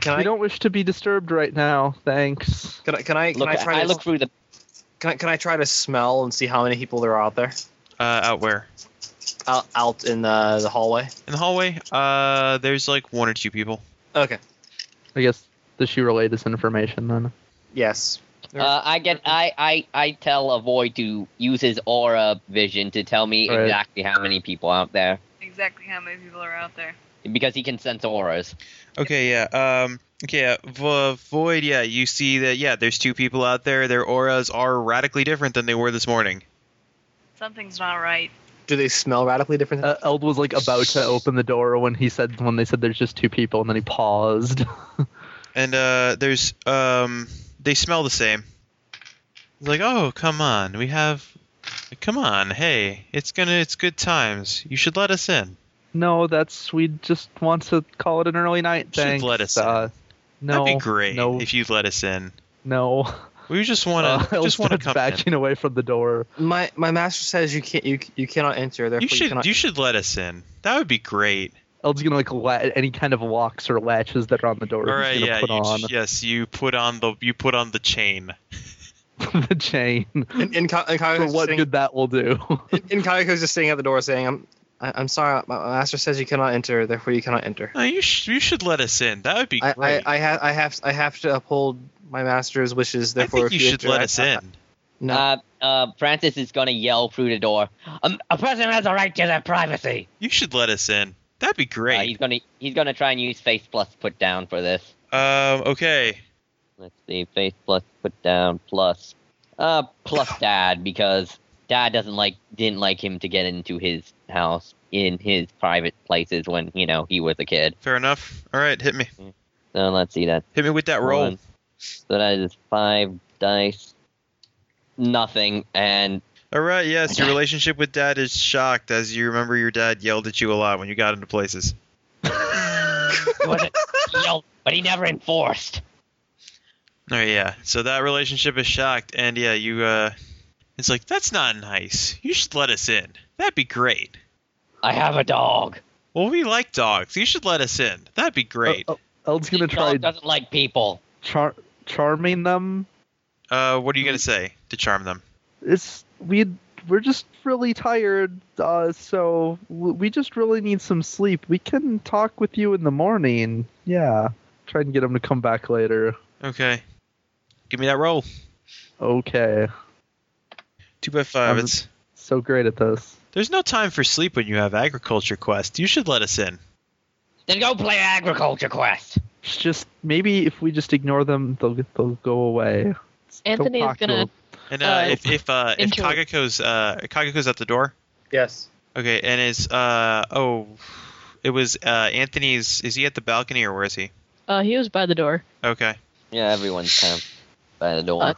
Can you I, don't wish to be disturbed right now. Thanks. can I can I can look I try I to look through the can I, can I try to smell and see how many people there are out there Uh, out where out, out in the, the hallway? in the hallway? Uh, there's like one or two people. Okay. I guess does she relay this information then? Yes. Uh, I get I, I I tell a void to use his aura vision to tell me Right. exactly how many people out there Exactly how many people are out there. because he can sense auras. Okay, yeah. Um, okay, yeah. Vo- Void, yeah. You see that? Yeah, there's two people out there. Their auras are radically different than they were this morning. Something's not right. Do they smell radically different? Uh, Eld was like about to open the door when he said when they said there's just two people, and then he paused. [laughs] And uh, there's um, they smell the same. It's like, oh, come on. We have, come on. Hey, it's gonna, it's good times. You should let us in. no, that's we just want to call it an early night. Should Thanks. let us Uh, no, That'd be great No, if you'd let us in. no. We just wanna, uh, just wanna Eldred's come in. backing away from the door. Uh, my my master says you can't you you cannot enter. Therefore You you, should, cannot. you should let us in. That would be great. Eld's gonna like la- any kind of locks or latches that are on the door. All right, he's gonna yeah. put you- on yes, you put on the, you put on the chain. [laughs] the chain. [laughs] and, and, Ka- and For Kagako's what sitting- good that will do. and Kayako's just sitting at the door saying, "I'm, I, I'm sorry, my my master says you cannot enter, therefore you cannot enter." No, Uh, you, sh- you should let us in. That would be I, I, great. I have, I have, I have to uphold my master's wishes. I Therefore, think if you should enter, let I- us I- in. No. Uh, uh, Francis is gonna yell through the door. Um, a person has a right to their privacy. You should let us in. That'd be Uh, he's great. gonna he's gonna try and use face plus put down for this. Um, okay. Let's see, face plus put down plus uh [laughs] plus dad because dad doesn't like didn't like him to get into his house in his private places when you know he was a kid. Fair enough. All right, hit me. So let's see that Hit me with that roll. one. So that is five dice, nothing, and All right, yes, [laughs] your relationship with dad is shocked as you remember your dad yelled at you a lot when you got into places. he wasn't yelled, but he never enforced. Oh yeah. So that relationship is shocked and yeah, you uh it's like that's not nice. You should let us in. That'd be great. I have a dog. Well, we like dogs. You should let us in. That'd be great. Oh, El- [laughs] Eld's gonna The try dog doesn't like people. char- charming them. oh. Uh what are you going Mm-hmm. to say to charm them? It's we we're just really tired, uh, so w- we just really need some sleep. We can talk with you in the morning. Yeah, try and get him to come back later. Okay. Give me that roll. Okay, Two by five. Um, it's so great at this. there's no time for sleep when you have agriculture quest. You should let us in. Then go play agriculture quest. It's just maybe if we just ignore them, they'll they'll go away. Don't Anthony is talk to gonna- them. And uh, Uh, if if uh, if into it. Kagako's uh, Kagako's at the door. yes. Okay, and is uh oh, it was uh Anthony's. Is he at the balcony or where is he? Uh, he was by the door. Okay. Yeah, everyone's kind of by the door. Uh, All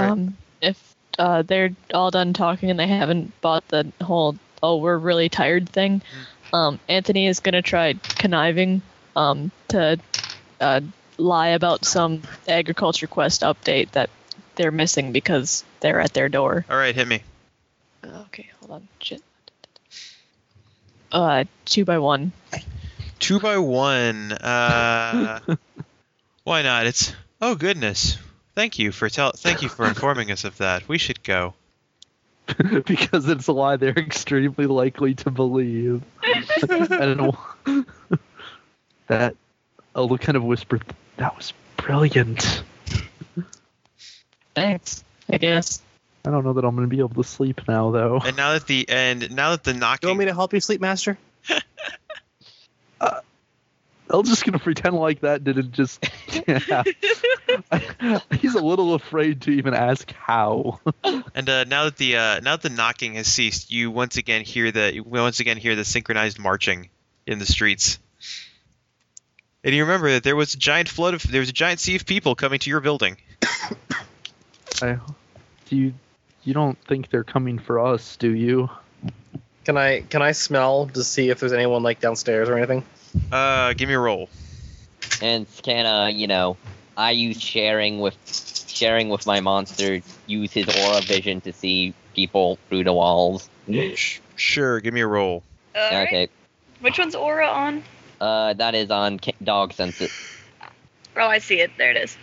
right. Um, if uh, they're all done talking and they haven't bought the whole "oh, we're really tired" thing, um, Anthony is gonna try conniving um, to uh, lie about some agriculture quest update that they're missing because they're at their door. All right, hit me. Uh, Okay, hold on. Shit. Uh, two by one. Two by one. Uh, why not? It's oh goodness. Thank you for tell. Thank you for informing us of that. We should go. [laughs] because it's a lie they're extremely likely to believe. and [laughs] that Elder kind of whispered, "That was brilliant." Thanks. I guess. I don't know that I'm going to be able to sleep now, though. [laughs] And now that the and now that the You want knocking me to help you sleep, Master? I'm just going to pretend like that didn't just. Yeah. He's a little afraid to even ask how. [laughs] and uh, now that the uh, now that the knocking has ceased, you once again hear the you once again hear the synchronized marching in the streets. And you remember that there was a giant flood of there was a giant sea of people coming to your building. I, do you, you don't think they're coming for us, do you? Can I can I smell to see if there's anyone like downstairs or anything? Uh, give me a roll. And it's kind of, you know, I use sharing with sharing with my monster, use his aura vision to see people through the walls. Sh- sure, give me a roll. Alright. Okay. Which one's aura on? Uh, that is on ca- dog senses. Oh, I see it. There it is.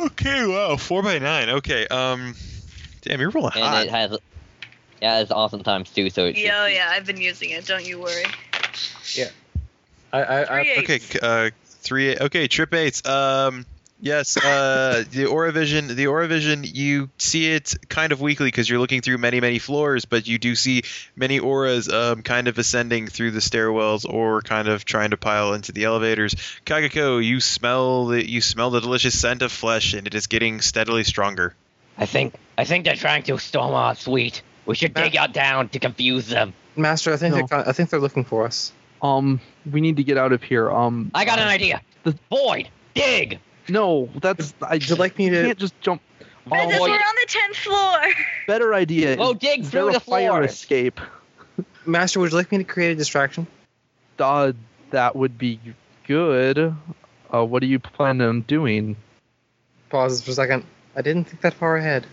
Okay, wow, four by nine. Okay, um, damn, you're rolling and hot. it has yeah, it's awesome times too. So it should Yeah, oh be- yeah, I've been using it. Don't you worry. I, I, I Three Okay, eights. c- uh, three. Okay, trip eights. Um, yes. Uh, [laughs] the aura vision. The aura vision. You see it kind of weakly because you're looking through many, many floors, but you do see many auras, um, kind of ascending through the stairwells or kind of trying to pile into the elevators. Kagako, you smell the you smell the delicious scent of flesh, and it is getting steadily stronger. I think I think they're trying to storm our suite. We should dig out down to confuse them. Master, I think No. they're con- I think they're looking for us. Um, we need to get out of here. Um, I got an idea. The- Void, dig. no, that's I Would you like me to? can't just jump. But Oh, this- boy. we're on the tenth floor. Better idea. Oh, is, dig is there through a the fire floor. escape? Master, would you like me to create a distraction? Uh, that would be good. Uh, what do you plan on doing? Pauses for a second. I didn't think that far ahead.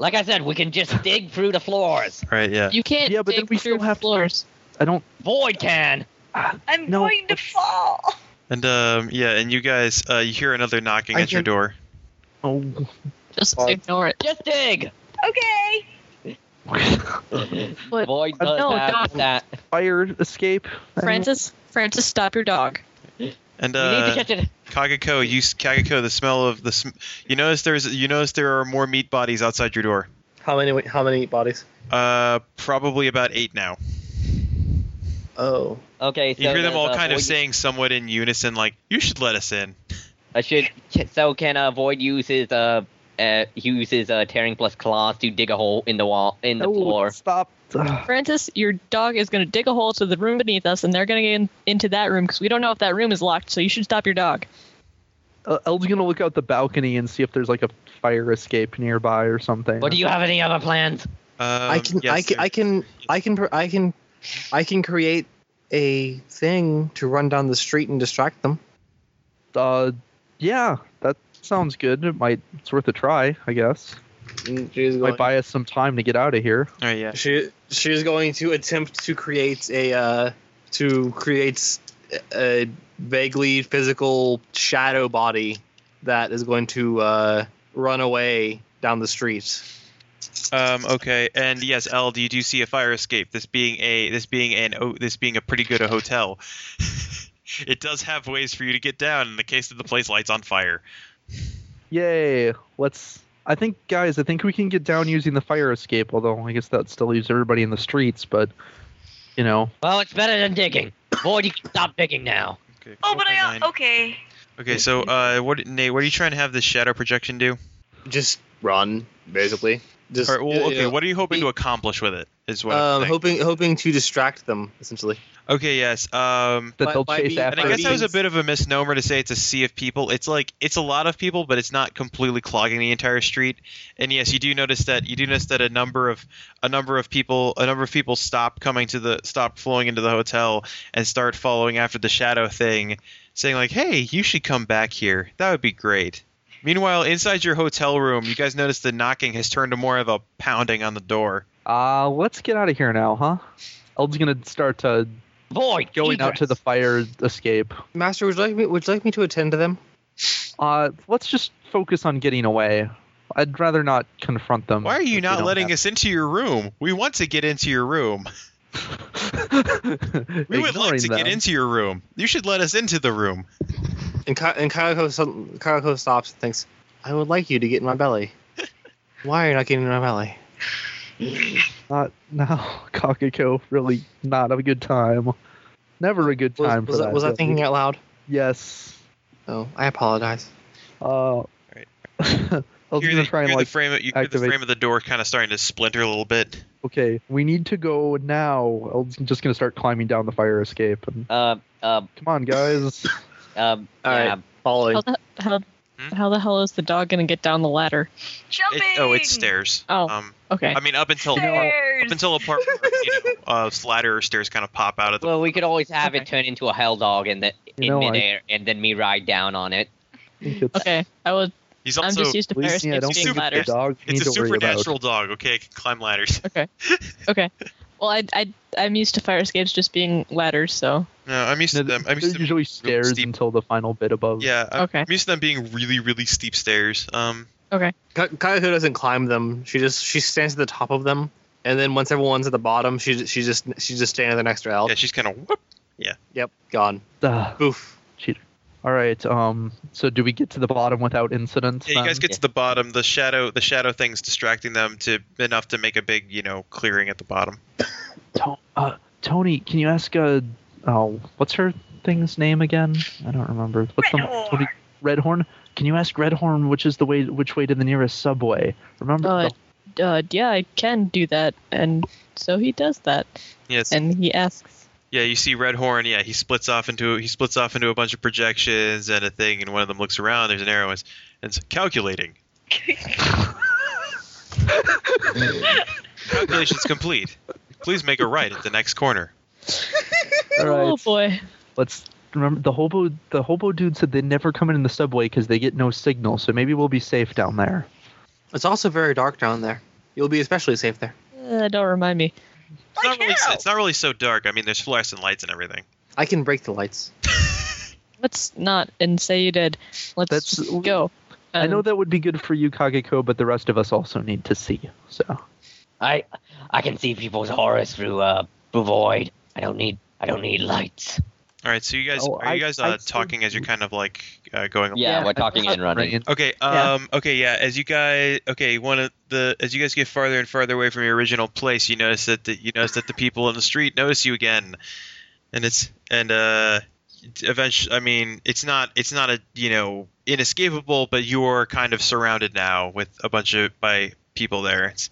Like I said, we can just dig through the floors. All right. Yeah. You can't Yeah, but then dig we through still have- floors. I don't. Void can. I'm No, going to fall. And um, yeah. And you guys, uh, you hear another knocking I at your hear- door. Oh. Just Well- ignore it. Just dig. Okay. But Void Uh, does no, that. dog. that. [laughs] fire escape. Francis, Francis, stop your dog. And We uh, need to catch it. Kagako, you s- Kagako, the smell of the sm- you notice there's you notice there are more meat bodies outside your door. How many? How many bodies? Uh, probably about eight now. Oh, Okay, so You hear them there's uh, all a kind of void- saying somewhat in unison, like "You should let us in." I should. So can uh, Void use his uh, uh use his uh tearing plus claws to dig a hole in the wall in the Oh, floor? Stop. Uh, Ugh. Francis, your dog is going to dig a hole to the room beneath us, and they're going to get in, into that room because we don't know if that room is locked. So you should stop your dog. Uh, El's gonna look out the balcony and see if there's like a fire escape nearby or something. But do you have any other plans? Um, I can, yes, I can, there- I can, I can, pr- I can, I can create a thing to run down the street and distract them. Uh, yeah, that sounds good. It might. It's worth a try, I guess. She's Might buy us some time to get out of here. All right, yeah. She she's going to attempt to create a uh, to create a vaguely physical shadow body that is going to uh, run away down the street. Um, okay, and yes, L, do you do see a fire escape? This being a this being an oh, this being a pretty good a hotel. [laughs] it does have ways for you to get down in the case that the place lights on fire. Yay! Let's. I think, guys, I think we can get down using the fire escape. Although I guess that still leaves everybody in the streets. But you know, Well, it's better than digging. Void, you can stop digging now. Okay. Oh, but I nine. okay. Okay, so uh, what Nate? What are you trying to have this shadow projection do? Just run, basically. Just All right, well, you okay. know, What are you hoping to accomplish with it? Is what I'm um, saying. hoping hoping to distract them essentially. Okay, yes. Um, that By- they'll by chase being- and after. I Or guess that was a beans. bit of a misnomer to say it's a sea of people. It's like it's a lot of people, but it's not completely clogging the entire street. And yes, you do notice that you do notice that a number of a number of people a number of people stop coming to the stop flowing into the hotel and start following after the shadow thing, saying like, "Hey, you should come back here. That would be great." Meanwhile, inside your hotel room, you guys notice the knocking has turned to more of a pounding on the door. Uh, let's get out of here now, huh? El's gonna start to Void, going out egress. to the fire escape. Master, would you like me? Would you like me to attend to them? Uh, let's just focus on getting away. I'd rather not confront them. Why are you Mm, if we not don't letting have- us into your room? We want to get into your room. [laughs] We would like Ignoring to them. get into your room. You should let us into the room. And Ka- and Kayako, sudden- Kayako stops and thinks, "I would like you to get in my belly." Why are you not getting in my valley? Not now, [laughs] Kakiko. Really, not a good time. Never a good Was, time was, for I, that. was I really. thinking out loud? Yes. Oh, I apologize. Uh, [laughs] Alright. I was You hear gonna the- try you and hear like the frame. Of, you hear the activate- frame of the door kind of starting to splinter a little bit. Okay, we need to go now. I'm just gonna start climbing down the fire escape. And Uh, uh, come on, [laughs] guys. uh, All right. yeah, How Following. the, how, Hmm? how the hell is the dog gonna get down the ladder? Jumping. It, oh, it's stairs. Oh, Um, okay. I mean, up until up Stairs. until a part where you know, [laughs] uh, ladder or stairs kind of pop out of the. Well, we could always have Okay. it turn into a hell dog in the You in know, I- midair, and then me ride down on it. I think it's, Okay, I was. He's I'm also just used to at fire least, yeah, I escapes don't being think it's the ladders. dog we it's need a to worry about. supernatural dog. Okay, it can climb ladders. Well, I, I I'm used to fire escapes just being ladders, so [laughs] No, I'm used No, to them. I'm There's used to usually stairs steep. until the final bit above. yeah. I'm, Okay. I'm used to them being really really steep stairs. Um, Ka- Kayako doesn't climb them. She just she stands at the top of them, and then once everyone's at the bottom, she she just she just stands the next rail. yeah, she's kind of whoop. Yep, gone. [sighs] Ah, Boof. all right. Um. So do we get to the bottom without incident? Yeah, you guys then? get to the bottom. The shadow the shadow thing's distracting them to enough to make a big you know clearing at the bottom. To- uh, Tony, can you ask? Uh, oh, what's her thing's name again? I don't remember. What's the Redhorn. Tony, Redhorn? Can you ask Redhorn which is the way which way to the nearest subway? Remember? Uh, the- uh, yeah, I can do that, and so he does that, Yes. and he asks. Yeah, you see Red Horn. Yeah, he splits off into he splits off into a bunch of projections and a thing, and one of them looks around. There's an arrow. And it's, it's calculating. Calculation's complete. Please make a right at the next corner. all right. Oh boy. Let's remember the hobo. The hobo dude said they never come in in the subway because they get no signal. So maybe we'll be safe down there. It's also very dark down there. You'll be especially safe there. Uh, don't remind me. It's not Like really hell. it's not really so dark. I mean, there's fluorescent lights and everything. I can break the lights. Let's not and say you did. Let's That's- just go. I know Um, that would be good for you, Kageko, but the rest of us also need to see. So I I can see people's horrors through uh through void. I don't need I don't need lights. All right, so you guys Oh, are you I- guys I uh, still- talking as you're kind of like uh, going. along? Yeah, Yeah, we're [laughs] talking and running. Right. Okay. Yeah. Um. Okay. Yeah. As you guys, okay, one of the as you guys get farther and farther away from your original place, you notice that the, you notice that the people in the street notice you again, and it's and uh, eventually, I mean, it's not it's not a you know inescapable, but you are kind of surrounded now with a bunch of by people there. It's,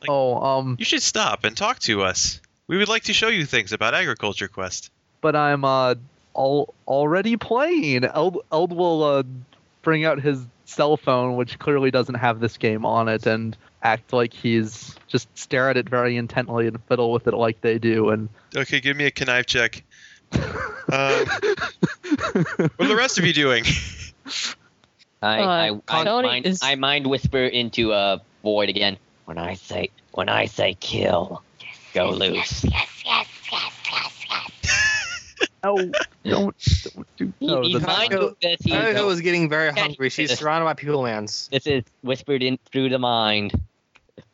Like- oh, um, you should stop and talk to us. We would like to show you things about Agriculture Quest. but I'm uh all already playing. Eld, Eld will uh, bring out his cell phone, which clearly doesn't have this game on it, and act like he's just stare at it very intently and fiddle with it like they do. And Okay, give me a connive check. [laughs] um, what are the rest of you doing? I Uh, I, I, Tony mind, is- I mind whisper into uh void again. When I say when I say kill, go loose. Yes, yes, yes, yes, yes. no, don't, don't do He- no, he Oh, that's- mind Kyle- whispers, he Kayako goes- is getting very Yeah, hungry. She's yes. surrounded by people mans. This is whispered in through the mind.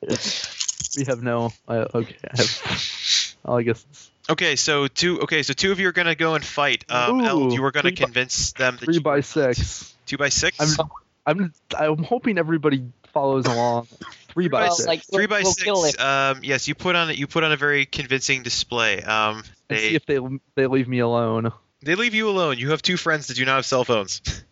we have no. Uh, okay, I have. [laughs] Oh, I guess it's Okay, so two. Okay, so two of you are gonna go and fight. Um, Ooh, Eld, you were gonna three by- convince them that three you, by six. two by 6 I'm I'm I'm hoping everybody follows along. Three by Well, six. like- three by we'll kill six. Um, yes, you put on you put on a very convincing display. Um, and they see if they they leave me alone. they leave you alone. You have two friends that do not have cell phones. [laughs]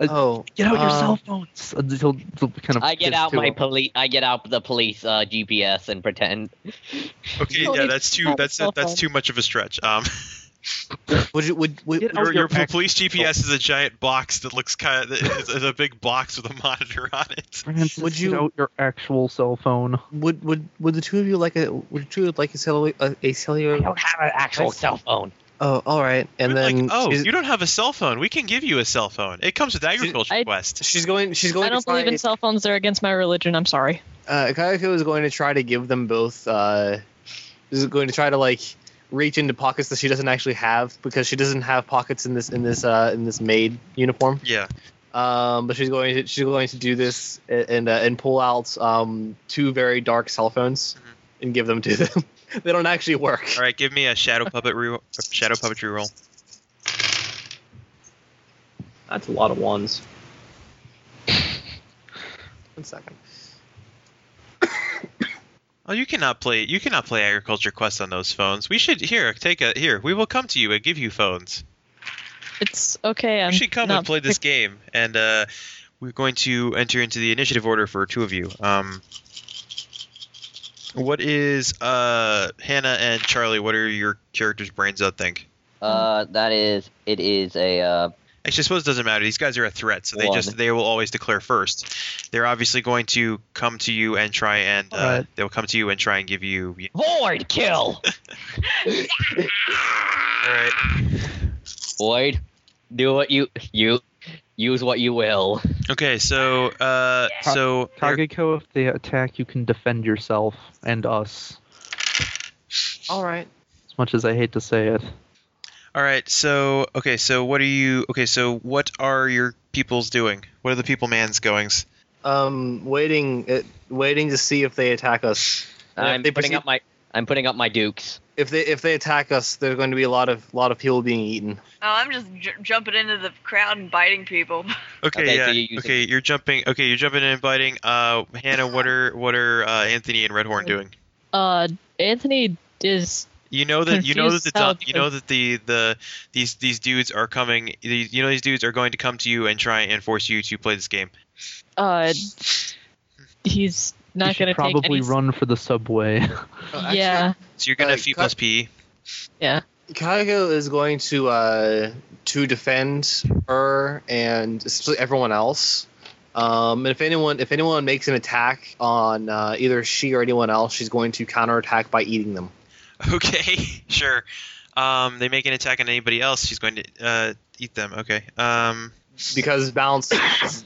Oh, Get out your Um, cell phones. And he'll, he'll kind of I get kiss out to my him. police. I get out the police uh, GPS and pretend. Okay, Don't yeah, even that's too have a that's cell that's phone. too much of a stretch. [laughs] Um, uh, would you would, would Get out your, your your police GPS is a giant box that looks kind of is is a big box with a monitor on it. Francis, Would get you- out your actual cell phone? would would would the two of you like a would the two of you like a cellular a, a I cellular? don't have an actual cell phone. Oh, all right. And Like, then oh, she's, you don't have a cell phone. We can give you a cell phone. It comes with Agriculture I- Quest. she's going. She's going. I don't to try, believe in cell phones. They're against my religion. I'm sorry. uh, Kayako is going to try to give them both. Uh, is going to try to like reach into pockets that she doesn't actually have because she doesn't have pockets in this in this uh, in this maid uniform. Yeah. Um, but she's going to she's going to do this a- and uh, and pull out um, two very dark cell phones Mhm. Mm-hmm. and give them to them. [laughs] they don't actually work. All right, give me a [laughs] shadow puppet re- shadow puppetry roll. That's a lot of ones. One second. Oh, you cannot play. You cannot play Agriculture Quest on those phones. We should here take a here. We will come to you and give you phones. It's okay. I'm You should come not and play this game, and uh, we're going to enter into the initiative order for two of you. Um, what is uh, Hannah and Charlie? What are your characters' brains out think? Uh, that is, it is a uh, Actually, I suppose it doesn't matter. These guys are a threat, so they One. just they will always declare first. They're obviously going to come to you and try and uh, Alright. they will come to you and try and give you. void kill. All right. void, do what you you use what you will. Okay. So uh, Yeah. so Kageko, if they attack, you can defend yourself and us. All right. As much as I hate to say it, all right. So okay. So what are you? Okay. So what are your peoples doing? What are the people man's goings? Um, waiting, it, waiting to see if they attack us. And if I'm they putting proceed- up my I'm putting up my dukes. If they if they attack us, there's going to be a lot of lot of people being eaten. [laughs] Oh, I'm just j- jumping into the crowd and biting people. [laughs] Okay. Okay, so yeah. you're using- okay. You're jumping. Okay. You're jumping and biting. Uh, Hannah, what are what are uh, Anthony and Redhorn doing? Uh, Anthony is You know that you know that confused the how dun- you know that the the these these dudes are coming. These, you know these dudes are going to come to you and try and force you to play this game. uh, he's you not should gonna probably take any. run for the subway. [laughs] yeah, So you're gonna Uh, feet cut- plus PE. Kaigo is going to uh, to defend her and especially everyone else. Um, and if anyone if anyone makes an attack on uh, either she or anyone else, she's going to counterattack by eating them. [laughs] Okay, sure. Um, they make an attack on anybody else. She's going to uh, eat them. Okay. Um, Because bounce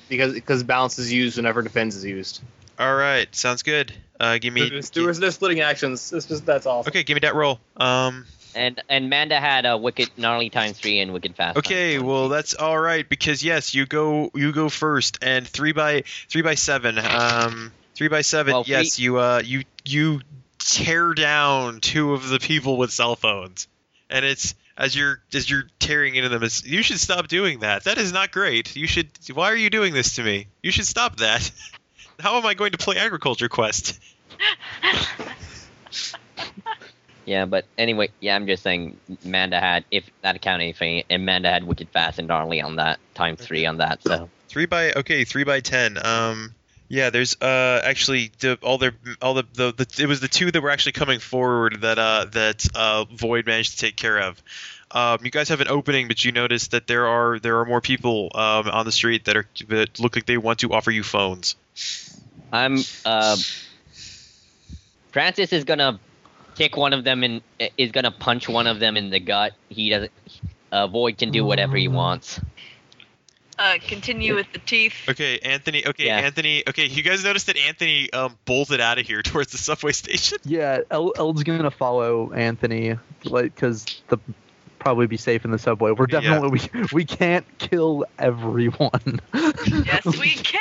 [coughs] because because bounce is used whenever defense is used. all right. Sounds good. Uh, give me. splitting actions. It's just that's awesome. okay, give me that roll. Um, And and Manda had a wicked gnarly times three and wicked fast. times okay, one. well that's all right because yes, you go you go first and three by three by seven. Um, three by seven. Well, yes, you uh you you tear down two of the people with cell phones, and it's as you're as you're tearing into them. It's, you should stop doing that. That is not great. You should. Why are you doing this to me? You should stop that. [laughs] How am I going to play Agriculture Quest? Yeah, but anyway, yeah, I'm just saying Manda had if that accounted anything, and Manda had wicked fast and gnarly on that times three on that. So Three by okay, three by ten. Um, yeah, there's uh actually the, all their all the, the the it was the two that were actually coming forward that uh that uh Void managed to take care of. Um, you guys have an opening, but you notice that there are there are more people um, on the street that are that look like they want to offer you phones. I'm uh, Francis is gonna kick one of them and is gonna punch one of them in the gut. He doesn't. Uh, Void can do whatever Mm. he wants. Uh, continue with the teeth. Okay, Anthony. Okay, Yeah. Anthony. Okay, you guys noticed that Anthony um, bolted out of here [laughs] towards the subway station. yeah, El- Eld's gonna follow Anthony, like, cause the probably be safe in the subway. We're Yeah. definitely we we can't kill everyone. [laughs] Yes, [laughs] we can.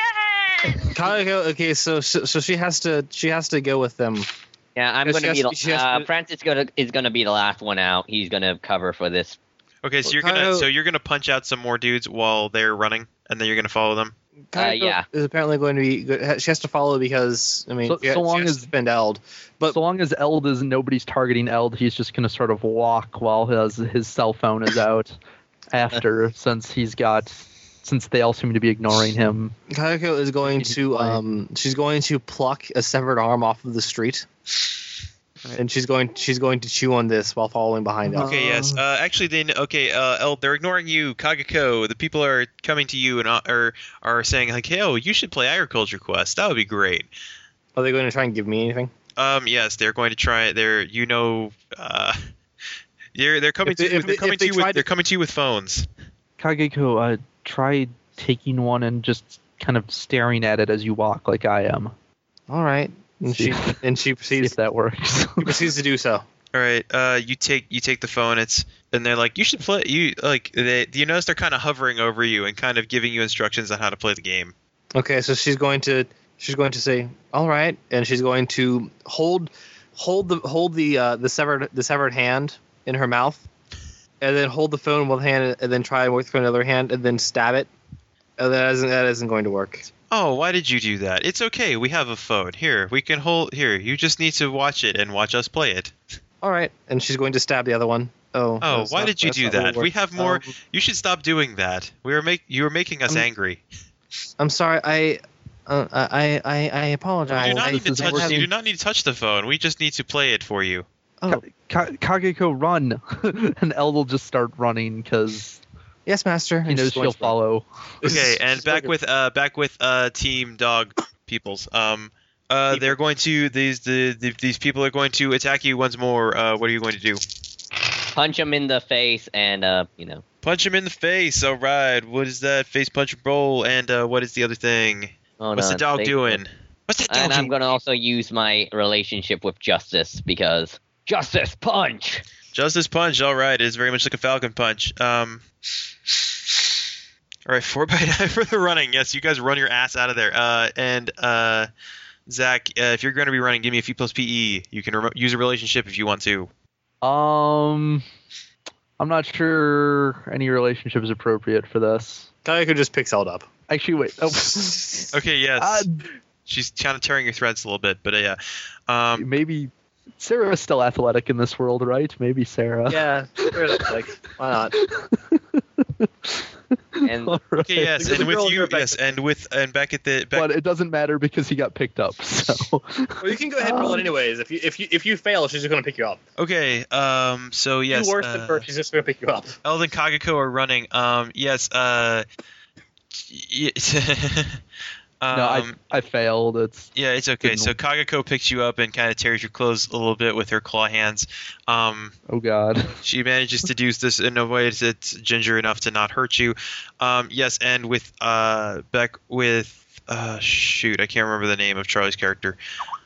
Kaigo. Okay, so, so so she has to she has to go with them. Uh, Yeah, I'm Yes, gonna yes, be. yes, the- Uh, but- Francis gonna is gonna be the last one out. He's gonna cover for this. Okay, so Well, you're gonna Kyle- so you're gonna punch out some more dudes while they're running, and then you're gonna follow them. Uh, Kaigo yeah. is apparently going to be. Good. She has to follow because I mean, So- she has- so long she has as- to spend eld. But so long as Eld is nobody's targeting Eld, he's just gonna sort of walk while his his cell phone is out after, since he's got since they all seem to be ignoring him. Kayako is going She's to quiet. um she's going to pluck a severed arm off of the street. And she's going she's going to chew on this while following behind us. Okay, yes. Uh, actually, then, okay, uh, El, they're ignoring you, Kagako. The people are coming to you and uh, are are saying like, "Hey, oh, you should play Agriculture Quest. That would be great." Are they going to try and give me anything? Um, yes, they're going to try. it. They're you know, uh, [laughs] they're they're coming If they- to you. if They're they- coming if to they you with tried to- they're coming to you with phones. Kageko, uh, try taking one and just kind of staring at it as you walk, like I am. All right. And See. [laughs] she and she See proceeds if that works. she proceeds to do so. All right, uh, you take you take the phone. It's and they're like, "You should play." You like they you notice they're kind of hovering over you and kind of giving you instructions on how to play the game. Okay, so she's going to she's going to say, "All right," and she's going to hold hold the hold the uh, the severed the severed hand in her mouth, and then hold the phone with one hand, and then try and work through another hand, and then stab it. And that isn't that isn't going to work. "Oh, why did you do that? It's okay. We have a phone. Here, we can hold. Here, you just need to watch it and watch us play it." All right, and she's going to stab the other one. Oh, Oh, that's why not- did you that's do not how it that? We works. have more. Um, You should stop doing that. We were make you were making us I'm- angry. I'm sorry. I, uh, I, I, I apologize. You do not I, need to this is touch. working. You do not need to touch the phone. We just need to play it for you. oh, Ka- Kageko, run! [laughs] and El will just start running because yes, master. he And knows she's going she'll to run. follow. Okay, She's and going back to- with uh back with uh team dog peoples. Um, uh, they're going to these the, the these people are going to attack you once more. Uh, what are you going to do? Punch him in the face and uh, you know, Punch him in the face. All right. What is that? Face punch roll. And uh, what is the other thing? hold What's the on, dog they- doing? What's the dog And I'm doing? gonna also use my relationship with Justice because Justice punch. Justice punch. All right. It is very much like a falcon punch. Um. All right. [laughs] Four by nine for the running. Yes, you guys run your ass out of there. Uh, and uh, Zach, uh, if you're going to be running, give me a few plus PE. You can remo use a relationship if you want to. Um, I'm not sure any relationship is appropriate for this. Kayako just picks Eld up. Actually, wait. [laughs] [laughs] Oh, Okay. Yes. uh, She's kind of tearing your threads a little bit, but uh, yeah. Um, maybe Sarah's still athletic in this world, right? Maybe Sarah. [laughs] Yeah, like why not? And All right. okay. Yes. There's a And with girl you. here back Yes. And with and back at the back But it doesn't matter because he got picked up. [laughs] So Well, you can go ahead and roll Um, anyways. If you if you if you fail, she's just going to pick you up. Okay. Um. So yes. you worse than uh, her, she's just going to pick you up. Elden Kagako are running. Um. Yes. Uh. [laughs] y- [laughs] um, no, I I failed. It's yeah, it's okay. didn't- So Kagako picks you up and kind of tears your clothes a little bit with her claw hands. Um, oh god. she manages to do this in a way that's ginger enough to not hurt you. Um, yes, and with uh, back with uh, shoot, I can't remember the name of Charlie's character.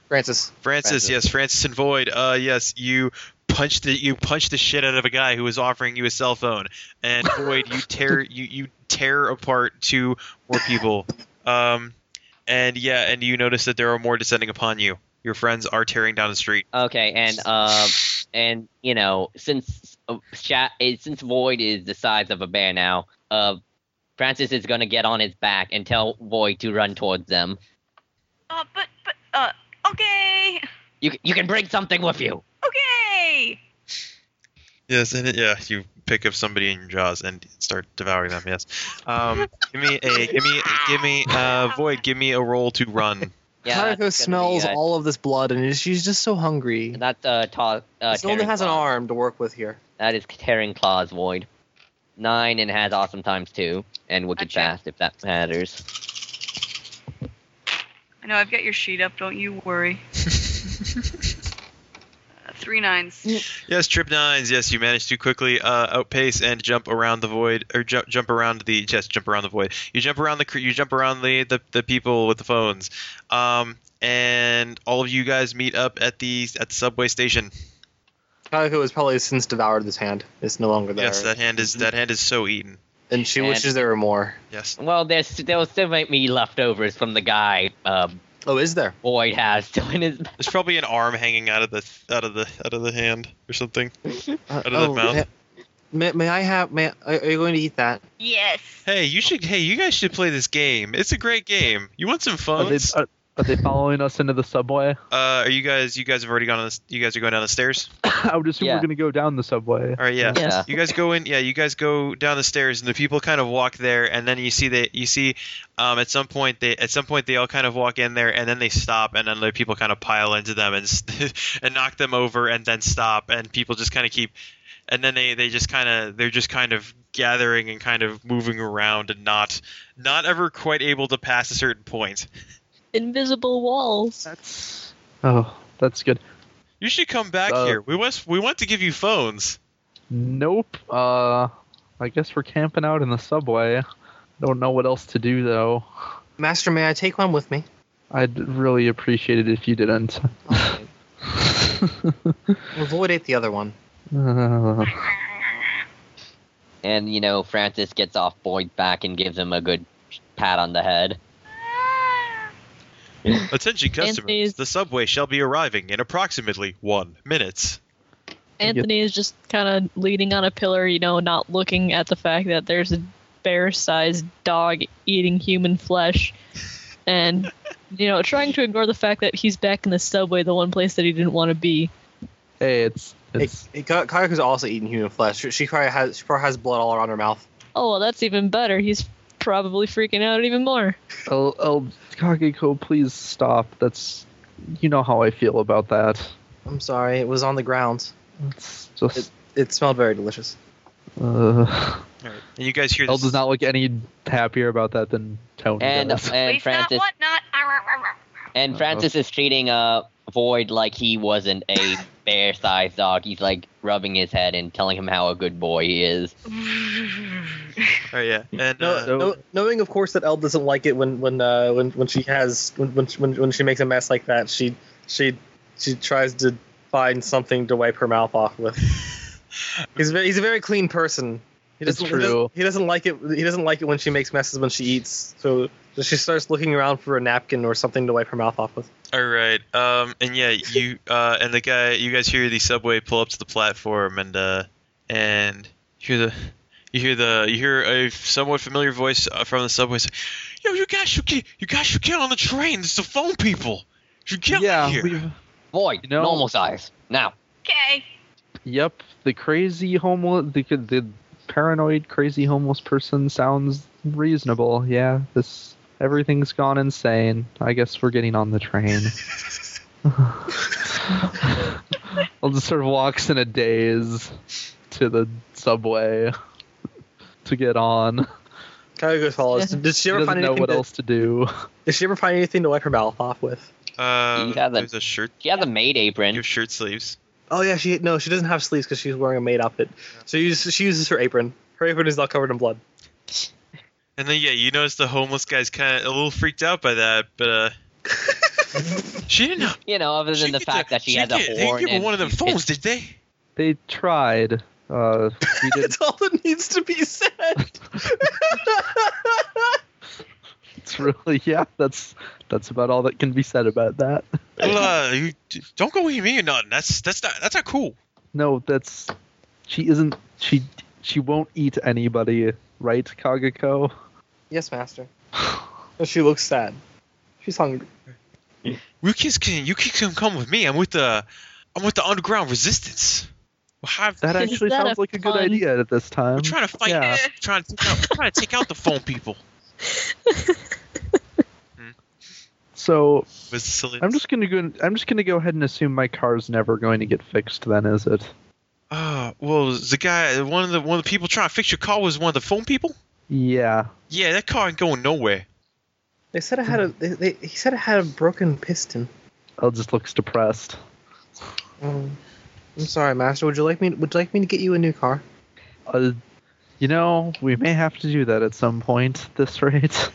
Francis. Francis, Francis. yes, Francis and Void. Uh, yes, you punch the you punch the shit out of a guy who was offering you a cell phone, and Void, you [laughs] tear you you tear apart two more people. Um, and yeah, and you notice that there are more descending upon you. Your friends are tearing down the street. okay, and uh, and you know, since uh, Sha- eh, since Void is the size of a bear now, uh, Francis is gonna get on his back and tell Void to run towards them. Uh, but but uh, okay, You c- you can bring something with you. okay. Yes, and it, yeah, you pick up somebody in your jaws and start devouring them. Yes. Um, give me a give me give me uh, Void. Give me a roll to run. Yeah, that's gonna Kayako be, smells uh, all of this blood, and she's just so hungry. That's uh, ta- uh She only tearing has an claws. arm to work with here. That is tearing claws void. Nine and has awesome times two and wicked Gotcha. fast if that matters. I know I've got your sheet up. Don't you [laughs] worry. uh, three nines. Yes, trip nines. Yes, you manage to quickly uh, outpace and jump around the void, or jump jump around the yes, jump around the void. You jump around the cr- you jump around the the, the people with the phones, um, and all of you guys meet up at the at the subway station. Kayako has probably since devoured this hand. It's no longer there. Yes, that hand is that hand is so eaten. and she And- wishes there were more. Yes. Well, there's there will still make me leftovers from the guy uh, Oh, is there? Boyd has [laughs] still in his. There's probably an arm hanging out of the out of the out of the hand or something. Uh, Out of oh, that mouth. yeah. May, may I have? May are are you going to eat that? [laughs] Yes. Hey, you should. Hey, you guys should play this game. It's a great game. You want some Are they, phones? are, are they following us into the subway? Uh, are you guys? You guys have already gone on. This, you guys are going down the stairs. [laughs] I would assume Yeah. we're gonna go down the subway. All right. Yeah. Yeah. You guys go in. Yeah, you guys go down the stairs, and the people kind of walk there, and then you see they you see, um, at some point they at some point they all kind of walk in there, and then they stop, and then the people kind of pile into them and s- [laughs] and knock them over, and then stop, and people just kind of keep, and then they they just kind of they're just kind of gathering and kind of moving around and not not ever quite able to pass a certain point. Invisible walls. That's oh, that's good. You should come back Uh, here. We want we want to give you phones. Nope. Uh, I guess we're camping out in the subway. Don't know what else to do though. Master, may I take [laughs] one with me? I'd really appreciate it if you didn't. Avoid ate the other one. Uh, And you know, Francis gets off Boyd's back and gives him a good pat on the head. Attention customers, Anthony's- the subway shall be arriving in approximately one minute. Anthony is just kind of leaning on a pillar, you know, not looking [laughs] at the fact that there's a bear-sized dog eating human flesh and you know, trying to ignore the fact that he's back in the subway, the one place that he didn't want to be. Hey, it's it's It, it, Ka- Kayaku's also eating human flesh. She, she probably has she probably has blood all around her mouth. Oh well, that's even better. He's probably freaking out even more. El, El Kageko. Please stop. That's you know how I feel about that. I'm sorry, it was on the ground. It's just It smelled very delicious. uh, All right. And you guys hear El this, does not look any happier about that than Tony And does. and Waste not, Francis what not. Arr, arr, arr, arr. and Uh-oh. Francis is treating uh Void like he wasn't a bear-sized dog. He's like rubbing his head and telling him how a good boy he is. all right, yeah. And No, uh, so- no, knowing of course that Elle doesn't like it when when uh, when when she has when when she, when, when she makes a mess like that, she she she tries to find something to wipe her mouth off [laughs] with. he's very, he's a very clean person. He It's doesn't, He true. doesn't, he doesn't like it. He doesn't like it when she makes messes when she eats. So she starts looking around for a napkin or something to wipe her mouth off with. all right, um, and yeah, you uh, and the guy, you guys hear the subway pull up to the platform, and uh, and you hear the. You hear the you hear a somewhat familiar voice uh, from the subway. Say, Yo, you guys should get you guys should get on the train. It's the phone people. You should get yeah, on here. Um, we've- Void, You know- normal size. Now, okay. Yep, the crazy homeless, the, the paranoid, crazy homeless person sounds reasonable. Yeah, this everything's gone insane. I guess we're getting on the train. I'll just sort of walks in a daze to the subway to get on. Kyoko follows. Did she She ever doesn't find know anything? what to, else to do. Did she ever find anything to wipe her mouth off with? Uh, You have a- there's a shirt. she has a maid You apron. have shirt sleeves. Oh yeah, she no, she doesn't have sleeves because she's wearing a maid outfit. So she uses, she uses her apron. Her apron is not covered in blood. And then yeah, you notice the homeless guy's kind of a little freaked out by that, but uh, she didn't know. You know, other she than the get fact the- that she has a get- They didn't horn. give her and one of them she's- phones, did they? They tried. Uh, we did. [laughs] That's all that needs to be said. It's really yeah. That's that's about all that can be said about that. Well, uh, you, don't go with me or nothing. That's that's not that's not cool. No, that's she isn't she she won't eat anybody, right, Kagako? [laughs] yes, master. She looks sad. She's hungry. You kids can you kids can come with me. I'm with the I'm with the underground resistance. We'll have- That Is actually that sounds a like a good pun? idea at this time. we're trying to fight. yeah. We're trying to take out, we're trying to take out the phone people. So Was silly. I'm just gonna go. I'm just gonna go ahead and assume my car's never going to get fixed. Then is it? Uh, well, the guy, one of the one of the people trying to fix your car was one of the phone people. Yeah. Yeah, that car ain't going nowhere. They said I had a. They, they, he said I had a broken piston. El just looks depressed. Um, I'm sorry, master. Would you like me? Would you like me to get you a new car? Uh, you know, we may have to do that at some point. This rate,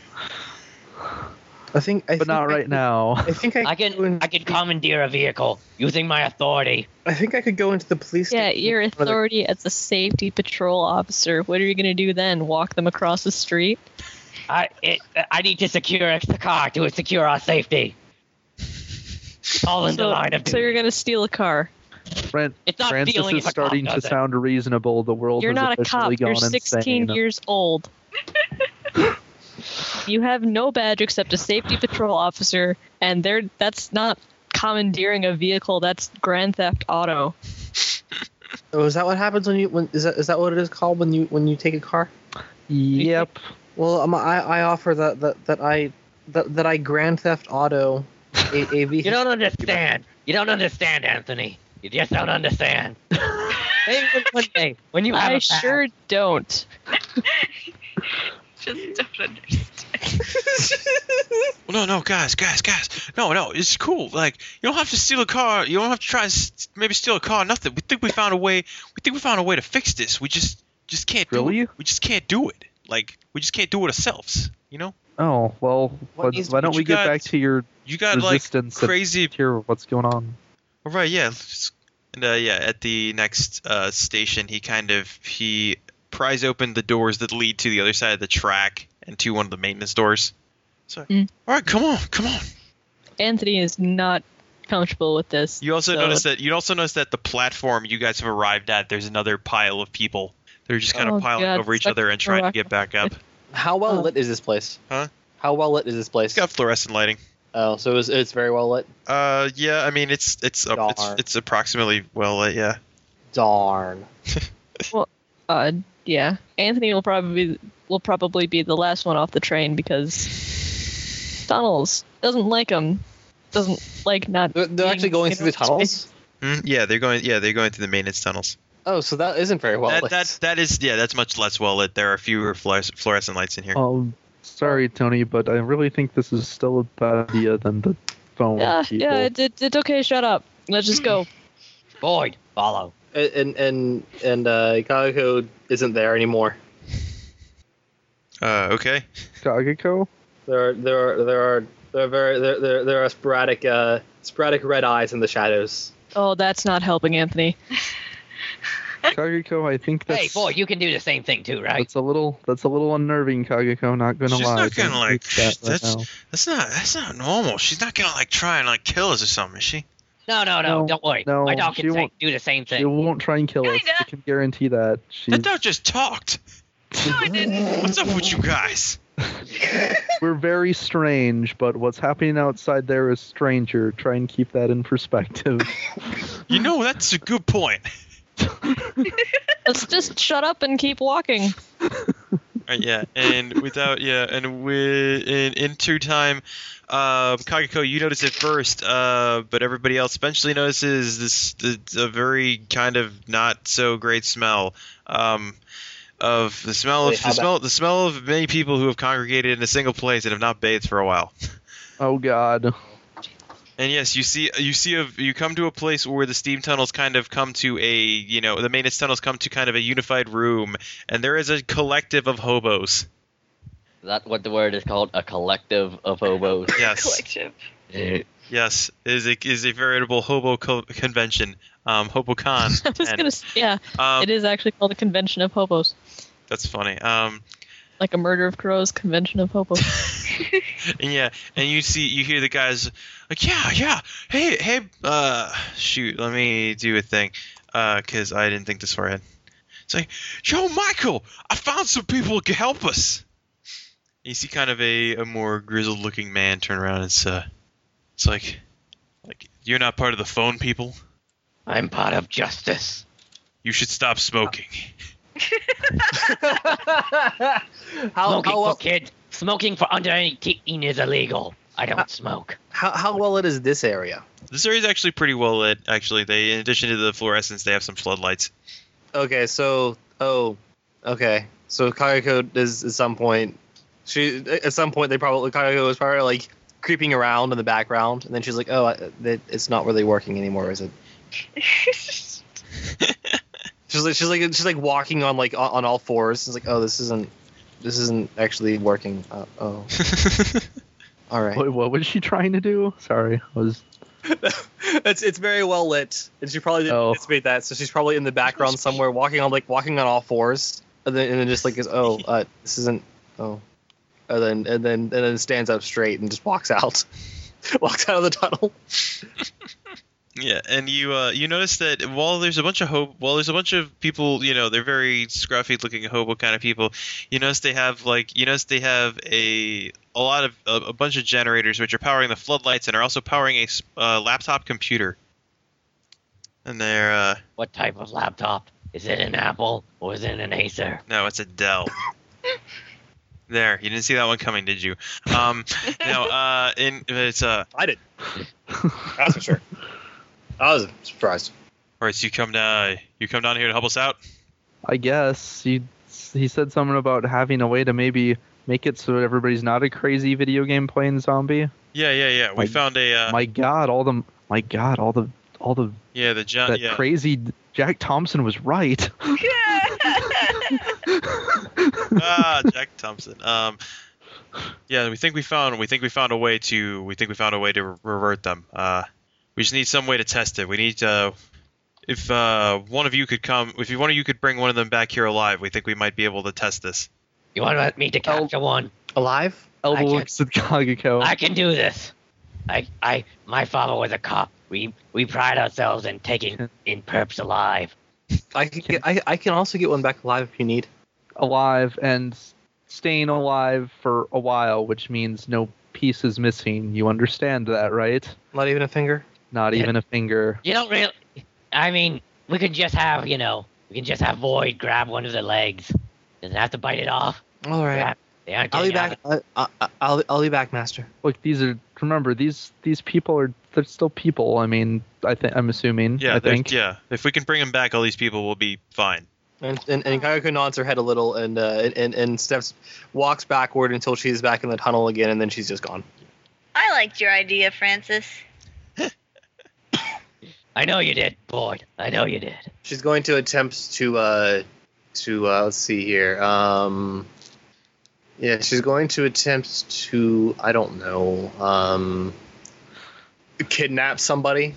[laughs] I think. I but think not I right could- now. I think I, I could go in- can I can commandeer a vehicle using my authority. I think I could go into the police. [laughs] Yeah, station your with one of the- authority as a safety patrol officer. What are you gonna do then? Walk them across the street? I it, I need to secure the car to secure our safety. All in the So- line of so you're duty. gonna steal a car. Fran- It's not Francis stealing is if a cop starting to does it. sound reasonable. The world You're has not a officially cop. You're gone 16 insane. years old. [laughs] you have no badge except a safety patrol officer, and there that's not commandeering a vehicle. That's Grand Theft Auto. Oh, is that what happens when you? When is that? Is that what it is called when you when you take a car? Yep. Well, um, I, I offer that, that, that I that, that I Grand Theft Auto a, a vehicle. You don't understand. You don't understand, Anthony. You just don't understand. Maybe one day when you have I a pal- sure don't. Just don't understand. Well, no, no, guys, guys, guys. No, no, it's cool. Like you don't have to steal a car. You don't have to try and s- maybe steal a car. Nothing. We think we found a way. We think we found a way to fix this. We just just can't Really? do it. We just can't do it. Like we just can't do it ourselves. You know. Oh well. What wh- is- why don't what we you get got- back to your You got Resistance like and- crazy. hear what's going on. All right. Yeah. let's- And uh, yeah, at the next uh, station, he kind of he pries open the doors that lead to the other side of the track and to one of the maintenance doors. So, Mm. all right, come on, come on. Anthony is not comfortable with this. You also So- notice that you also notice that the platform you guys have arrived at, there's another pile of people. They're just kind Oh, of piling God, over each such other and a trying to rock. get back up. How well Oh. lit is this place? How well lit is this place? It's got fluorescent lighting. Oh, so it's, it's very well lit. Uh, yeah. I mean, it's it's uh, it's, Darn. it's approximately well lit. Yeah. Darn. Uh, yeah. Anthony will probably will probably be the last one off the train because tunnels doesn't like him. Doesn't like not. They're, they're being actually going in through the outer tunnels. space. Mm, yeah, they're going. Yeah, they're going through the maintenance tunnels. Oh, so that isn't very well that, lit. that that is yeah. That's much less well lit. There are fewer fluores- fluorescent lights in here. Oh. Um, sorry, Tony, but I really think this is still a bad idea than the phone. Yeah, people. Ah, yeah. It, it, it's okay. Shut up. Let's just go. Boyd, follow. and and and uh, Kagako isn't there anymore. Uh, okay. Kageko? There are there are there are there are very there there, there are sporadic uh, sporadic red eyes in the shadows. [laughs] Oh, that's not helping, Anthony. Kageko, I think that's Hey, Boyd, you can do the same thing too, right? that's a little that's a little unnerving, Kageko, not gonna She's lie. not gonna, Don't like, fix that right that's- now. That's not that's not normal. She's not gonna like try and like kill us or something, is she? No, no, no, No, Don't worry. no, My dog she can say, won't- do the same She thing. won't try and kill us. Kinda. I can guarantee that. She's, That dog just talked. No, I didn't. What's up with you guys? we're very strange, but what's happening outside there is stranger. Try and keep that [laughs] in perspective. You know that's a good point. Let's just shut up and keep walking. [laughs] Right, Uh, yeah, and without yeah, and with in into time, um, Kagako, you notice it first, uh, but everybody else eventually notices this, it's a very kind of not so great smell. Um, of the smell of Wait, how the smell the smell of many people who have congregated in a single place and have not bathed for a while. oh God. And yes, you see, you see, a, you come to a place where the steam tunnels kind of come to a, you know, the maintenance tunnels come to kind of a unified room, and there is a collective of hobos. Is that what the word is called? A collective [laughs] of hobos. [laughs] Yes, Collective. [laughs] yes, it is a, is a veritable hobo co- convention, um, HoboCon. [laughs] I was 10. gonna. s- Yeah, um, it is actually called the Convention of Hobos, that's funny. Um, like a murder of crows convention of hobos. [laughs] and yeah, and you see, you hear the guys like, yeah, yeah, hey, hey, uh, shoot, let me do a thing, uh, cause I didn't think this far ahead. It's like, Joe Michael, I found some people who can help us. You see, kind of a, a more grizzled-looking man turn around. And it's uh, it's like, like you're not part of the phone people. I'm part of justice. You should stop smoking. how Smoking how for well, kids. Smoking for under 18 is illegal. I don't smoke. how, how well it is this area? This area's actually pretty well lit. Actually, they in addition to the fluorescence, they have some floodlights. [laughs] Okay, so oh, okay, so Kagako is at some point. She at some point they probably Kagako was probably like creeping around in the background, and then she's like, "Oh, I, it, it's not really working anymore, is it?" She's like she's like she's like walking on like on, on all fours. It's like, "Oh, this isn't this isn't actually working." Uh, oh, all right. What, what was she trying to do? Sorry, I was [laughs] it's it's very well lit, and she probably didn't Oh. anticipate that. So she's probably in the background somewhere, walking on like walking on all fours, and then and then just like is [laughs] oh uh, this isn't oh, and then and then and then stands up straight and just walks out, [laughs] walks out of the tunnel. Yeah, and you uh, you notice that while there's a bunch of hobo, while there's a bunch of people, you know, they're very scruffy looking hobo kind of people. You notice they have like you notice they have a a lot of a, a bunch of generators which are powering the floodlights and are also powering a s- uh, laptop computer. And they're uh, What type of laptop? Is it an Apple or is it an Acer? no, it's a Dell. there, you didn't see that one coming, did you? Um, now uh, in it's uh, I did. That's for sure. [laughs] I was surprised. all right, so you come down you come down here to help us out. I guess he he said something about having a way to maybe make it so everybody's not a crazy video game playing zombie. Yeah, yeah, yeah. We My- found a uh, my God, all the my God, all the all the yeah the John that uh, yeah. crazy Jack Thompson was right. [laughs] [laughs] ah, Jack Thompson. Um, yeah, we think we found we think we found a way to we think we found a way to re- revert them. Uh, we just need some way to test it. We need uh, if uh, one of you could come, if you, one of you could bring one of them back here alive, we think we might be able to test this. You want me to capture Oh. one? Alive? Elbow can't- looks at Kageko. I can do this. I, I, my father was a cop. We, we pride ourselves [laughs] in taking in perps alive. I can get, I I can also get one back alive if you need. alive and staying alive for a while, which means no piece is missing. You understand that, right? Not even a finger. Not Yeah. even a finger. You don't really. I mean, we could just have, you know, we can just have Void grab one of the legs. Doesn't have to bite it off. All right. Yeah. They aren't I'll be getting out back. uh, I, I, I'll I'll be back, Master. Look, these are remember these these people are they're still people. I mean, I think I'm assuming. Yeah, I there's- think. [laughs] yeah. If we can bring him back, all these people will be fine. And and, and Kayako nods her head a little and, uh, and- and and steps walks backward until she's back in the tunnel again, and then she's just gone. I liked your idea, Francis. I know you did, Void. I know you did. She's going to attempt to uh, to uh, let's see here. Um, yeah, she's going to attempt to I don't know um, kidnap somebody.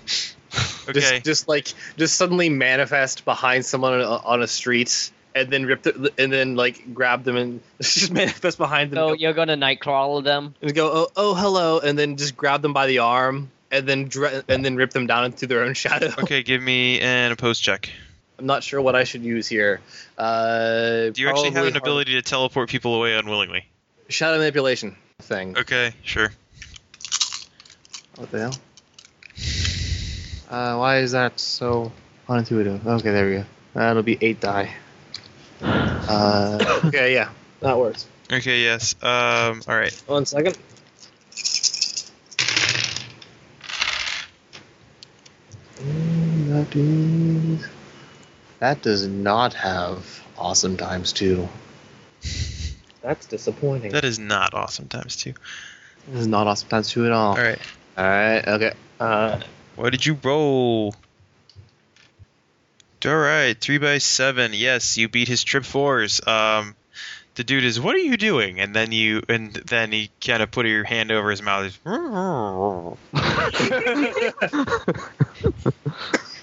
Okay. [laughs] Just, just like just suddenly manifest behind someone on a, on a street and then rip the, and then like grab them and [laughs] just manifest behind them. So and go- you're gonna nightcrawl them? and go, oh, oh, hello, and then just grab them by the arm, and then dre- and then rip them down into their own [laughs] shadow. okay, give me an opposed check. I'm not sure what I should use here. Uh, Do you actually have probably an ability to teleport people away unwillingly? hard- shadow manipulation thing? Okay, sure. What the hell? Uh, why is that so unintuitive? Okay, there we go. That'll be eight die. Uh, [coughs] okay, yeah, that works. Okay, yes. Um, all right. One second. Mm, That is. That does not have awesome times two. That's disappointing. That is not awesome times two. This is not awesome times two at all. All right. All right. Okay. Uh, [laughs] What did you roll? All right, three by seven. Yes, you beat his trip fours. Um, the dude is, "What are you doing?" And then you, and then he kind of put your hand over his mouth. He's,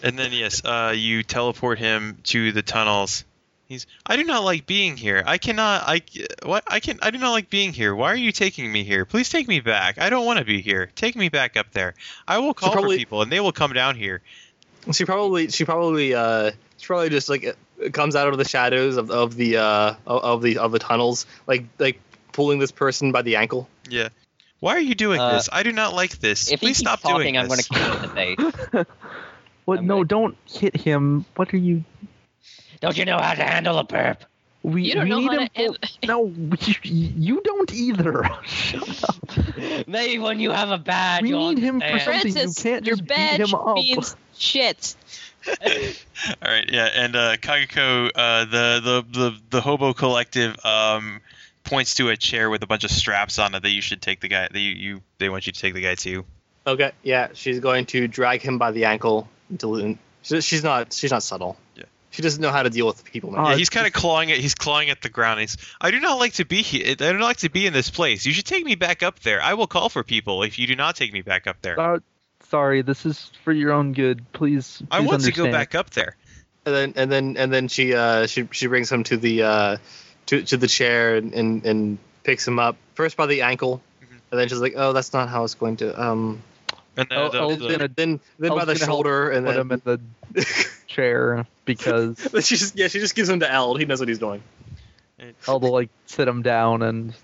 and then yes, uh, you teleport him to the tunnels. He's, "I do not like being here. I cannot. I what? I can. I do not like being here. Why are you taking me here? Please take me back. I don't want to be here. Take me back up there. I will call probably- for people, and they will come down here." she probably she probably uh she probably just like uh, comes out of the shadows of, of the uh of- of the of the tunnels like like pulling this person by the ankle. Yeah. Why are you doing Uh, this? I do not like this. If he Please keeps stop talking, doing I'm gonna this. [laughs] kick him in the face. What? I'm no, like- don't hit him. What are you? Don't you know how to handle [laughs] a burp? We You don't we know need how him. to end- for- no, you, you don't either. [laughs] Shut up. Maybe when you have a bad, We you'll need him for understand. something. You Francis, can't your just beat badge him up. means shit. All right, yeah, and uh, Kagako, uh, the, the the the hobo collective, um, points to a chair with a bunch of straps on it that you should take the guy. That you, you they want you to take the guy to. Okay, yeah, she's going to drag him by the ankle until she, she's not she's not subtle. Yeah. She doesn't know how to deal with people. Oh, yeah, it's he's kind of clawing at he's clawing at the ground. He's I do not like to be here. I do not like to be in this place. You should take me back up there. I will call for people if you do not take me back up there. Uh, sorry, this is for your own good. Please, I please want to understand. go back up there. And then and then and then she uh she she brings him to the uh to to the chair and and, and picks him up first by the ankle. Mm-hmm. Mhm. And then she's like, "Oh, that's not how it's going to." Um, And the, Oh, the- oh, the- Gonna- then, then, then I by was the gonna help shoulder, and Put then him in the [laughs] chair [laughs] because But she just yeah, she just gives him to Eld. He knows what he's doing. I'll like sit him down and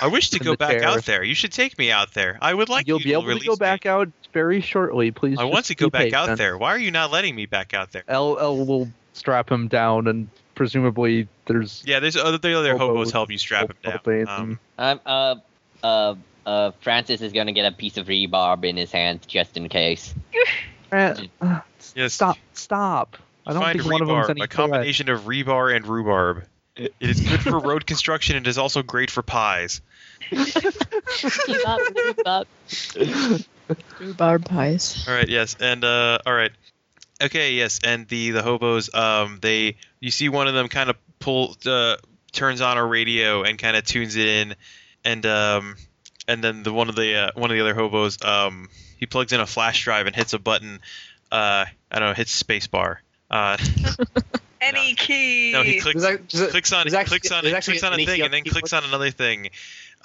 I wish to in go the back chair. out there. You should take me out there. I would like you'll you be able to release go me. back out very shortly. Please. I just want to go be back out patient. there. Why are you not letting me back out there? L L will strap him down and presumably there's Yeah, there's other the other Hobos. hobos help you strap him Hobos. down. Um, I'm uh uh uh Francis is gonna get a piece of rebarb in his hand just in case. Eh, uh, s- Yes. Stop! Stop! I don't find think one of them's rebarb, any a good. combination of rebar and rhubarb. It is good [laughs] for road construction and is also great for pies. Bebop, bebop. Rhubarb pies. All right, yes, and uh, all right, okay, yes, and the the hobos, um, they you see one of them kind of pull uh, turns on a radio and kind of tunes it in, and um, and then the one of the uh, one of the other hobos, um, he plugs in a flash drive and hits a button, uh, I don't know, hits spacebar. Uh, [laughs] Any key. no, he clicks Does that- does that- clicks on there's actually- clicks on there's it, actually clicks on an a thing ACL and then keyboard. clicks on another thing,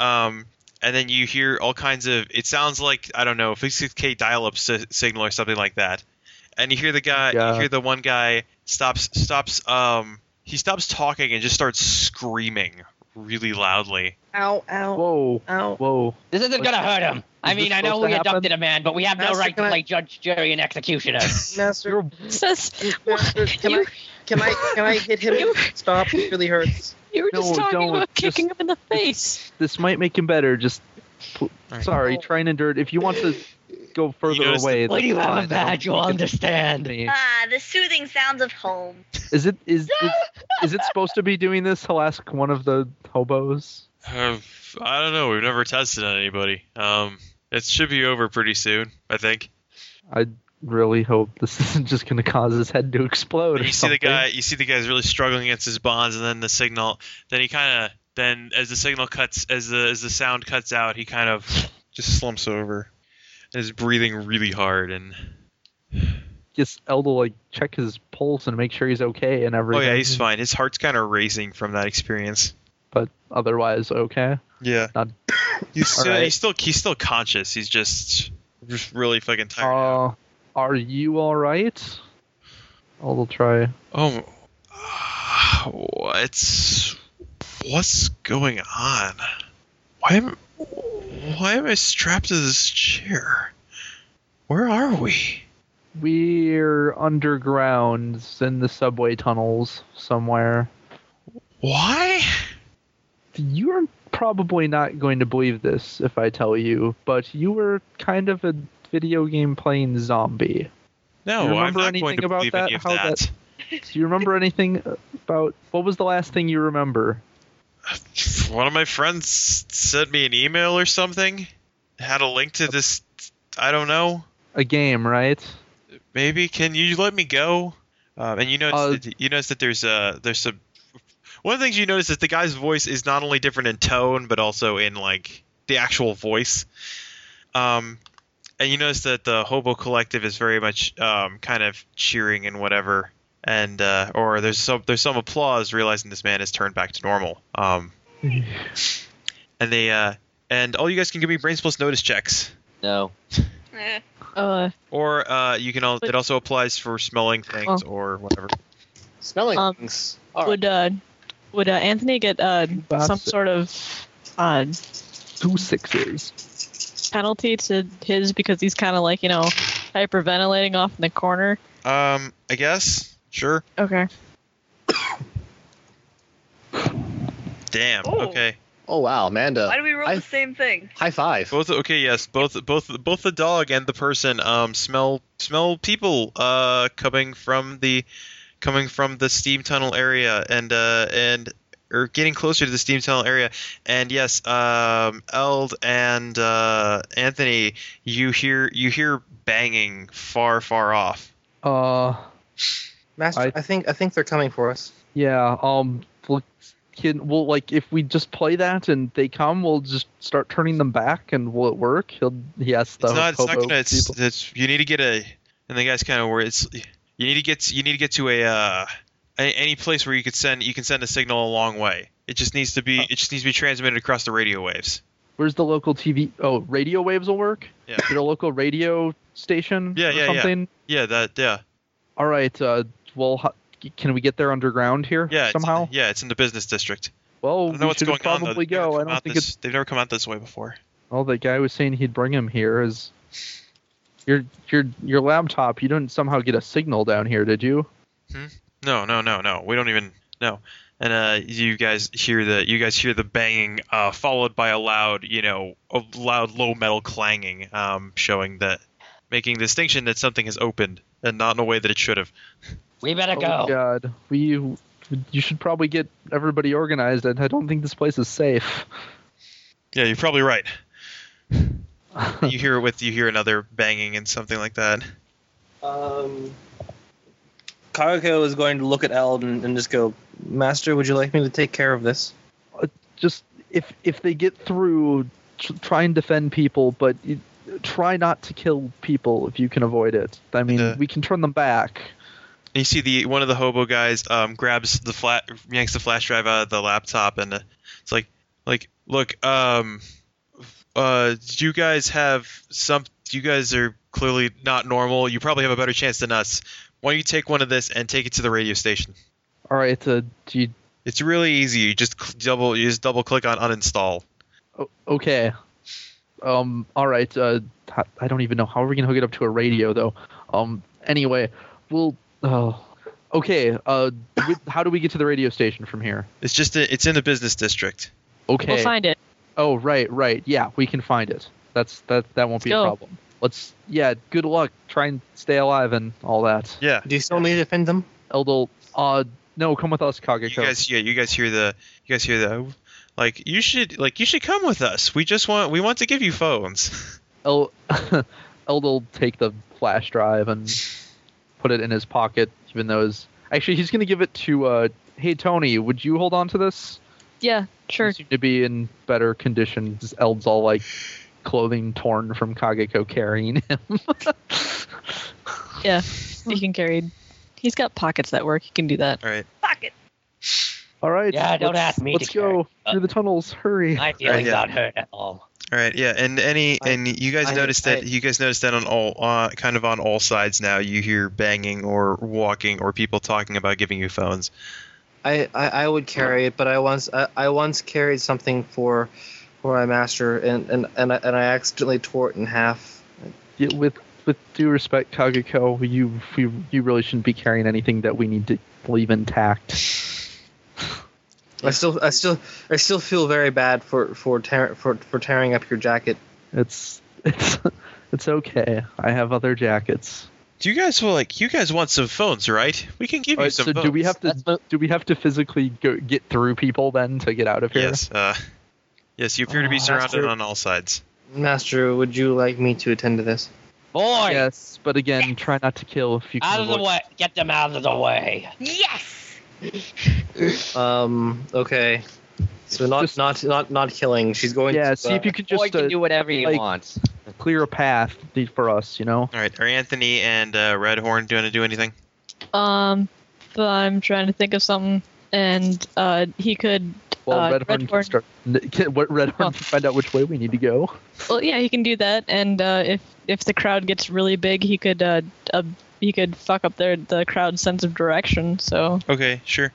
um, and then you hear all kinds of. It sounds like I don't know, 56k dial-up si- signal or something like that, and you hear the guy. Yeah. You hear the one guy stops stops. Um, he stops talking and just starts screaming really loudly. Ow, ow, Whoa, ow. whoa. This isn't gonna hurt him. I Is mean, this I know supposed we to happen? adopted a man, but we have no Master, right can to I- play judge, jury, and [laughs] executioner. Master, Says Master, can I, You- can I, can I hit him? Stop! It really hurts. you were just No, talking don't. about Just- kicking him in the face. This might make him better. Just pl- Alright. sorry, try and endure it. If you want to go further notice away, When you that's have a fine. I don't badge, you'll think it's- understand. Ah, the soothing sounds of home. Is it is is, is it supposed to be doing this? He'll ask one of the hobos. Uh, I don't know. We've never tested on anybody. Um, it should be over pretty soon, I think. I really hope this [laughs] isn't just going to cause his head to explode. And or you see the something. guy. You see the guy's really struggling against his bonds, and then the signal. Then he kind of. Then as the signal cuts, as the as the sound cuts out, he kind of just slumps over, and is breathing really hard. And Just Elda like check his pulse and make sure he's okay and oh everything. yeah, he's fine. His heart's kind of racing from that experience. But otherwise, okay. Yeah. Not- He's still, Alright. he's still he's still conscious. He's just just really fucking tired. now. Uh, are you all right? I'll try. [sighs] Oh, what's what's going on? Why am why am I strapped to this chair? Where are we? We're underground in the subway tunnels somewhere. Why? You're probably not going to believe this if I tell you, but you were kind of a video game playing zombie. No, You I'm remember not anything going to about believe that? any of How that. Do you remember anything about what was the last thing you remember? [laughs] One of my friends sent me an email or something. Had a link to this. I don't know. A game, right? Maybe can you let me go? Um, and you notice Uh, that, you notice that there's uh there's some one of the things you notice is the guy's voice is not only different in tone but also in like the actual voice. Um, and you notice that the hobo collective is very much um, kind of cheering and whatever, and uh, or there's some there's some applause realizing this man has turned back to normal. Um, and they uh, and all you guys can give me brains plus notice checks. No. Eh. Uh, Or uh, you can all. But- It also applies for smelling things or whatever. Smelling Um, things. would uh, would uh, Anthony get uh, That's some it. sort of uh, Two sixes. penalty to his because he's kind of like you know hyperventilating off in the corner? Um, I guess. Sure. Okay. Damn. Oh. Okay. Oh wow, Amanda. Uh, Why do we roll I- the same thing? High five. Both. Okay. Yes. Both. Both. Both the dog and the person. Um. Smell. Smell people. Uh. Coming from the. Coming from the steam tunnel area and uh and or getting closer to the steam tunnel area and yes um eld and uh anthony you hear you hear banging far far off Uh, Master, I- I, think I think they're coming for us. yeah. Um, we'll, can, we'll like if we just play that and they come, we'll just start turning them back, and will it work? He'll yes. The it's not, it's not hobo gonna it's, people. it's you need to get a and the guy's kind of worried it's you need to get you need to get to a uh a- any place where you could send you can send a signal a long way it just needs to Uh. be it just needs to be transmitted across the radio waves Where's the local TV? Oh, radio waves will work. Yeah. Is there a local radio station. Yeah, or yeah, yeah. something? yeah that yeah All right. Uh, well, ho- can we get there underground here yeah it's- somehow? yeah it's in the business district i Well, don't know we what's should going on though. probably They've never go. I come don't out think this, it's they've never come out this way before Well, the guy was saying he'd bring him here is your your your laptop. You didn't somehow get a signal down here, did you? no no no no we don't even no and uh, you guys hear the you guys hear the banging, uh, followed by a loud, you know, a loud low metal clanging, um, showing that, making the distinction that something has opened and not in a way that it should have. We better Oh go. God, we you should probably get everybody organized. And I don't think this place is safe. Yeah, you're probably right. you hear it with you hear another banging and something like that. Um, Karuko is going to look at Eld and, and just go, Master, would you like me to take care of this? Just if if they get through, tr- try and defend people, but you, try not to kill people if you can avoid it. I mean, uh, we can turn them back. And you see the one of the hobo guys um, grabs the flat, yanks the flash drive out of the laptop, and uh, it's like, like, look, um, uh, you guys have some, you guys are clearly not normal. You probably have a better chance than us. Why don't you take one of this and take it to the radio station? All right, uh, do you, It's really easy. You just cl- double you just double click on uninstall. O- okay. Um. All right. Uh, h- I don't even know how we're gonna hook it up to a radio though. Um. Anyway, we'll. Oh. Okay. Uh. with- how do we get to the radio station from here? It's just a, it's in the business district. Okay. We'll find it. Oh right, right. Yeah, we can find it. That's that. That won't be go. a problem. Let's. Yeah. Good luck. Try and stay alive and all that. Yeah. Do you still need to defend them? Eldol. Uh. No, come with us, Kageko. You guys yeah, you guys hear the you guys hear the like you should like you should come with us. We just want we want to give you phones. [laughs] El- [laughs] Eld'll take the flash drive and put it in his pocket, even though his actually he's gonna give it to. Uh, hey Tony, would you hold on to this? Yeah, sure. You seem to be in better condition. Just Eld's all like clothing torn from Kageko carrying him. Yeah, he can carry. He's got pockets that work. He can do that. All right. Fuck it. all right. Yeah, don't let's- ask me to Let's go carry. through the tunnels. Hurry. My feelings yeah. aren't hurt at all. All right. Yeah. And any I- and you guys I- noticed that I- you guys noticed that on all uh, kind of on all sides now you hear banging or walking or people talking about giving you phones. I, I, I would carry it, but I once I, I once carried something for for my master, and and and I, and I accidentally tore it in half. Yeah, with with due respect, Kageko, you you you really shouldn't be carrying anything that we need to leave intact. I still I still I still feel very bad for for tear, for for tearing up your jacket. It's it's [laughs] it's okay. I have other jackets. Do you guys well, like you guys want some phones, right? We can give All you right, some so phones. do we have to That's what- do we have to physically go, get through people then to get out of here? Yes. Uh, yes, you appear to be Oh, that's surrounded true. on all sides. Master, would you like me to attend to this? Boy, Yes, but again, try not to kill if you can. out of the avoid- way! Get them out of the way! Yes. Um. Okay. So not Just- not not not killing. She's going. Yeah, to, see if uh, you could just Boy can uh, do whatever he like- wants. clear a path for us. You know. All right. Are Anthony and uh, Redhorn going to do anything? Um, but I'm trying to think of something, and uh, he could. Well, uh, Red Horn can Redhorn- Oh. start. Can, what Red Horn Well- can find out which way we need to go. Well, yeah, he can do that, and uh, if if the crowd gets really big, he could uh, uh he could fuck up their the crowd's sense of direction. So Okay, sure.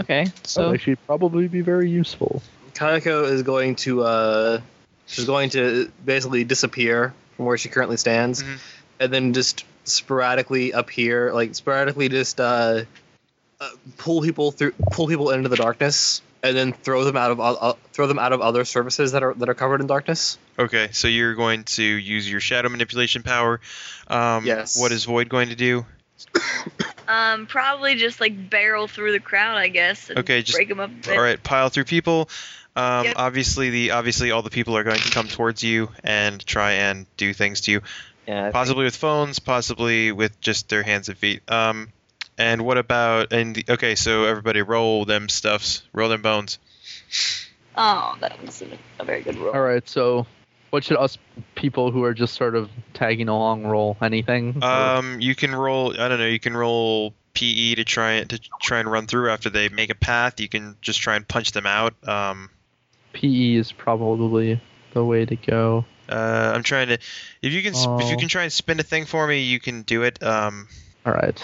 okay, That so would actually probably be very useful. Kaneko is going to uh, she's going to basically disappear from where she currently stands, Mhm. and then just sporadically appear, like sporadically just uh, uh, pull people through, pull people into the darkness, and then throw them out of o- o- throw them out of other surfaces that are that are covered in darkness. Okay, so you're going to use your shadow manipulation power. Um, Yes. What is Void going to do? Um, probably just like barrel through the crowd, I guess. And Okay, just- break them up. a bit. All right, pile through people. Um, Yep. Obviously, the obviously all the people are going to come towards you and try and do things to you, Yeah, possibly with phones, possibly with just their hands and feet. Um, and what about and the, okay, so everybody roll them stuffs, roll them bones. Oh, that was a, a very good roll. All right, so what should us people who are just sort of tagging along roll? Anything? Um, you can roll. I don't know. You can roll PE to try and to try and run through after they make a path. You can just try and punch them out. Um, PE E is probably the way to go. uh, I'm trying to. If you can, sp if you Oh. can try and spin a thing for me, you can do it. Um, All right.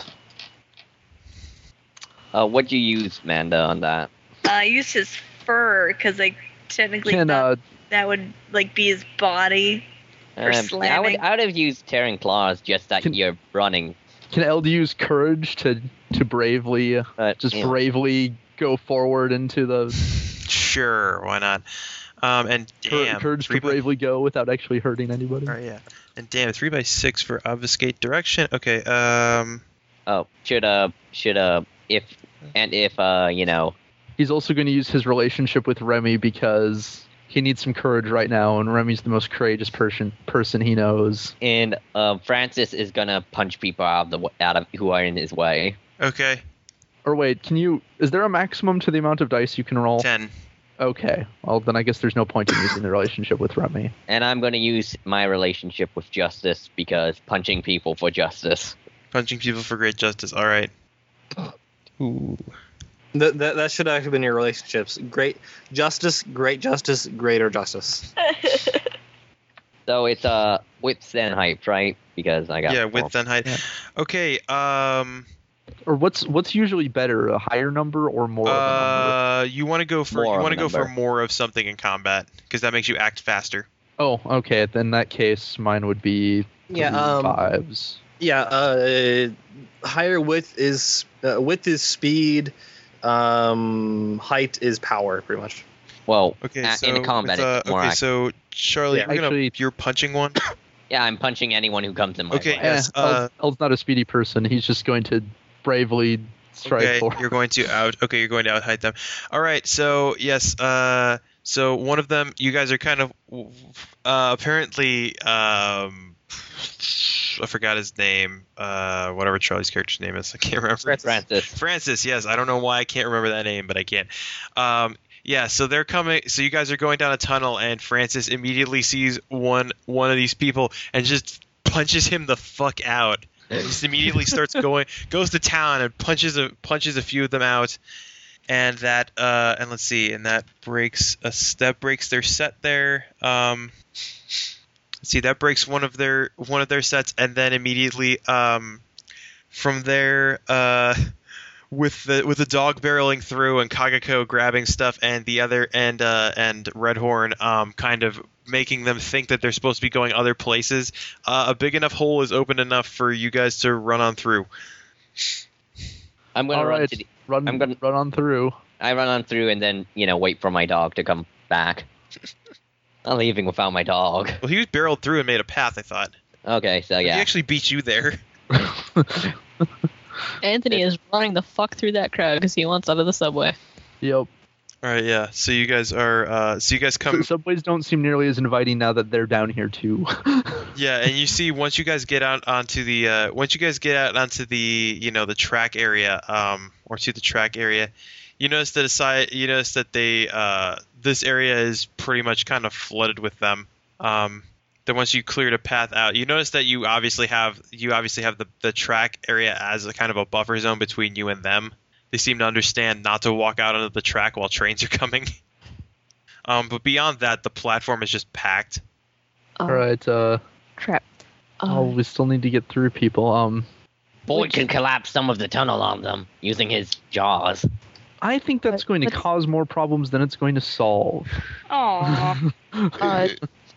Uh, what'd you use, Manda, on that? Uh, use his fur because like technically Can that, uh, that would like be his body. Or Um, I would, slamming. I would have used tearing claws just that Can- you're running. uh, can LD use courage to to bravely uh, But just you know, bravely go forward into the sure, why not? Um, and cour- damn, courage three to by- [laughs] bravely go without actually hurting anybody? all right, yeah. And damn, three by six for obfuscate direction. Okay. Um, oh, should uh, should uh, if and if uh, you know, He's also going to use his relationship with Remy because he needs some courage right now, and Remy's the most courageous person person he knows. and uh, Francis is gonna punch people out of the w- out of who are in his way. okay. Or wait, can you? Is there a maximum to the amount of dice you can roll? Ten. Okay. Well, then I guess there's no point in using the relationship with Remy. And I'm gonna use my relationship with justice because punching people for justice. Punching people for great justice. All right. That that, that should actually been your relationships. Great justice, great justice, greater justice. So it's uh, with Zen hype, right? Because I got yeah, width and height. Yeah. Okay. Um. or what's what's usually better, a higher number or more? of a number? Uh, you want to go for More you of want a to go for number. more of something in combat because that makes you act faster. Oh, okay. Then in that case, mine would be Yeah, three um, fives. Yeah, uh, higher width is uh, width is speed, um, height is power, pretty much. Well, Okay, uh, so in combat, with, uh, it's more okay, ac- so Charlie, Yeah, you're gonna actually- you're punching one. yeah, I'm punching anyone who comes in my Okay, way. yes, Eh, El's- uh, El's not a speedy person. He's just going to bravely strive okay, for. you're going to out. Okay, you're going to out height them. All right. So yes. Uh, so one of them, you guys are kind of uh, apparently. Um, I forgot his name. Uh, whatever Charlie's character's name is, I can't remember. Francis. Francis, yes. I don't know why I can't remember that name, but I can. Um, yeah, so they're coming. So you guys are going down a tunnel, and Francis immediately sees one one of these people and just punches him the fuck out. Just immediately starts going, goes to town and punches a punches a few of them out, and that uh, and let's see, and that breaks a that breaks their set there. Um, let's see, that breaks one of their one of their sets, and then immediately um, from there. Uh, with the with the dog barreling through and Kagako grabbing stuff and the other and uh, and Redhorn um, kind of making them think that they're supposed to be going other places. Uh, a big enough hole is open enough for you guys to run on through. I'm [laughs] gonna All run right. to the, Run, I'm gonna- run on through. I run on through and then you know wait for my dog to come [laughs] back. I'm leaving without my dog. Well, he was barreled through and made a path. I thought Okay, so he yeah, actually beat you there. Anthony is running the fuck through that crowd because he wants out of the subway. Yep. All right, yeah. So you guys are uh, so you guys come Subways don't seem nearly as inviting now that they're down here too. [laughs] Yeah, and you see once you guys get out onto the uh, once you guys get out onto the you know the track area um, or to the track area, you notice that aside you notice that they uh, this area is pretty much kind of flooded with them. Um, then once you cleared a path out, you notice that you obviously have you obviously have the, the track area as a kind of a buffer zone between you and them. They seem to understand not to walk out onto the track while trains are coming. [laughs] um, but beyond that, the platform is just packed. Oh, All right. Uh, Crap. oh, Oh, we still need to get through, people. Um, Boyd can collapse some of the tunnel on them using his jaws. I think that's But- going to but- cause more problems than it's going to solve. Aw. uh,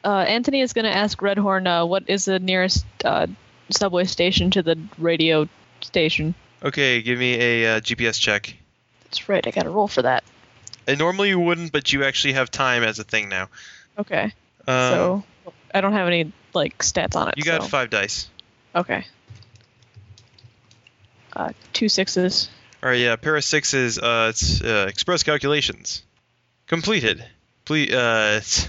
uh, Anthony is going to ask Redhorn uh, what is the nearest uh, subway station to the radio station. Okay, give me a uh, GPS check. That's right, I got to roll for that. And normally you wouldn't, but you actually have time as a thing now. Okay, Um, so I don't have any like stats on it. you got so- five dice. Okay. Uh, two sixes. All right, yeah. Pair of sixes. Uh, it's uh, express calculations completed. Please. Uh, [laughs] it's-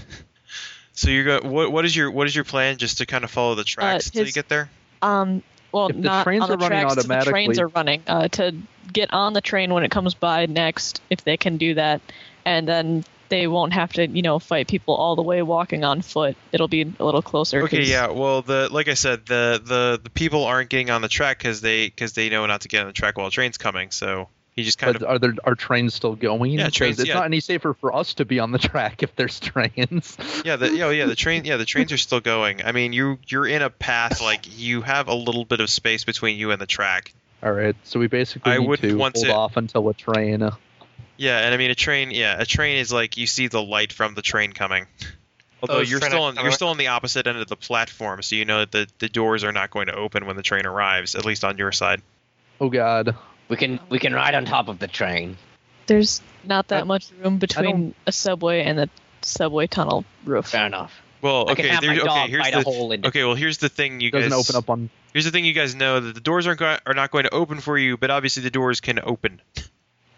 so you're going. What, what is your What is your plan? Just to kind of follow the tracks until you Uh, his- get there. Um, well, If the not trains on the are running tracks. to The trains automatically- are running. Uh, to get on the train when it comes by next, if they can do that, and then they won't have to, you know, fight people all the way walking on foot. It'll be a little closer. Okay, 'cause- yeah. Well, the like I said, the the, the people aren't getting on the track because they because they know not to get on the track while a train's coming. So he just kind But of. are there are trains still going? Yeah, 'Cause trains, It's yeah. not any safer for us to be on the [laughs] track if there's trains. Yeah, the, oh, yeah, yeah. The train, yeah, the trains are still going. I mean, you you're in a path like you have a little bit of space between you and the track. [laughs] All right, so we basically I need would to want hold to- off until a train. uh, Yeah, and I mean a train. Yeah, a train is like you see the light from the train coming. Although Oh, it's you're trying to still on, come you're around. still on the opposite end of the platform, so you know that the, the doors are not going to open when the train arrives, at least on your side. Oh God, We can we can ride on top of the train. There's not that I- much room between a subway and the subway tunnel roof. Fair enough. Well, I can okay, have there, my dog okay, here's bite a the hole in. okay. Well, here's the thing, you it doesn't guys. open up on. Here's the thing, you guys know that the doors aren't go- are not going to open for you, but obviously the doors can open.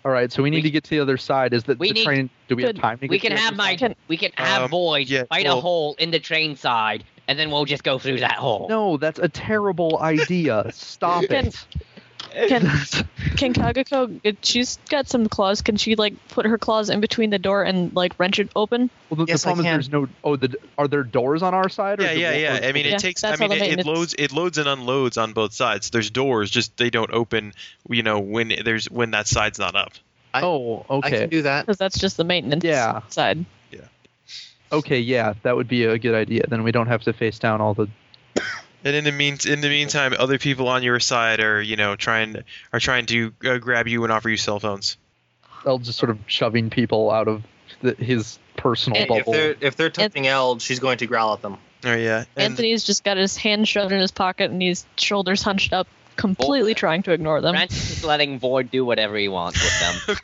All right, so we need We- to get to the other side. Is that we the need- train? Do we have Good. time to get? We can to the have other my side? Can- we can have Um, Boyd yeah, bite well- a hole in the train side, and then we'll just go through that hole. No, that's a terrible idea. Stop Can- it. [laughs] Can can Kagako? She's got some claws. Can she like put her claws in between the door and like wrench it open? Well, the, Yes, the I problem can. is there's no. Oh, the are there doors on our side? Or Yeah, do- yeah, or- yeah. I mean, it Yeah, takes. I that's mean, all the it, it maintenance. loads. It loads and unloads on both sides. There's doors, just they don't open. You know, when there's when that side's not up. oh, I can okay, do that. Because that's just the maintenance Yeah. side. okay, yeah, that would be a good idea. Then we don't have to face down all the And in the mean in the meantime, other people on your side are you know trying are trying to uh, grab you and offer you cell phones. El just sort of shoving people out of the, his personal And- bubble. If they're if they're touching Eld, she's going to growl at them. Oh yeah, and Anthony's just got his hand shoved in his pocket and his shoulders hunched up, Oh. completely trying to ignore them. Brent is letting Vord do whatever he wants with them. [laughs]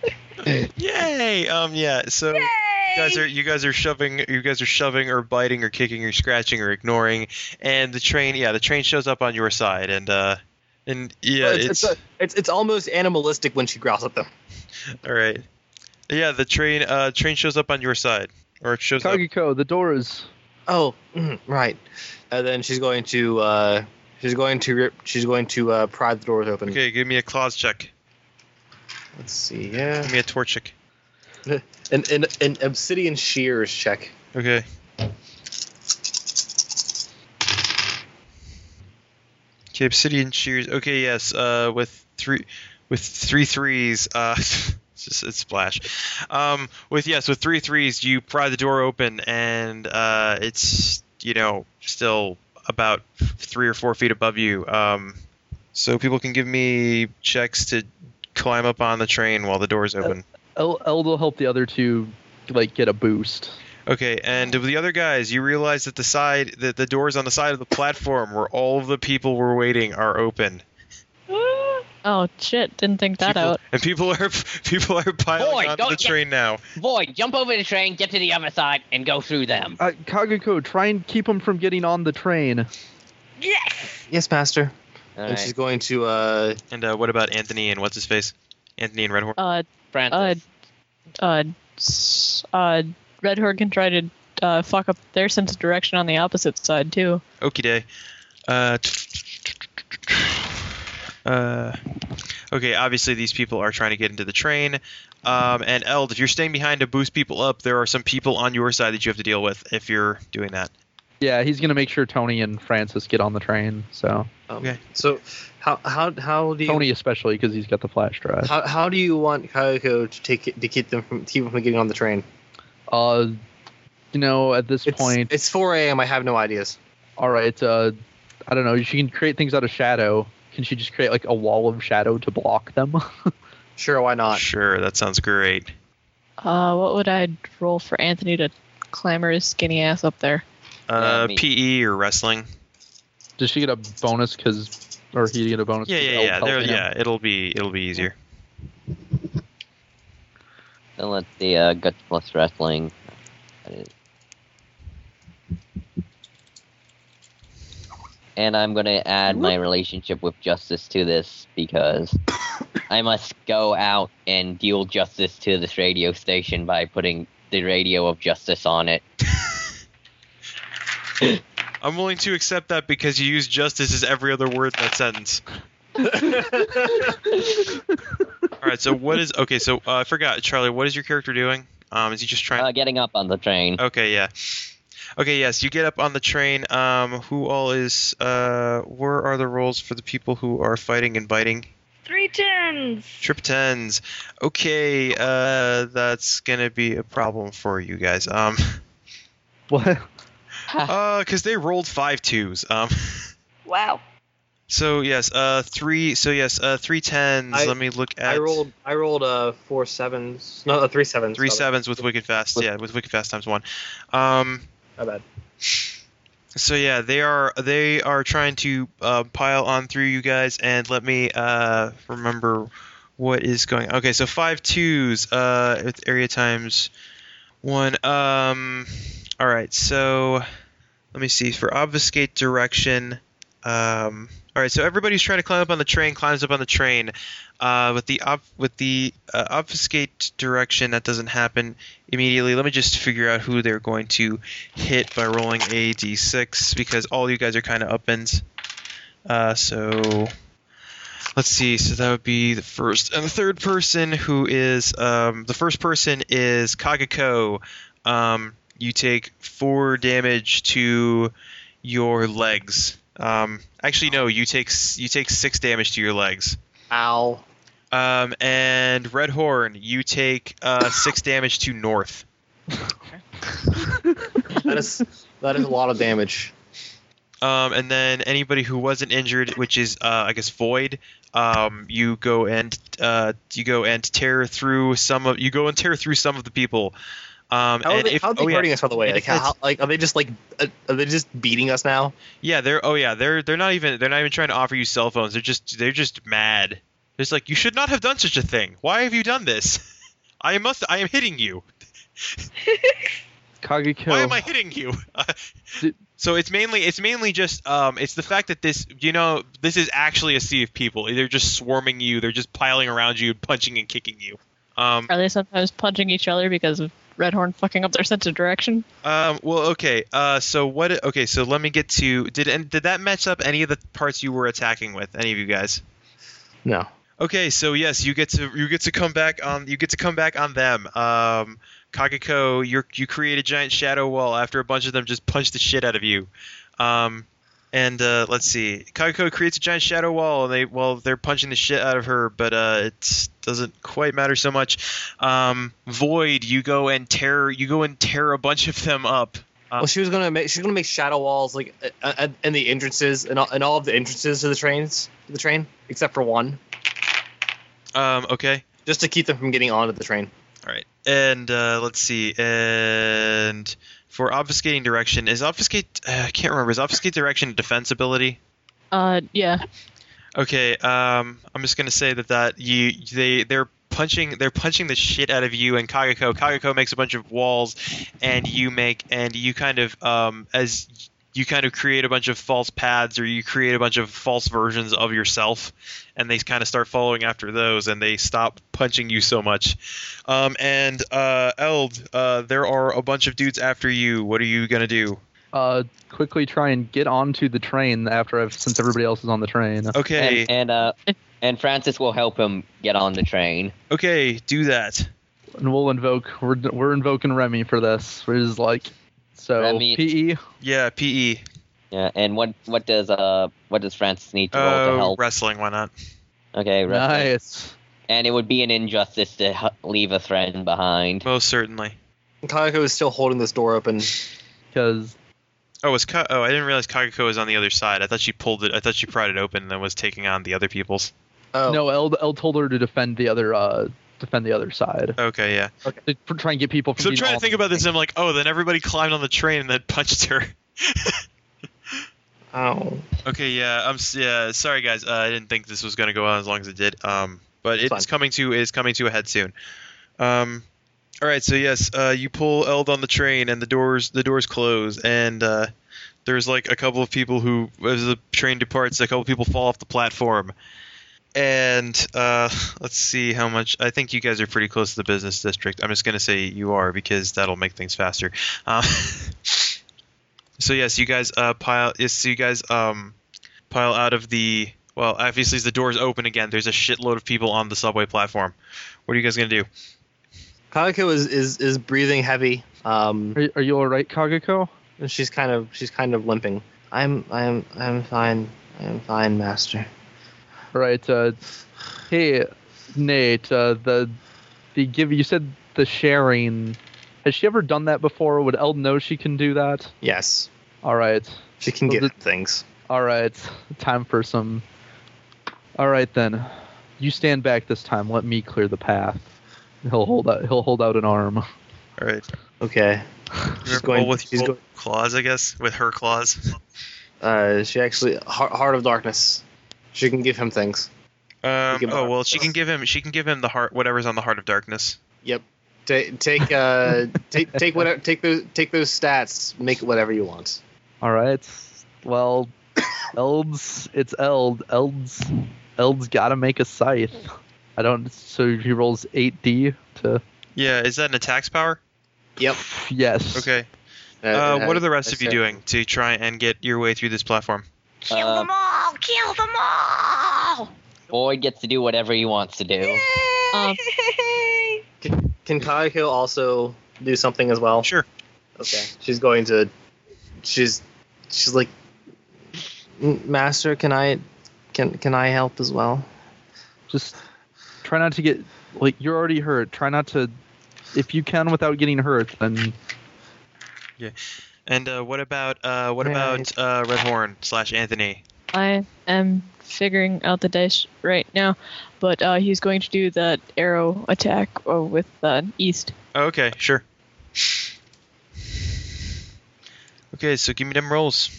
[laughs] okay. Yay! Um, yeah. So you guys are you guys are shoving you guys are shoving or biting or kicking or scratching or ignoring, and the train yeah the train shows up on your side and uh and yeah it's, it's, it's, uh, it's it's almost animalistic when she growls at them. all right yeah the train uh train shows up on your side or it shows up Kagiko, the door is. Oh, mm, right. And then she's going to uh, she's going to rip, she's going to uh, pry the doors open. okay give me a claws check Let's see. Yeah. give me a torch check An, an, an obsidian shears check. okay okay obsidian shears okay yes uh with three with three threes uh [laughs] it's just it's splash um with yes with three threes you pry the door open and uh it's you know still about three or four feet above you um so people can give me checks to climb up on the train while the door's open El, El will help the other two like get a boost. Okay, and of the other guys, you realize that the side that the doors on the side of the platform where all of the people were waiting are open. Oh shit! Didn't think that people, out. And people are [laughs] people are piling Boy, onto don't the get- train now. Void, jump over the train, get to the other side, and go through them. Uh, Kagiko, try and keep him from getting on the train. Yes. Yes, master. All and she's right, going to uh, And uh, what about Anthony and what's his face? Anthony and Redhorn. Uh, uh, Francis. uh, s- uh, Red Horde can try to uh, fuck up their sense of direction on the opposite side too. Okie day. Uh, uh, okay, obviously these people are trying to get into the train. Um, and Eld, if you're staying behind to boost people up, there are some people on your side that you have to deal with if you're doing that. Yeah, he's gonna make sure Tony and Francis get on the train. So um, Okay. So how how how do you Tony especially because he's got the flash drive. how, how do you want Kayako to take it- to keep them from keep them from getting on the train? Uh, you know, at this It's, point, it's 4 a.m. I have no ideas. all right. Uh, I don't know. She can create things out of shadow. Can she just create like a wall of shadow to block them? [laughs] Sure, why not? Sure, that sounds great. Uh, what would I roll for Anthony to clamber his skinny ass up there? Uh, Yeah, me- PE or wrestling? Does she get a bonus? Cause or he get a bonus? Yeah, 'cause yeah, El's yeah. There, helping him? yeah. It'll be it'll be easier. Then let's see, uh, Guts Plus Wrestling. And I'm going to add my relationship with Justice to this because I must go out and deal justice to this radio station by putting the radio of justice on it. I'm willing to accept that because you use justice as every other word in that sentence. All right. So what is okay? So uh, I forgot, Charlie. What is your character doing? Um, is he just trying? Uh, getting up on the train. Okay, yeah. Okay, yes. You get up on the train. Um, who all is? Uh, where are the roles for the people who are fighting and biting? Three tens. Trip tens. Okay, uh, that's gonna be a problem for you guys. Um. What? [laughs] Uh, because they rolled five twos. Um, [laughs] Wow. so yes, uh, three. So yes, uh, three tens. I- Let me look at. I rolled I rolled uh four sevens, no uh, three sevens. three rather. sevens with Wicked Fast. Yeah, with Wicked Fast times one. Um, My bad. so yeah, they are they are trying to uh, pile on through you guys, and let me uh remember what is going. Okay, so five twos. Uh, with area times one. Um, all right. So let me see for obfuscate direction. Um. All right, so everybody's trying to climb up on the train. Climbs up on the train, uh, with the ob- with the uh, obfuscate direction. That doesn't happen immediately. Let me just figure out who they're going to hit by rolling a d6 because all you guys are kind of upends. Uh, so let's see. So that would be the first and the third person who is um, the first person is Kagako. Um, you take four damage to your legs. Um, actually, no. You take s- you take six damage to your legs. Ow. Um, and Red Horn, you take uh, six damage to North. [laughs] That is that is a lot of damage. Um, and then anybody who wasn't injured, which is uh, I guess void, um, you go and uh, you go and tear through some of you go and tear through some of the people. Um, How are and they, if- how are they oh, yeah. hurting us? By the way, And like, if how, like are they just like uh, are they just beating us now? Yeah, they're oh yeah, they're they're not even they're not even trying to offer you cell phones. They're just they're just mad. They're just like you should not have done such a thing. Why have you done this? [laughs] I must I am hitting you. Kageko. Why am I hitting you? [laughs] Did- so it's mainly it's mainly just um it's the fact that this you know this is actually a sea of people. They're just swarming you. They're just piling around you, punching and kicking you. Um, Are they sometimes punching each other because of Redhorn fucking up their sense of direction? um well okay uh so what okay so let me get to did and did that match up any of the parts you were attacking with any of you guys? No. Okay, so yes, you get to you get to come back on you get to come back on them. Um, Kagako, you you create a giant shadow wall after a bunch of them just punch the shit out of you. Um, and uh, let's see, Kagako creates a giant shadow wall, and they well they're punching the shit out of her, but uh, it doesn't quite matter so much. Um, Void, you go and tear you go and tear a bunch of them up. Well, she was gonna make she was gonna make shadow walls like uh, uh, and the entrances and all, and all of the entrances to the trains to the train except for one, Um, okay. just to keep them from getting onto the train. All right, and uh, let's see. And for obfuscating direction, is obfuscate? Uh, I can't remember. Is obfuscate direction a defense ability? Uh, yeah. Okay. Um, I'm just gonna say that that you they they're punching they're punching the shit out of you and Kagako. Kagako makes a bunch of walls, and you make and you kind of um as you kind of create a bunch of false paths or you create a bunch of false versions of yourself and they kind of start following after those and they stop punching you so much um, and uh, eld uh, there are a bunch of dudes after you what are you going to do uh, quickly try and get onto the train after I've since everybody else is on the train. okay And, and uh, and Francis will help him get on the train. okay do that And we'll invoke. We're, we're invoking Remy for this. We're just like, so E? Remy- PE yeah E. pe Yeah. And what what does uh what does Francis need to roll to oh help? wrestling why not Okay. Right. nice. And it would be an injustice to h- leave a friend behind. most certainly Kayako is still holding this door open. Because oh was Ka- oh i didn't realize kagako was on the other side i thought she pulled it i thought she pried it open and then was taking on the other people's Oh, no, El El told her to defend the other uh defend the other side okay yeah to pr- try and get people. From so i'm being trying on to think the about this train. and i'm like oh then everybody climbed on the train and then [laughs] punched her Ow. Okay, yeah, I'm s- yeah. Sorry, guys, uh, I didn't think this was gonna go on as long as it did. Um, but it's fine. coming to is coming to a head soon. Um, all right, so yes, uh, you pull Eld on the train, and the doors the doors close, and uh, there's like a couple of people who, as the train departs, a couple of people fall off the platform. And uh, let's see how much. I think you guys are pretty close to the business district. I'm just gonna say you are because that'll make things faster. Uh, [laughs] so yes, you guys uh, pile. Yes, so you guys um, pile out of the. Well, obviously as the doors open again. There's a shitload of people on the subway platform. What are you guys gonna do? Kayako is, is is breathing heavy. Um, Are, are you all right, Kagako? and she's kind of she's kind of limping. I'm I'm I'm fine. I'm fine, master. All right. Uh, hey, Nate. Uh, the the give. You said the sharing. Has she ever done that before? Would El know she can do that? Yes, All right. she can So get the- things. All right. Time for some. All right then. You stand back this time. Let me clear the path. He'll hold out. He'll hold out an arm. All right, Okay. She's Roll going. with She's roll go, claws, I guess, with her claws. uh, she actually heart, heart of darkness. She can give him things. [laughs] Um, give him oh the well, heart she of can darkness. give him. She can give him the heart. Whatever's on the heart of darkness. Yep. Take [laughs] take uh take take whatever take those take those stats. Make it whatever you want. All right. Well, [coughs] Eld's. It's Eld. Eld's. Eld's got to make a scythe. I don't. So he rolls eight D to. Yeah, is that an attacks power? Yep. Yes. Okay. Uh, Uh, what are the I rest of you said- doing to try and get your way through this platform? Kill Uh, them all! Kill them all! Boyd gets to do whatever he wants to do. Um, Yay! Can Kayako also do something as well? Sure. Okay. She's going to. She's. She's like. "M- Master, can I, can can I help as well? Just try not to get. Like you're already hurt. Try not to. If you can without getting hurt, then And uh, what about uh, what Right. about uh, Red Horn slash Anthony? I am figuring out the dice right now, but uh, he's going to do that arrow attack uh, with uh, east. Oh, okay, sure. Okay, so give me them rolls.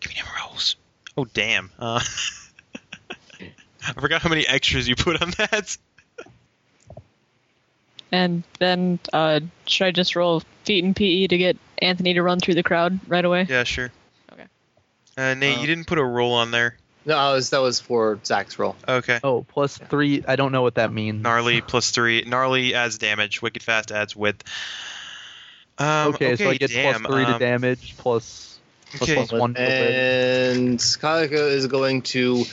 Give me them rolls. Oh damn! Uh, [laughs] I forgot how many extras you put on that. And then uh, should I just roll feet and PE to get Anthony to run through the crowd right away? Yeah, sure. Okay. Uh, Nate, you Um, didn't put a roll on there. No, I was, that was for Zach's roll. Okay. Oh, plus three. I don't know what that means. Gnarly plus three. Gnarly adds damage. Wicked fast adds width. Um, okay, so I get damn, plus three to um, damage, plus plus, okay. plus one. Okay. And Kayako is going to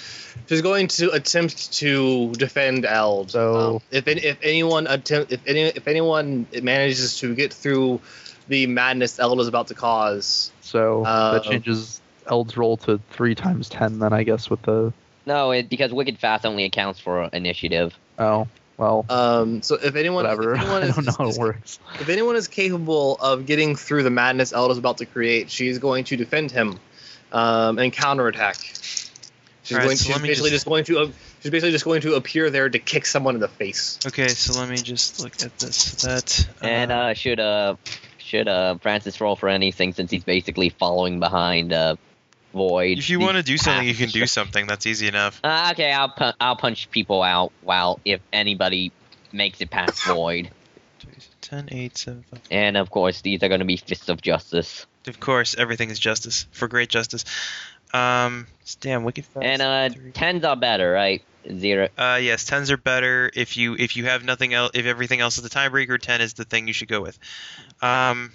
she's going to attempt to defend Eld. So- Um, if any, if anyone attempt if any if anyone manages to get through the madness Eld is about to cause, So Uh, that changes Eld's roll to three times ten. Then I guess with the No, it, because Wicked Fast only accounts for initiative. oh well um, so if anyone whatever. if anyone [laughs] I is, don't know how is- it [laughs] works. if anyone is capable of getting through the madness Eld is about to create, she's going to defend him um, and counterattack. She's, Alright, going, so she's let me basically just- just going to uh, she's basically just going to appear there to kick someone in the face. Okay, so let me just look at this. That And uh, should uh, should uh, Francis roll for anything since he's basically following behind uh, Void? if you want to do Ah. something, you can do Sure. something. That's easy enough. Uh, okay, I'll pu- I'll punch people out while if anybody makes it past Void, 10, 8, 7, 5. and of course these are going to be fists of justice. Of course, everything is justice for great justice. Um, it's damn wicked fast. And uh, Three. tens are better, right? Zero. Uh, yes, tens are better if you if you have nothing else. If everything else is the tiebreaker, ten is the thing you should go with. Um,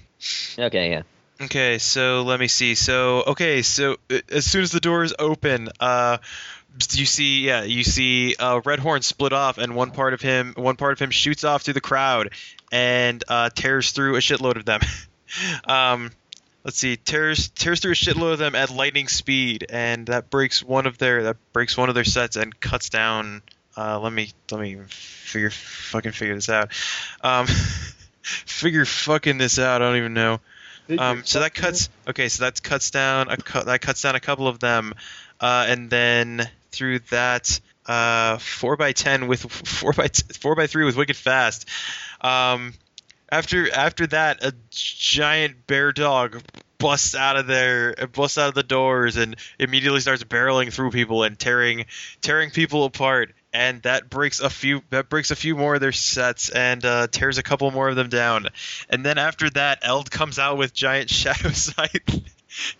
Okay, yeah. Okay, so let me see. So okay, so uh, as soon as the doors open, uh, you see, yeah, you see uh, Red Horn split off, and one part of him, one part of him shoots off through the crowd and uh, tears through a shitload of them. [laughs] um, let's see, tears tears through a shitload of them at lightning speed, and that breaks one of their that breaks one of their sets and cuts down. Uh, let me let me figure fucking figure this out. Um, [laughs] figure fucking this out. I don't even know. Um, so that cuts. Okay, so that cuts down a cu- that cuts down a couple of them, uh, and then through that uh, four by ten with [laughs] four by t- four by three with wicked fast. Um, after after that, a giant bear dog busts out of there, busts out of the doors, and immediately starts barreling through people and tearing tearing people apart. And that breaks a few that breaks a few more of their sets and uh, tears a couple more of them down. And then after that, Eld comes out with giant [laughs] shadow sight.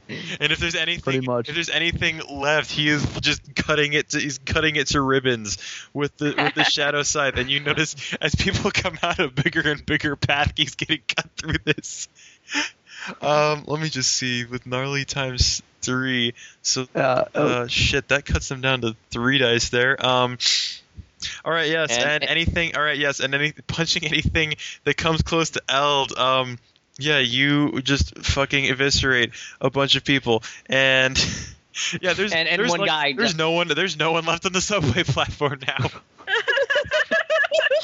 and if there's anything, Pretty much. if there's anything left, he is just cutting it. To, he's cutting it to ribbons with the with the shadow scythe. And you notice as people come out, a bigger and bigger path keeps getting cut through this. [laughs] Um, let me just see with gnarly times three. So Uh, oh, uh, shit, that cuts them down to three dice there. Um, all right, yes, and, And- anything. All right, yes, and any punching [laughs] anything that comes close to Eld. Um, yeah, you just fucking eviscerate a bunch of people, and [laughs] yeah, there's And- and there's one like- guy There's just- no one. There's no one left on the subway [laughs] platform now.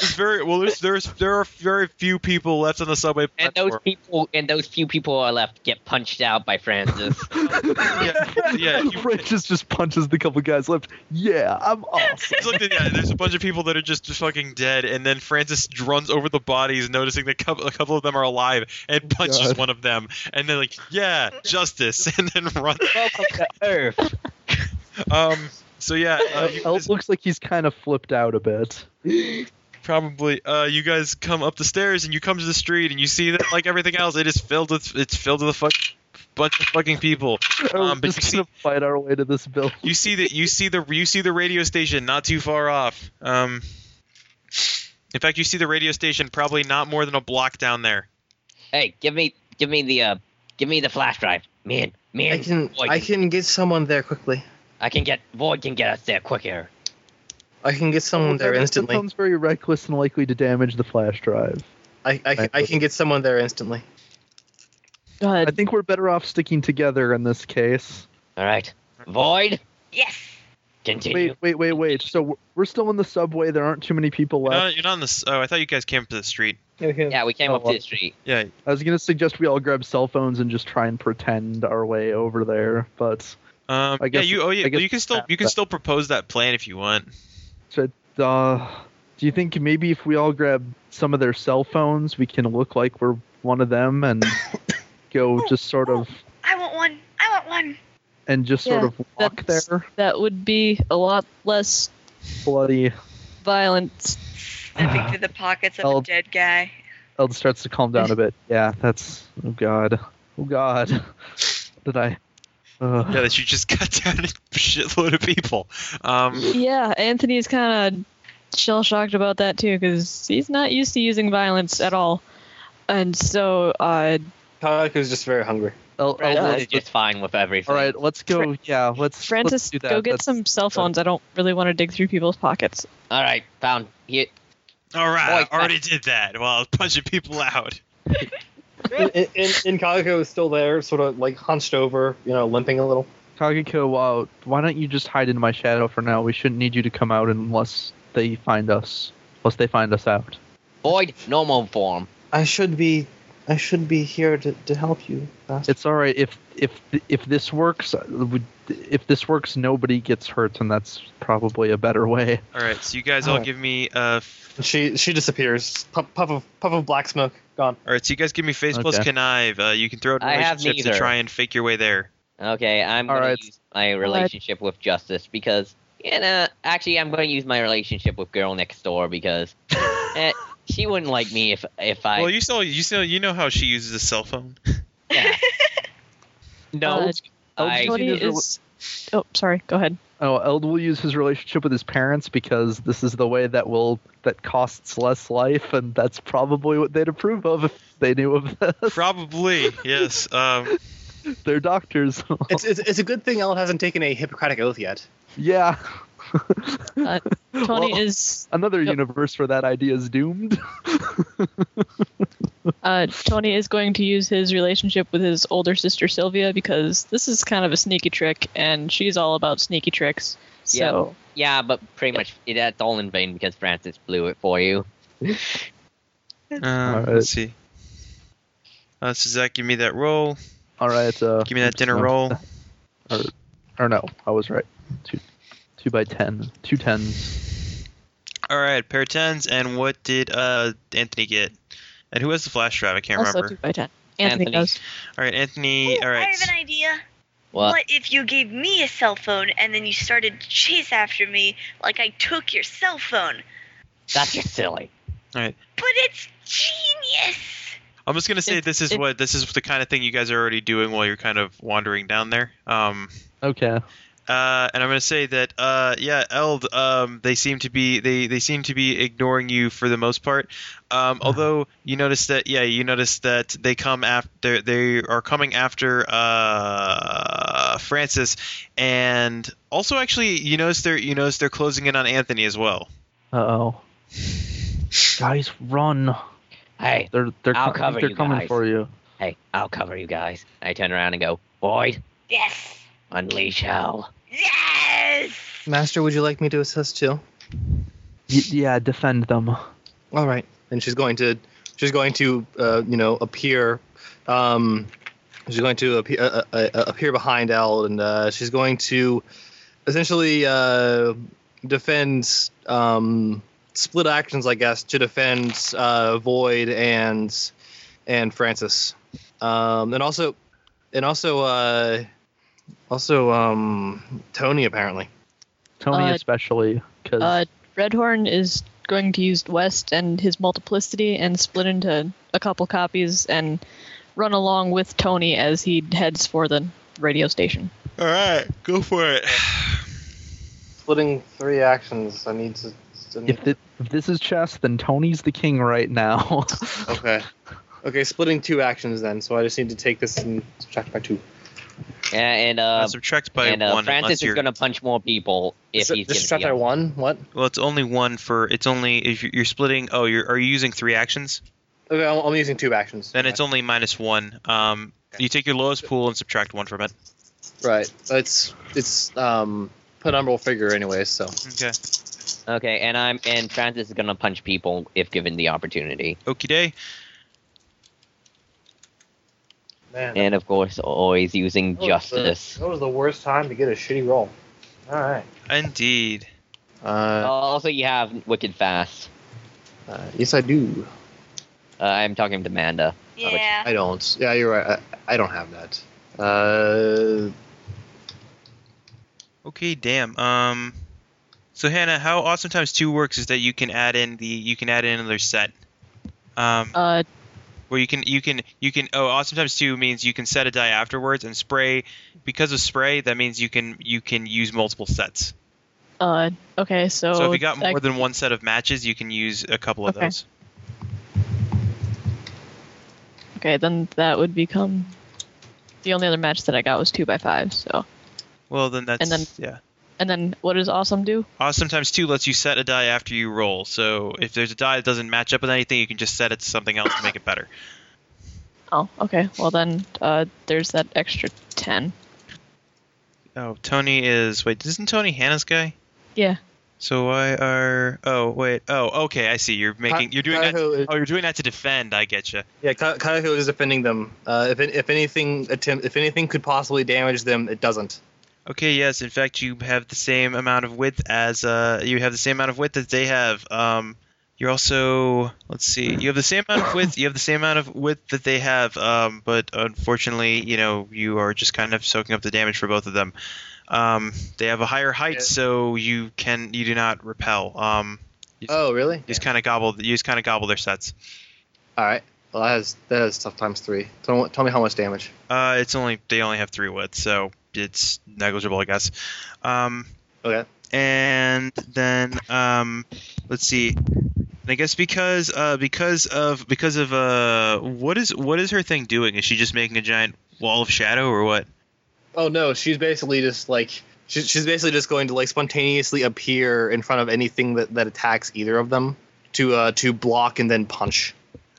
There's very well. There's, there's there are very few people left on the subway And platform. those people and those few people are left get punched out [laughs] by Francis. [laughs] yeah, yeah, you- Francis just punches the couple guys left. Yeah, [laughs] I'm awesome. He's looked at- yeah, there's a bunch of people that are just, just fucking dead, and then Francis runs over the bodies, noticing that couple, a couple of them are alive, and punches God. one of them, and then like, yeah, justice, [laughs] and then runs. Welcome to Earth. [laughs] Um, so yeah, uh, you Eld guys looks like he's kind of flipped out a bit. probably uh, you guys come up the stairs and you come to the street and you see that like everything else, it is filled with it's filled with a fuck bunch of fucking people. Um, [laughs] Um, but just you see- gonna fight our way to this building. You see that you see the you see the radio station not too far off. Um, in fact, you see the radio station probably not more than a block down there. Hey, give me give me the uh give me the flash drive. Me and me I and can Void. I can get someone there quickly. I can get Void can get us there quicker. I can get [laughs] someone there That instantly. Sounds very reckless and likely to damage the flash drive. I, I, can- I can get someone there instantly. I God, think we're better off sticking together in this case. All right. Void, [laughs] Yes. continue. Wait, wait, wait, wait. So we're- we're still in the subway. There aren't too many people You're left. not, you're not on the. s- Oh, I thought you guys came up to the street. Okay. Yeah, we came Oh, up to the street. Yeah, I was gonna suggest we all grab cell phones and just try and pretend our way over there, but Um, I guess- yeah, you. Oh, yeah. I guess you can still you can still propose that plan if you want. uh, do you think maybe if we all grab some of their cell phones, we can look like we're one of them and go just sort of I want one. I want one. and just sort Yeah, of walk that's- there, That would be a lot less bloody. violent. Sniffing through the pockets of Well- a dead guy. Eld starts to calm down a bit. Yeah, that's oh god, oh god, did I? Uh, Yeah, that you just [laughs] cut down a shitload of people. Um, Yeah, Anthony's kind of shell shocked about that too because he's not used to using violence at all, and so uh, Kayako's just very hungry. El- Francis Eld- is just fine with everything. all right, let's go. Yeah, let's Francis, let's do that. go get That's- some cell phones. I don't really want to dig through people's pockets. All right, found here. all right, Boy, I already did that. Well, I was punching people out. and, and, and- and Kayako is still there, sort of like hunched over, you know, limping a little. Kageko, uh, why don't you just hide in my shadow for now? We shouldn't need you to come out unless they find us. Unless they find us out. Void normal form. I should be, I should be here to, to help you. bastard. It's all right if if if this works. uh, we- If this works, nobody gets hurt, and that's probably a better way. All right, so you guys all Alright. give me. Uh, f- She she disappears. Puff, puff of puff of black smoke gone. all right, so you guys give me face plus Okay. connive. Uh, you can throw out I have relationships to neither. try and fake your way there. Okay, I'm All gonna right. use my relationship with Justice because, you know, actually, I'm gonna use my relationship with Girl Next [laughs] Door because eh, she wouldn't like me if if I. Well, you still you still you know how she uses a cell [laughs] phone. yeah. no, Uh, Tony I, Cody is rel- is. Oh, sorry. [laughs] Go ahead. Oh, Eld will use his relationship with his parents because this is the way that will that costs less life, and that's probably what they'd approve of if they knew of this. Probably yes. [laughs] Um, [laughs] They're doctors. It's, it's it's a good thing Ellen hasn't taken a Hippocratic oath yet. yeah. Uh, Tony Well, is [laughs] another Yep. universe where that idea is doomed. uh, Tony is going to use his relationship with his older sister Sylvia because this is kind of a sneaky trick, and she's all about sneaky tricks. So yeah, but pretty much it, that's all in vain because Francis blew it for you. uh, Alright. Let's see. Uh, so Zach, give me that roll. All right. Uh, Give me that dinner oops, no. roll. [laughs] Or no, I was right. Two, two by ten, two tens. All right, pair of tens. And what did uh, Anthony get? And who has the flash drive? I can't also remember. two by ten. Anthony, Anthony. goes. All right, Anthony. Ooh, all I right. have an idea. Well, What if you gave me a cell phone and then you started to chase after me like I took your cell phone? that's just silly. But it's genius! I'm just gonna say It's- this is it- what this is the kind of thing you guys are already doing while you're kind of wandering down there. Um, Okay. uh, and I'm gonna say that uh, yeah, Eld, um, they seem to be they they seem to be ignoring you for the most part. Um, although you notice that yeah, you notice that they come after they are coming after uh, Francis, and also actually you notice they're you notice they're closing in on Anthony as well. Uh oh. Guys, run! Hey, They're they're I'll com- cover they're you coming guys. for you. hey, I'll cover you guys. I turn around and go, Void, Yes! unleash hell. Yes! Master, would you like me to assist too? Y- yeah, defend them. All right. And she's going to she's going to uh, you know appear. Um, she's going to appear, uh, uh, uh, appear behind Eld, and uh, she's going to essentially uh, defend um, split actions, I guess, to defend uh, Void and and Francis, um, and also and also uh, also um, Tony apparently. Tony Uh, especially, because Uh, Redhorn is going to use West and his multiplicity and split into a couple copies and run along with Tony as he heads for the radio station. All right, go for it. Splitting three actions. I need to. if, thi- if this is chess, then Tony's the king right now. [laughs] Okay. Okay, splitting two actions then, so I just need to take this and subtract by two. Yeah, and uh, subtract by and one. uh, unless Francis is you're- gonna punch more people if Sub- he's just given subtract the by other- one? What? Well, it's only one for. It's only if you're, you're splitting. Oh, you're are you using three actions? Okay, I'm, I'm using two actions. Then it's only minus one. Um, you take your lowest pool and subtract one from it. right. It's it's um penumbral figure anyway, so Okay. Yes. Okay, and I'm and Francis is gonna punch people if given the opportunity, Okie day. Man, and of course always using Oh, justice. that was the worst time to get a shitty roll. All right. Indeed. Uh, Also, you have wicked fast. uh, yes, I do. Uh, I'm talking to Amanda. Yeah. I don't. Yeah, you're right. I, I don't have that. Uh, Okay, damn. Um, so Hannah, how awesome times two works is that you can add in the you can add in another set. Um, Uh, where you can you can you can oh awesome times two means you can set a die afterwards and spray because of spray that means you can you can use multiple sets. uh, okay, so. so if you got I- more than one set of matches, you can use a couple of Oh, Okay. those. okay, then that would become. The only other match that I got was 2 by 5 so. Well, then that's then- yeah. And then what does Awesome do? Awesome times two Uh, lets you set a die after you roll. So if there's a die that doesn't match up with anything, you can just set it to something else to make it better. Oh, okay. Well, then uh, there's that extra 10. [coughs] Oh, Tony is wait. Isn't Tony Hannah's guy? Yeah. So why are oh wait oh okay I see you're making you're doing that Kaiho is- oh you're doing that to defend I get you yeah, Ka- Kaiho is defending them. Uh, if, if anything attempt, if anything could possibly damage them, it doesn't. okay yes in fact you have the same amount of width as uh you have the same amount of width that they have um you're also let's see you have the same amount of width you have the same amount of width that they have um but unfortunately you know you are just kind of soaking up the damage for both of them um they have a higher height Yeah. so you can you do not repel um Oh, really? you just kind of gobble you just kind of gobble their sets. All right. Well, that has that has tough times three. Tell, tell me how much damage. Uh, it's only they only have three wits, so it's negligible, I guess. Um, Okay. and then um, let's see. And I guess because uh, because of because of uh, what is what is her thing doing? Is she just making a giant wall of shadow or what? Oh no, she's basically just like she's she's basically just going to like spontaneously appear in front of anything that, that attacks either of them to uh to block and then punch.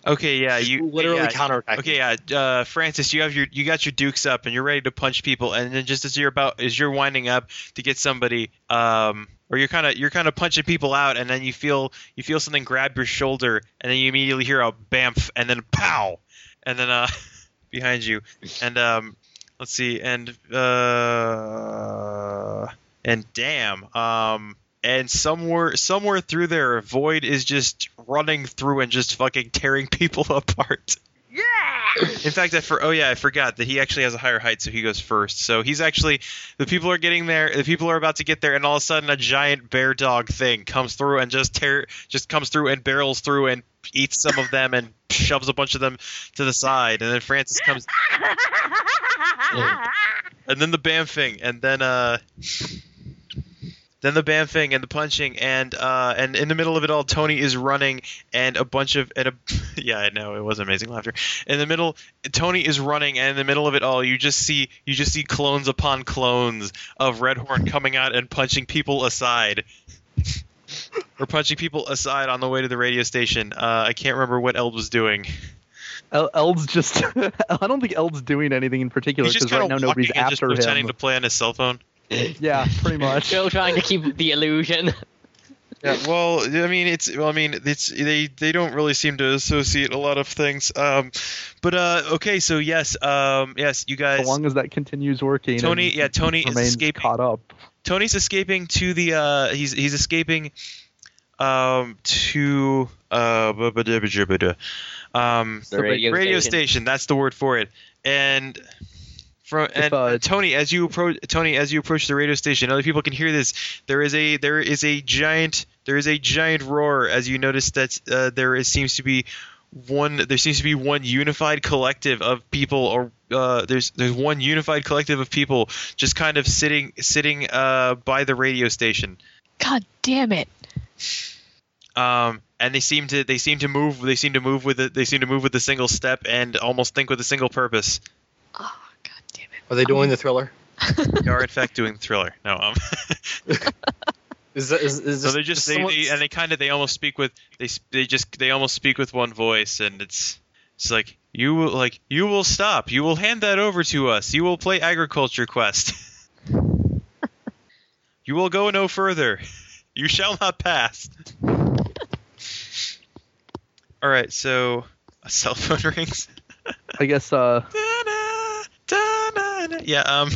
Okay, yeah, you literally yeah, counterattack. Okay, yeah, uh, Francis, you have your you got your dukes up and you're ready to punch people, and then just as you're about as you're winding up to get somebody, um, or you're kind of you're kind of punching people out, and then you feel you feel something grab your shoulder, and then you immediately hear a bamf, and then pow, and then uh, [laughs] behind you, and um, let's see, and uh, and damn, um. And somewhere, somewhere through there, Void is just running through and just fucking tearing [laughs] people apart. Yeah. [laughs] In fact, I for oh yeah, I forgot that he actually has a higher height, so he goes first. So he's actually the people are getting there, the people are about to get there, and all of a sudden a giant bear dog thing comes through and just tear, just comes through and barrels through and eats some of them and shoves a bunch of them to the side, and then Francis comes, and then the bam thing, and then uh. Then the bam thing and the punching and uh, and in the middle of it all, Tony is running and a bunch of and a [laughs] yeah I know it was amazing laughter. In the middle, Tony is running, and in the middle of it all, you just see you just see clones upon clones of Redhorn coming out and punching people aside. or punching people aside on the way to the radio station. Uh, I can't remember what Eld was doing. El- Eld's just. [laughs] I don't think Eld's doing anything in particular He's just because kind right of now walking nobody's and just after pretending him. to play on his cell phone. Yeah, [laughs] pretty much. Still trying to keep the illusion. Well, I mean, it's well, I mean, it's they they don't really seem to associate a lot of things. Um, but uh, okay, so yes, um, yes, you guys. As long as that continues working, and Tony, yeah, Tony is remains escaping. caught up. Tony's escaping to the uh he's he's escaping um to uh bu- bu- du- bu- du- bu- du. um The radio, radio station. station that's the word for it and from and uh, Tony as you approach Tony as you approach the radio station other people can hear this there is a there is a giant there is a giant roar as you notice that uh, there is seems to be one there seems to be one unified collective of people or uh, there's there's one unified collective of people just kind of sitting sitting uh, by the radio station God damn it. um, and they seem to they seem to move they seem to move with it they seem to move with a single step and almost think with a single purpose Oh, God damn it. Are they doing the thriller? they are in fact doing thriller no um [laughs] Is, that, is, is so this- they're just is they, someone- they and they kind of they almost speak with they s- they just they almost speak with one voice and it's it's like you will like you will stop you will hand that over to us you will play [laughs] agriculture quest you will go no further You shall not pass. [laughs] All right, so a cell phone [laughs] rings. I guess. Uh, Da-na, da-na-na. Yeah, um,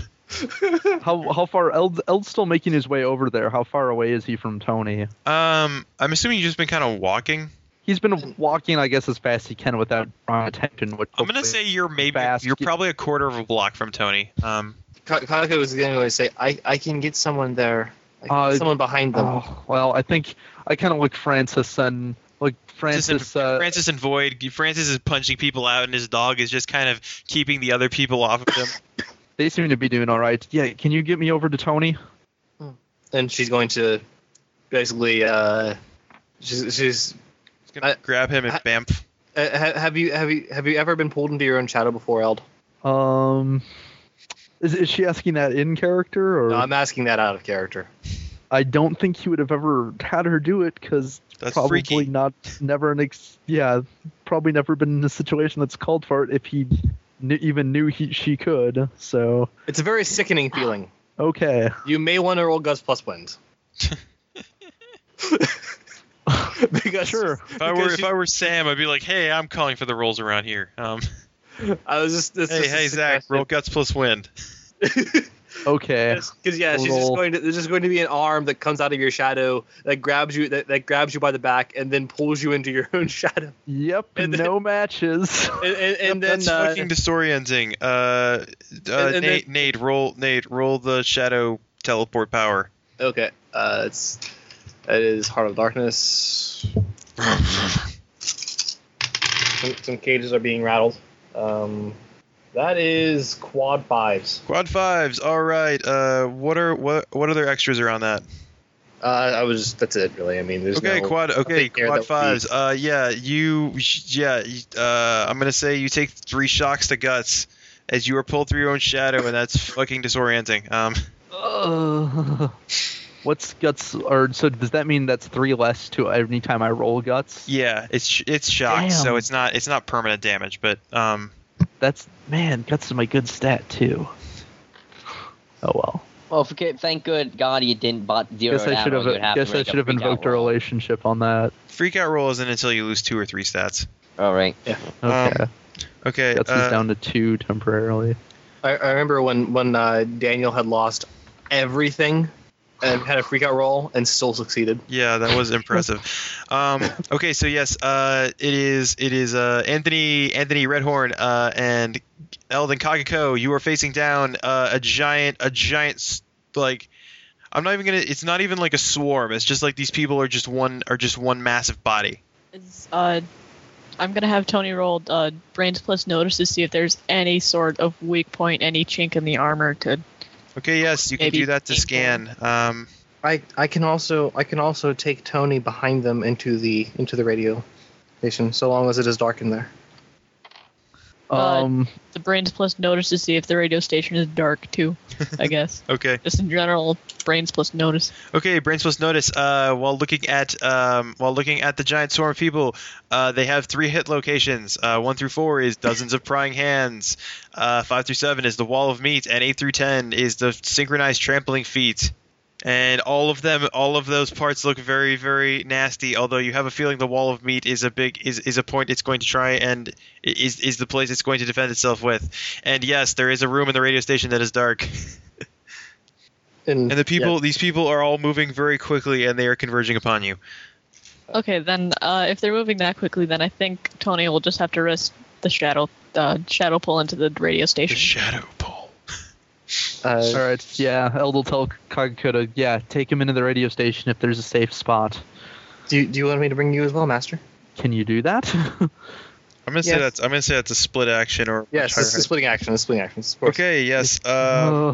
how how far Eld Eld's still making his way over there? How far away is he from Tony? um, I'm assuming you've just been kind of walking. He's been walking, I guess, as fast as he can without drawing attention. Which I'm gonna hopefully- say you're maybe Fast. you're probably a quarter of a block from Tony. Um, [laughs] Ka- Kanako was going to say, I, I can get someone there. I can Uh, get someone behind them. Oh, well, I think I kind of like Francis and like Francis, Francis. and, Uh, Francis and Void. Francis is punching people out, and his dog is just kind of keeping the other people off of him. they seem to be doing all right. Yeah, can you get me over to Tony? And she's going to basically, uh, she's, she's He's gonna I- grab him and I- bamf. Uh, ha- have you have you have you ever been pulled into your own shadow before, Eld? Um, is, is she asking that in character or? No, I'm asking that out of character. I don't think he would have ever had her do it because That's probably freaky. not never an ex- yeah probably never been in a situation that's called for it if he kn- even knew he she could. So It's a very sickening feeling. okay, You may want to roll Gus plus wins. [laughs] because sure. If I were if I were Sam, I'd be like, hey, I'm calling for the rolls around here. Um, I was just this hey, hey, Zach, roll guts plus wind. [laughs] Okay, Because yeah, she's just Roll. going to there's just going to be an arm that comes out of your shadow that grabs you that, that grabs you by the back and then pulls you into your [laughs] own shadow. yep, And then- no matches. And, and, and That's then uh, fucking disorienting. Uh, uh and then- Nate, Nate, roll, Nate, roll the shadow teleport power. okay, uh, it's it is Heart of Darkness. some, some cages are being rattled. Um, that is quad fives. Quad fives. All right. Uh, what are what what other extras are on that? Uh, I was just, that's it really. I mean, there's okay, no- quad. Okay, nothing there that quad would fives. Uh, yeah, you. Yeah, you- uh, I'm gonna say you take three shocks to guts as you are pulled through your own shadow, and that's fucking disorienting. Um, [laughs] Uh, what's guts? Or so does that mean that's three less to every time I roll guts? yeah, it's sh- it's shocked, so Damn. it's not it's not permanent damage, but um, That's man, guts is my good stat too. Oh well. Well, forget, thank good God you didn't bot zero guess I should have. guess I should have invoked a relationship on that. freak out roll isn't until you lose two or three stats. All right. Okay. Okay. Guts Um, uh, is down to two temporarily. I, I remember when when uh, Daniel had lost everything and had a freakout roll and still succeeded. Yeah, that was impressive. Um, okay, so yes, uh, it is. It is uh, Anthony Anthony Redhorn uh, and Eldon Kagako. You are facing down uh, a giant, a giant s- like. I'm not even gonna. It's not even like a swarm. It's just like these people are just one are just one massive body. Is, uh, I'm gonna have Tony roll uh, brains plus notice to see if there's any sort of weak point, any chink in the armor to. Okay, yes, you can Maybe do that to painful. scan. Um, I I can also I can also take Tony behind them into the into the radio station, so long as it is dark in there. Uh, Um, The brains plus notice to see if the radio station is dark too. I guess okay. just in general, brains plus notice. Okay, brains plus notice. Uh, while looking at um, while looking at the giant swarm of people, uh, they have three hit locations. Uh, one through four is dozens of prying hands. Uh, five through seven is the wall of meat, and eight through ten is the synchronized trampling feet. And all of them, all of those parts look very, very nasty. Although you have a feeling the wall of meat is a big is, is a point it's going to try and is is the place it's going to defend itself with. And yes, there is a room in the radio station that is dark. [laughs] And, And the people, these people are all moving very quickly, and they are converging upon you. Okay, then uh, if they're moving that quickly, then I think Tony will just have to risk the shadow uh, shadow pull into the radio station. shadow pole. yeah, uh, all right. Yeah, Eld will tell Kagakota. Yeah, take him into the radio station if there's a safe spot. Do you, do you want me to bring you as well, Master? Can you do that? I'm gonna say Yes. that's. I'm gonna say that's a split action or. Yes, or- this is splitting action. This is splitting action. of course. Okay. Yes. Uh, [laughs]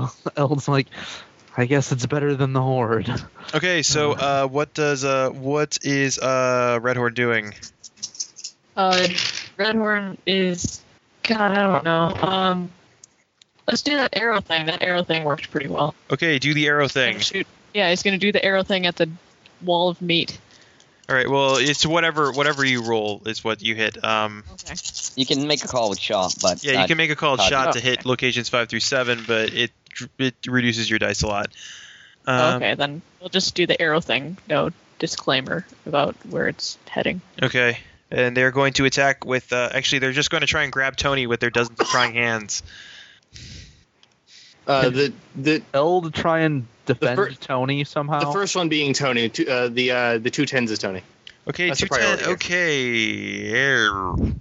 oh, Eld's like, I guess it's better than the horde. okay. So, uh, what does uh, what is uh, Red Horde doing? Uh, Redhorn is God, I don't know. Um, let's do that arrow thing. That arrow thing worked pretty well. Okay, do the arrow thing. Oh, Shoot. Yeah, he's gonna do the arrow thing at the wall of meat. All right. Well, it's whatever whatever you roll is what you hit. Um, Okay. You can make a call with Shaw, but yeah, you uh, can make a called Oh. uh, shot to hit locations five through seven, but it it reduces your dice a lot. Um, okay, then we'll just do the arrow thing. No disclaimer about where it's heading. Okay. And they're going to attack with. Uh, actually, they're just going to try and grab Tony with their dozens of prying hands. Uh, the the L to try and defend fir- Tony somehow. the first one being Tony. Two, uh, the uh, the two tens is Tony. Okay, That's two the ten. priority here. Okay. Err.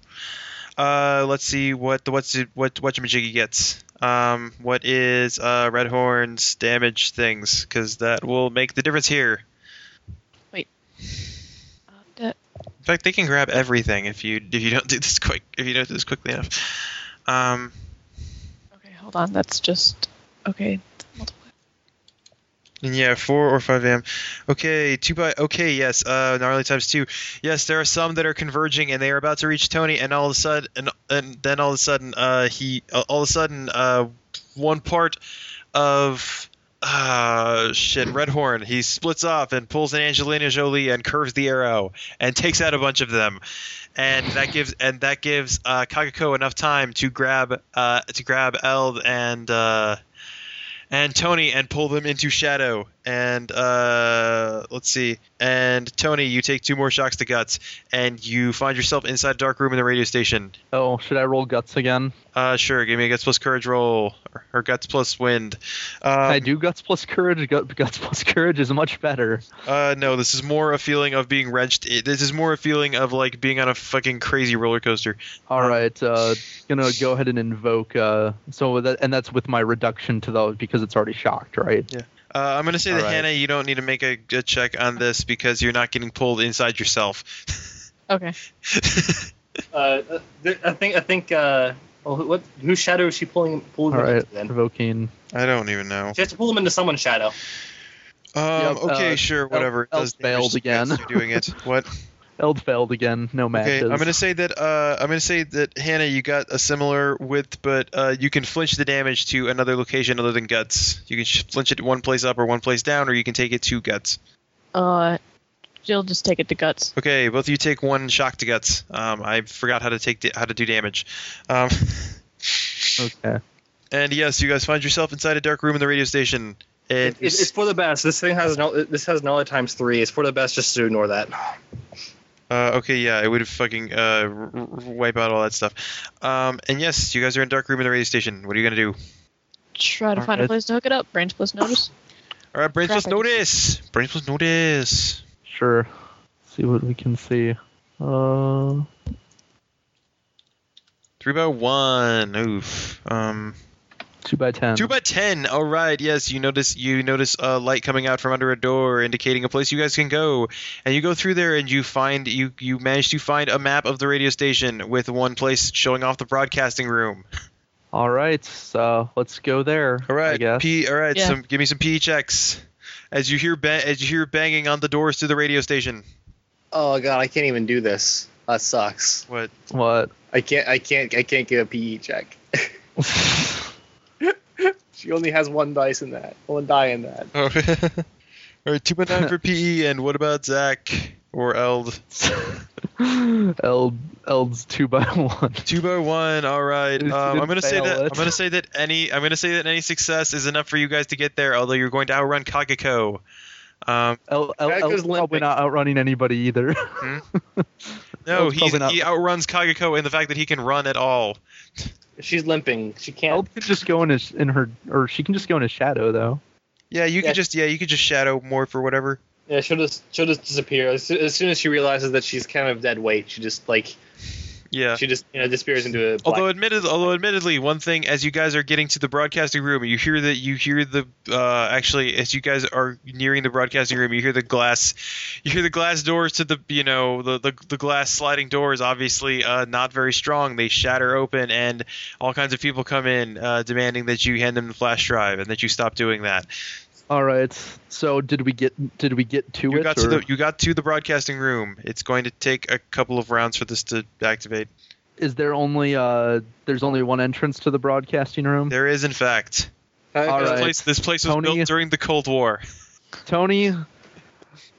Uh, let's see what the what's it, what what Majiggy gets. Um, what is uh Red Horn's damage things? Because that will make the difference here. Uh, In fact, they can grab everything if you if you don't do this quick if you don't do this quickly enough. Um, okay, hold on. That's just okay. multiply. And Yeah, four or five a.m. Okay, two by. Okay, yes. Uh, gnarly times two. Yes, there are some that are converging, and they are about to reach Tony. And all of a sudden, and, and then all of a sudden, uh, he uh, all of a sudden, uh, one part of uh shit, Red Horn. He splits off and pulls an Angelina Jolie and curves the arrow and takes out a bunch of them, and that gives and that gives uh, Kagako enough time to grab uh to grab Eld and uh and Tony and pull them into shadow. And uh, let's see. And Tony, you take two more shocks to guts, and you find yourself inside a dark room in the radio station. oh, should I roll guts again? Uh, sure, give me a guts plus courage roll, or, or guts plus wind. Um, Can I do guts plus courage. Gut, guts plus courage is much better. Uh, no, this is more a feeling of being wrenched. i- This is more a feeling of like being on a fucking crazy roller coaster. All right, uh, gonna go ahead and invoke. Uh, so that and that's with my reduction to those because it's already shocked, right? Uh, I'm gonna say that Alright. Hannah, you don't need to make a, a check on this because you're not getting pulled inside yourself. [laughs] Okay. Uh, th- I think I think. Uh, well, who- what whose shadow is she pulling pulling All him right, into then? invoking. I don't even know. She has to pull him into someone's shadow. Um, Yep, okay, uh, sure, whatever. It Elf does damage failed to again. guts, You're doing [laughs] it. What? Eld failed again. No Okay, matches. I'm gonna say that. Uh, I'm gonna say that Hannah, you got a similar width, but uh, you can flinch the damage to another location other than guts. You can sh- flinch it one place up or one place down, or you can take it to guts. Uh, she'll just take it to guts. Okay, both of you take one shock to guts. Um, I forgot how to take da- how to do damage. Um, [laughs] Okay. and yes, you guys find yourself inside a dark room in the radio station. And It, it's it's for the best. This thing has no. This has knowledge times three. It's for the best just to ignore that. Uh, okay, yeah, it would have fucking uh, r- r- wipe out all that stuff. Um, and yes, you guys are in dark room in the radio station. What are you gonna do? Try to find a Alright. place to hook it up. Brains plus notice. All right, brains Crap, plus I didn't- notice. Brains plus notice. Sure. see what we can see. Uh, Three by one. Oof. Um, two by ten. two by ten. All right. Yes, you notice you notice a light coming out from under a door, indicating a place you guys can go. And you go through there, and you find you you manage to find a map of the radio station with one place showing off the broadcasting room. All right, so let's go there. All I right, guess. P. All right, Yeah. some give me some PE checks. As you hear ba- as you hear banging on the doors to the radio station. Oh god, I can't even do this. That sucks. What? what? [laughs] I can't. I can't. I can't get a PE check. [laughs] she only has one dice in that. One die in that. Oh. [laughs] all right, two by nine for PE. And what about Zach or Eld? Eld, Eld's two by [laughs] one. Two by one. All right. If Um, you I'm didn't gonna say fail that it. I'm gonna say that any I'm gonna say that any success is enough for you guys to get there. Although you're going to outrun Kagako. Um, El, El, That El's goes probably limping. not outrunning [laughs] anybody either. [laughs] no, Eld's he's, probably not- he outruns Kagako in the fact that he can run at all. She's limping. She can't. Eld could just go in his in her, or she can just go in his shadow though. Yeah, you Yeah. could just yeah you could just shadow morph or whatever. Yeah, she'll just she'll just disappear as, soo- as soon as she realizes that she's kind of dead weight. She just like Yeah. she just you know disappears into a. Black. Although admitted, although admittedly, one thing as you guys are getting to the broadcasting room, you hear that you hear the uh, actually as you guys are nearing the broadcasting room, you hear the glass, you hear the glass doors to the you know the the, the glass sliding doors. Obviously, uh, not very strong. They shatter open, and all kinds of people come in uh, demanding that you hand them the flash drive and that you stop doing that. All right. So did we get did we get to You it? got or- to the you got to the broadcasting room. It's going to take a couple of rounds for this to activate. is there only uh there's only one entrance to the broadcasting room? There is, in fact, All this right. place. This place was Tony- built during the Cold War. Tony,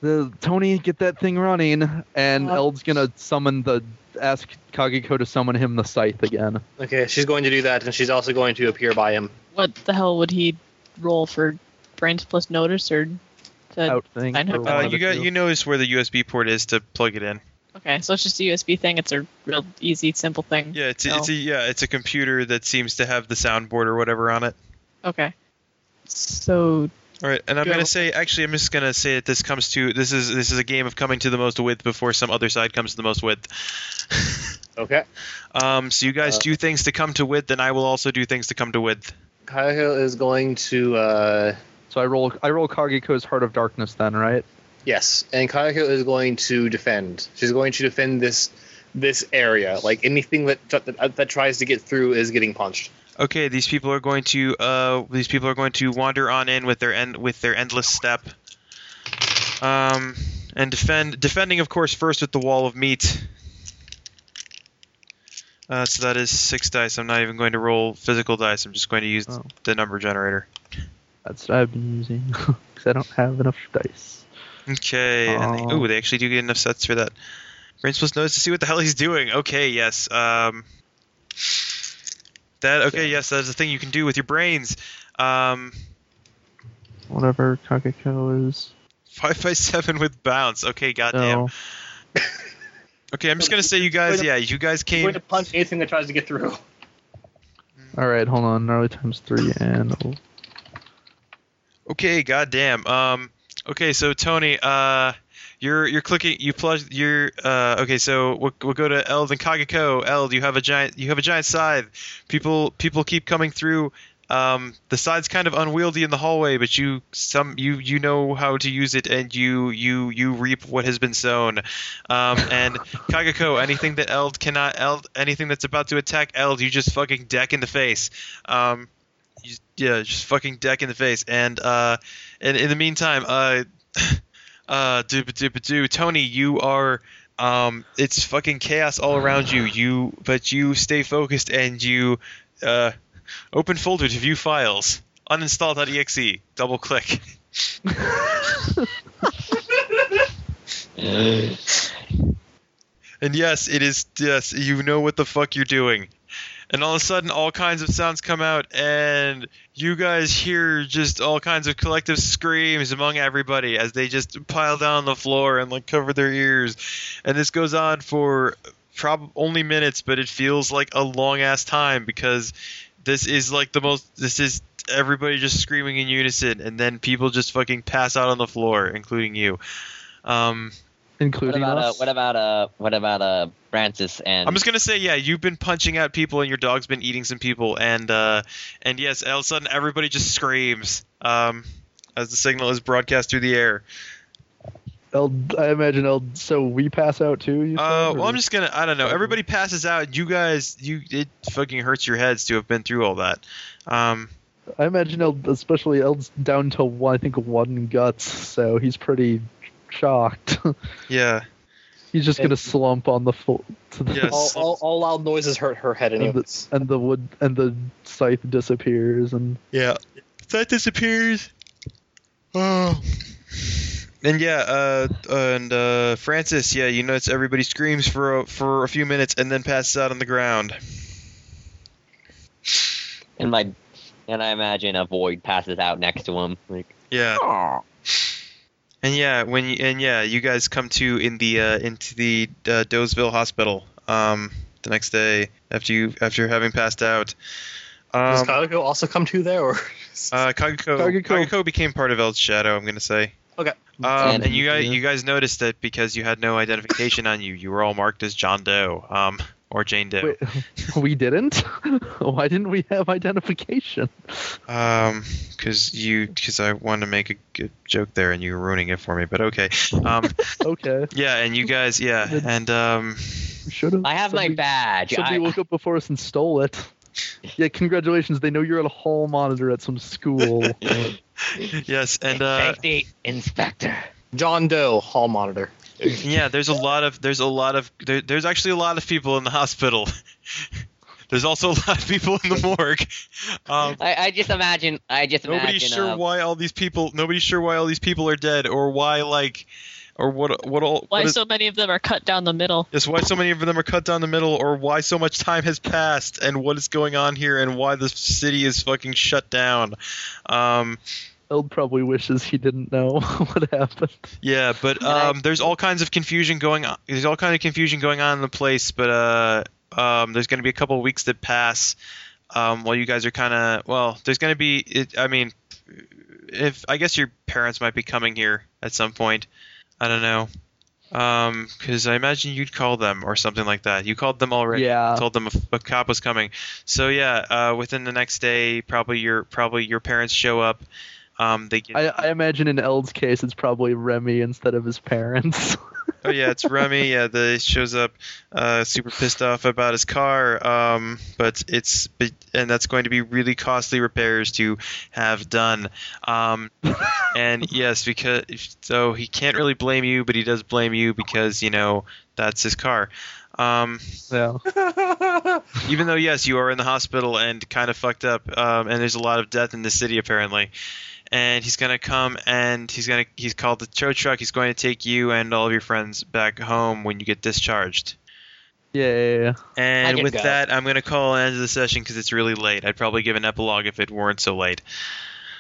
the Tony, get that thing running, and Uh. Eld's gonna summon the ask Kagiko to summon him the scythe again. okay, she's going to do that, and she's also going to appear by him. What the hell would he roll for grants plus notice or to out thing. I know. or Uh, one Uh, of you the got two. you notice where the USB port is to plug it in. Okay, so it's just a USB thing. It's a real easy, simple thing. Yeah, it's a, No. it's a yeah, it's a computer that seems to have the soundboard or whatever on it. Okay. So All right, and I'm Go. gonna say actually, I'm just gonna say that this comes to this is this is a game of coming to the most width before some other side comes to the most width. Okay. Um, so you guys Uh, do things to come to width, and I will also do things to come to width. Kaiho is going to. Uh, So I roll I roll Kageko's Heart of Darkness then, right? yes, and Kaiho is going to defend. She's going to defend this this area. Like anything that that, that tries to get through is getting punched. Okay, these people are going to uh, these people are going to wander on in with their end with their endless step. Um, and defend defending, of course, first with the wall of meat. Uh, so that is six dice. I'm not even going to roll physical dice. I'm just going to use Oh. the number generator. That's what I've been using [laughs] because I don't have enough dice. Okay. And they, Oh. ooh, they actually do get enough sets for that. Brain plus knows to see what the hell he's doing. Okay, yes. Um, that okay, yes, that is a thing you can do with your brains. Um, Whatever Kageko is. Five by seven with bounce. Okay, goddamn. So Okay, I'm just gonna say you guys. Yeah, you guys She's came. going to punch anything that tries to get through. all right, hold on. Gnarly times three and oh, Okay, goddamn. Um. Okay, so Tony, uh, you're you're clicking. You plug. You're uh. Okay, so we'll, we'll go to Eld and Kagako. Eld, you have a giant. You have a giant scythe. People people keep coming through. Um, the scythe's kind of unwieldy in the hallway, but you some you you know how to use it, and you you you reap what has been sown. Um, and Kagako, anything that Eld cannot Eld, anything that's about to attack Eld, you just fucking deck in the face. Um, you- yeah, just fucking deck in the face. And uh, and in the meantime, uh, [laughs] uh, doop doop doo, Tony, you are um, it's fucking chaos all around you. You but you stay focused and you uh, open folder to view files. Uninstall.exe. Double click. And yes, it is. Yes, you know what the fuck you're doing. And all of a sudden, all kinds of sounds come out, and you guys hear just all kinds of collective screams among everybody as they just pile down on the floor and like cover their ears. And this goes on for prob only minutes, but it feels like a long ass time because this is like the most. This is everybody just screaming in unison, and then people just fucking pass out on the floor, including you. Um, What including about uh, us. what about uh, what about uh, Francis and I'm just gonna say, yeah, you've been punching out people, and your dog's been eating some people, and uh, and yes, all of a sudden everybody just screams um, as the signal is broadcast through the air. El- I imagine El. So we pass out too. You Uh, said, well, or- I'm just gonna, I don't know. Everybody passes out. and You guys, you it fucking hurts your heads to have been through all that. Um, I imagine El, especially El's down to one. I think one guts, so he's pretty shocked. [laughs] yeah, he's just gonna slump on the fo- to the Yes. All, all, all loud noises hurt her head, anyways. [laughs] and the wood and the scythe disappears and yeah. That disappears. Oh. And yeah, uh, and uh, Francis, yeah, you notice everybody screams for a, for a few minutes and then passes out on the ground. and my and I imagine a void passes out next to him. Like Yeah. And yeah, when you, and yeah, you guys come to in the uh, into the uh, Dozeville Hospital um, the next day after you after having passed out. Does Um, Kaiho also come to there, or uh, Kagako, Kagako- Kagako became part of El's shadow. I'm gonna say. Okay. Um, and, And- you guys yeah. you guys noticed that because you had no identification on you, you were all marked as John Doe um, or Jane Doe. Wait, [laughs] we didn't. Why didn't we have identification? Um, because you because I wanted to make a good joke there and you were ruining it for me. But okay. Um, Okay, yeah, and you guys, yeah, and um. we should have. I have my Somebody- badge. Somebody I, woke up before us and stole it. Yeah, congratulations. They know you're at a hall monitor at some school. yes, and uh, safety inspector. [gasps] John Doe, hall monitor? yeah, there's a lot of there's a lot of there, there's actually a lot of people in the hospital. [laughs] there's also a lot of people in the [laughs] morgue. Um, I, I just imagine. I just nobody's imagine. sure uh, why all these people. Nobody's sure why all these people are dead, or why like, or what what all. why what is- so many of them are cut down the middle? Yes, why so many of them are cut down the middle, or why so much time has passed, and what is going on here, and why the city is fucking shut down. Um, Eld probably wishes he didn't know [laughs] what happened. Yeah, but um, there's all kinds of confusion going on. There's all kind of confusion going on in the place, but uh, um, there's going to be a couple of weeks that pass um, while you guys are kind of well. There's going to be. It, I mean, if I guess your parents might be coming here at some point. I don't know. Um, because I imagine you'd call them or something like that. You called them already. Yeah. Told them a, a cop was coming. So yeah, uh, within the next day, probably your probably your parents show up. Um, they get I, I imagine in Eld's case, it's probably Remy instead of his parents. [laughs] oh yeah, it's Remy. Yeah, the shows up, uh, super pissed off about his car. Um, but it's but, and that's going to be really costly repairs to have done. Um, and yes, because so he can't really blame you, but he does blame you because you know that's his car. Um, so even though yes, you are in the hospital and kind of fucked up, um, and there's a lot of death in the city apparently. And he's gonna come and he's gonna he's called the tow truck. He's going to take you and all of your friends back home when you get discharged. yeah, yeah, yeah. And can with go. that, I'm gonna call an end to the session because it's really late. I'd probably give an epilogue if it weren't so late.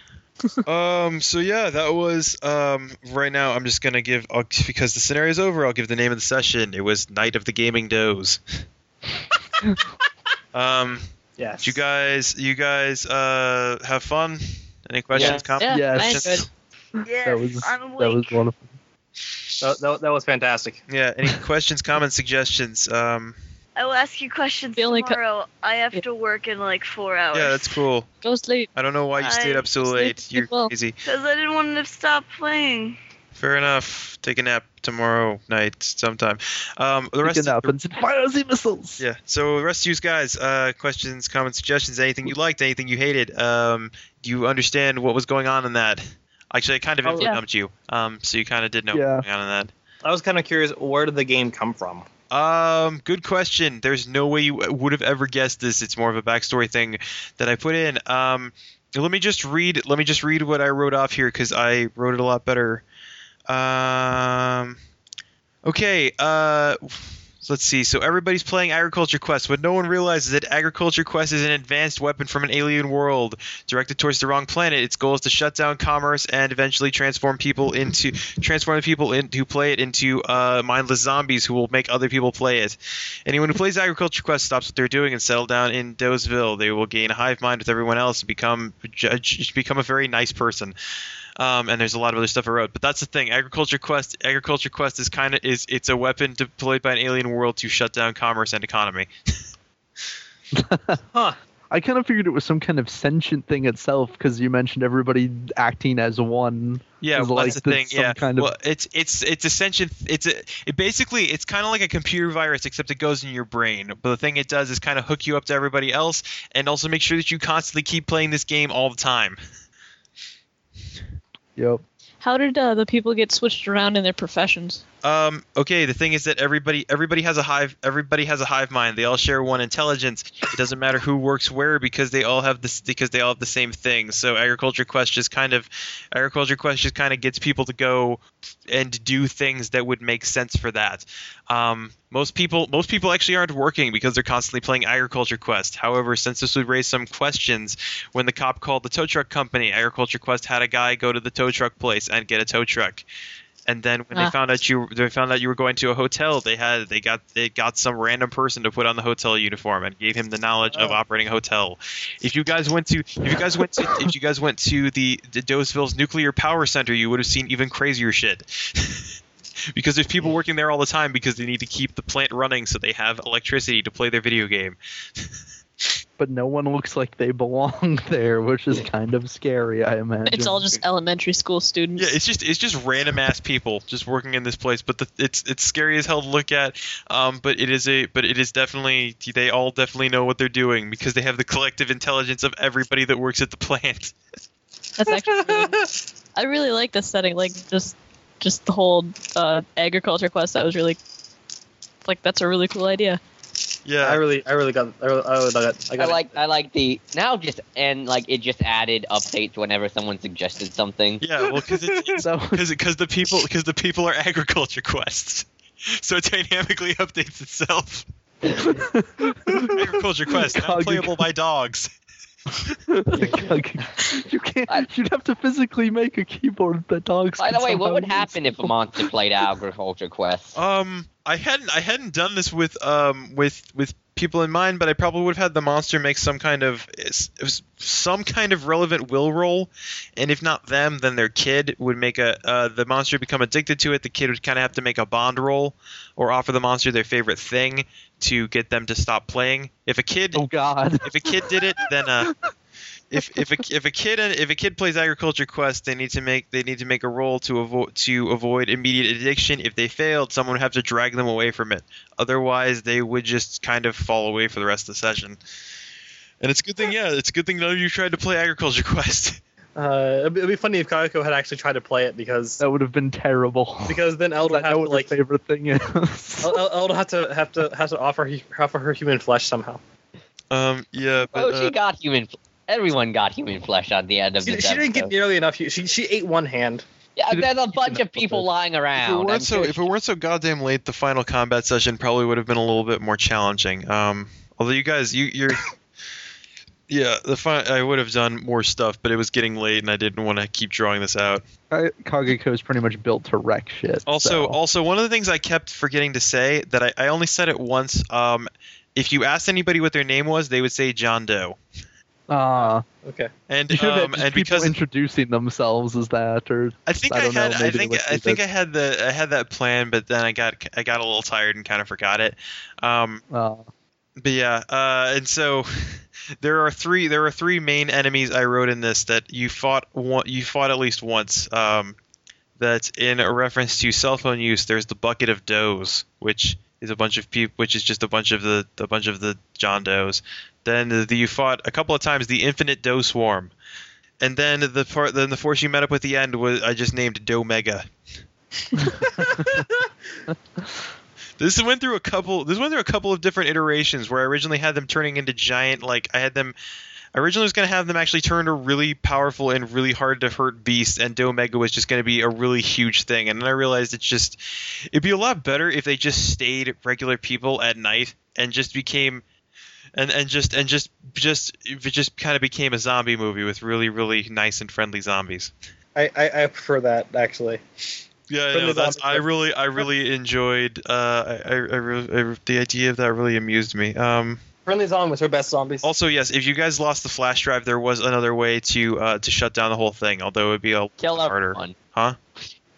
[laughs] um. So yeah, that was um. Right now, I'm just gonna give I'll, because the scenario's over. I'll give the name of the session. It was Night of the Gaming Does. um. Yes. You guys, you guys, uh, have fun. Any questions? comments? Yeah, Yes. mine's good. Yes, That was I'm that awake. was wonderful. That, that, that was fantastic. Yeah. Any questions, comments, suggestions? Um, I will ask you questions The only co- tomorrow. I have Yeah. to work in like four hours. yeah, that's cool. Go sleep. I don't know why you stayed I up so sleep late. You're well. crazy. Because I didn't want to stop playing. Fair enough. Take a nap tomorrow night sometime. Um, the rest. It Of, happens. Fire the missiles. yeah. So the rest of you guys, uh, questions, comments, suggestions, anything you liked, anything you hated. Um, do you understand what was going on in that? Actually, I kind of Oh, info yeah. dumped you. Um, so you kind of did know Yeah. what was going on in that. I was kind of curious, where did the game come from? Um, good question. There's no way you would have ever guessed this. It's more of a backstory thing that I put in. Um, let me just read. Let me just read what I wrote off here because I wrote it a lot better. Um, okay. Uh. Let's see. So everybody's playing Agriculture Quest. What no one realizes is that Agriculture Quest is an advanced weapon from an alien world directed towards the wrong planet. Its goal is to shut down commerce and eventually transform people into transform the people in, who play it into uh, mindless zombies who will make other people play it. Anyone who plays Agriculture Quest stops what they're doing and settle down in Dozeville. They will gain a hive mind with everyone else and become judge, become a very nice person. Um, and there's a lot of other stuff I wrote, but that's the thing. Agriculture Quest, Agriculture Quest is kind of is it's a weapon deployed by an alien world to shut down commerce and economy. I kind of figured it was some kind of sentient thing itself because you mentioned everybody acting as one. Yeah, Is well, like that's the the- thing. some yeah, kind of- well, it's it's it's ascension. It's a, it basically it's kind of like a computer virus, except it goes in your brain. But the thing it does is kind of hook you up to everybody else, and also make sure that you constantly keep playing this game all the time. Yep. How did uh, the people get switched around in their professions? Um, okay, the thing is that everybody everybody has a hive everybody has a hive mind. They all share one intelligence. It doesn't matter who works where because they all have this because they all have the same thing. So agriculture quest just kind of agriculture quest just kind of gets people to go and do things that would make sense for that. Um, most people most people actually aren't working because they're constantly playing agriculture quest. However, since this would raise some questions, when the cop called the tow truck company, agriculture quest had a guy go to the tow truck place and get a tow truck and then when they Ah. found out you they found out you were going to a hotel they had they got they got some random person to put on the hotel uniform and gave him the knowledge of operating a hotel if you guys went to if you guys went to if you guys went to the, the Dozeville's nuclear power center you would have seen even crazier shit [laughs] because there's people working there all the time because they need to keep the plant running so they have electricity to play their video game But no one looks like they belong [laughs] there, which is kind of scary, I imagine. It's all just elementary school students. Yeah, it's just it's just random ass people just working in this place, but the, it's it's scary as hell to look at. Um, but it is a but it is definitely they all definitely know what they're doing because they have the collective intelligence of everybody that works at the plant. That's actually. Really, I really like this setting. Like just, just the whole uh, agriculture quest. That was really, like that's a really cool idea. Yeah, I really, I really got, I really, I really got it. I I got like I like the now just and like it just added updates whenever someone suggested something. yeah. Well, because it's [laughs] So, because the people because the people are agriculture quests, [laughs] so it dynamically updates itself. agriculture quest now Cog- [laughs] playable by dogs. you can't. you'd have to physically make a keyboard that dogs. By the can way, what somehow would use. happen if a monster played agriculture quest? Um, I hadn't I hadn't done this with um with with people in mind, but I probably would have had the monster make some kind of s- s- some kind of relevant will roll, and if not them, then their kid would make a uh, the monster become addicted to it. The kid would kind of have to make a bond roll, or offer the monster their favorite thing to get them to stop playing. If a kid Oh God. if a kid did it, then uh, if if a if a kid if a kid plays Agriculture Quest, they need to make they need to make a roll to avoid to avoid immediate addiction. If they failed, someone would have to drag them away from it. Otherwise, they would just kind of fall away for the rest of the session. And it's a good thing, yeah, it's a good thing none of you tried to play Agriculture Quest. [laughs] Uh, it'd, be, it'd be funny if Kayako had actually tried to play it because That would have been terrible. because then Eld [laughs] I would have know to, what like my favorite thing [laughs] is. Eld- Eld would have to have to have to offer he- offer her human flesh somehow. Um, yeah, but, Oh, uh, she got human. Fl- Everyone got human flesh on the end of She, this. she didn't get episode. nearly enough. hu- She she ate one hand. Yeah, she didn't there's a bunch of people lying If it around. I'm weren't so, sure if it weren't so goddamn late, the final combat session probably would have been a little bit more challenging. Um, although you guys, you, [laughs] you're, yeah, the fi- I would have done more stuff, but it was getting late, and I didn't want to keep drawing this out. [laughs] I- Kageko is pretty much built to wreck shit. Also, so. also one of the things I kept forgetting to say that I, I only said it once. Um, if you asked anybody what their name was, they would say John Doe, [laughs] Ah, Okay. [laughs] and you should have um, had just and people because introducing themselves as that, or I think I I, don't know, had I maybe think let's I do think that. I had the I had that plan, but then I got I got a little tired and kind of forgot it. Um, uh, But yeah, uh, and so [laughs] there are three there are three main enemies I wrote in this that you fought one, you fought at least once. Um, that's in a reference to cell phone use. There's the bucket of does, which is a bunch of people, which is just a bunch of the a bunch of the John Does. Then the, you fought a couple of times the infinite doe swarm, and then the part then the force you met up with the end was I just named Doe Mega. This went through a couple. This went through a couple of different iterations where I originally had them turning into giant. Like I had them. I originally was going to have them actually turn to really powerful and really hard to hurt beasts, and Domega was just going to be a really huge thing. And then I realized it's just it'd be a lot better if they just stayed regular people at night and just became. And, and just and just just it just kind of became a zombie movie with really really nice and friendly zombies. I, I, I prefer that actually. Yeah, I Friendly know. That's, zombie I film. really, I really enjoyed. Uh, I, I, I, really, I, the idea of that really amused me. Um, Friendly Zombie was her best zombies. also, yes, if you guys lost the flash drive, there was another way to uh, to shut down the whole thing. Although it'd be a Kill lot harder. everyone. Huh?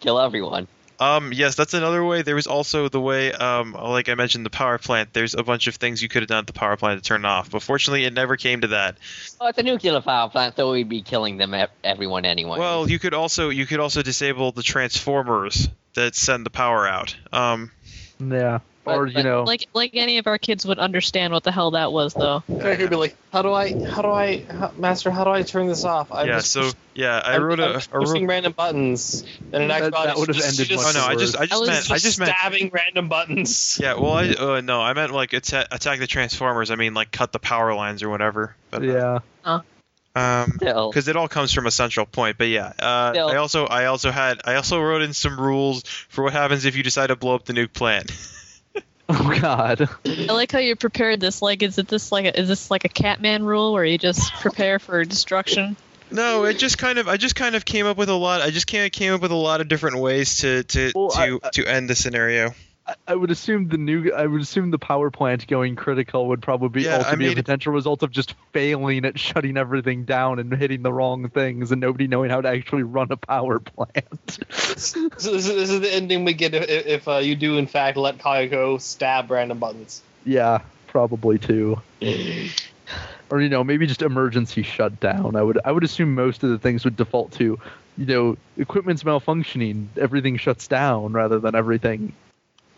Kill everyone. Um, yes, that's another way. There was also the way, um, like I mentioned, the power plant. There's a bunch of things you could have done at the power plant to turn it off, but fortunately, it never came to that. Oh, it's a nuclear power plant, so we'd be killing them, ev- everyone anyway. Well, you could also you could also disable the transformers that send the power out. Um, yeah, But- or you but, know, Like like any of our kids would understand what the hell that was though. Kayako would be like, how do I how do I how, Master? How do I turn this off? I'm yeah. just- So yeah, I I'm- wrote I'm a. just I wrote- pushing random buttons, and in That- actuality, that would have she's ended just- Oh no! I worse. just I I just was meant I just meant stabbing random buttons. yeah. Well, I uh, no, I meant like atta- attack the transformers. I mean like cut the power lines or whatever. But, yeah, [laughs] Um, Still. because it all comes from a central point. But yeah, uh, Still. I also I also had I also wrote in some rules for what happens if you decide to blow up the nuke plant. [laughs] oh God, I like how you prepared this. Like, is it this like a, is this like a Catman rule where you just prepare for destruction? no, it just kind of I just kind of came up with a lot. I just kind of came up with a lot of different ways to to Well, I- to, to end the scenario. I, I would assume the new, I would assume the power plant going critical would probably be Yeah, I also be a mean- potential result of just failing at shutting everything down and hitting the wrong things and nobody knowing how to actually run a power plant. So [laughs] this is, this is the ending we get if, if uh, you do in fact let Kayako stab random buttons. yeah, probably [sighs] too. or you know, maybe just emergency shutdown. I would, I would assume most of the things would default to, you know, equipment's malfunctioning, everything shuts down rather than everything,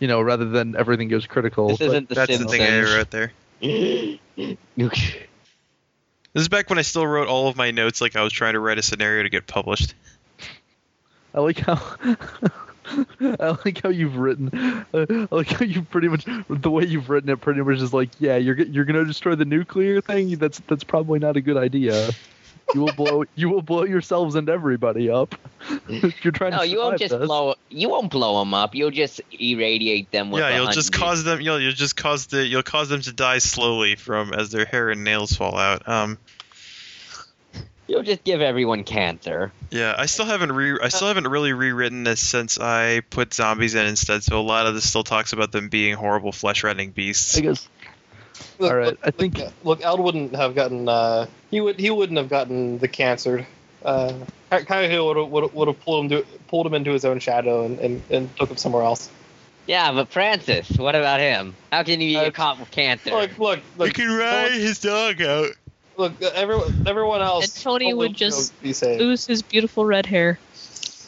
you know, rather than everything goes critical. this But- isn't the That's the thing I Simpsons. wrote there. Nuke- This is back when I still wrote all of my notes like I was trying to write a scenario to get published. I like how [laughs] I like how you've written. I like how you pretty much the way you've written it pretty much is like, yeah, you're g- you're gonna destroy the nuclear thing. That's that's probably not a good idea. You will blow [laughs] you will blow yourselves and everybody up. [laughs] if you're trying No, to you won't survive just this. blow. You won't blow them up. You'll just irradiate them with. yeah, the you'll just honey. cause them. You'll, you'll just cause the. You'll cause them to die slowly from as their hair and nails fall out. Um, You'll just give everyone cancer. Yeah, I still haven't re I still haven't really rewritten this since I put zombies in instead. So a lot of this still talks about them being horrible flesh-rending beasts. I guess. Look, All right, look, I think- look, look, Eld wouldn't have gotten. Uh, he would. He wouldn't have gotten the cancer. Uh, Kyle would would would have pulled him to, pulled him into his own shadow and, and, and took him somewhere else. Yeah, but Francis, what about him? How can you Uh, get caught with cancer? Look, look, look. no his dog out. one- Look, everyone, everyone else. And Tony would just be saved. Lose his beautiful red hair.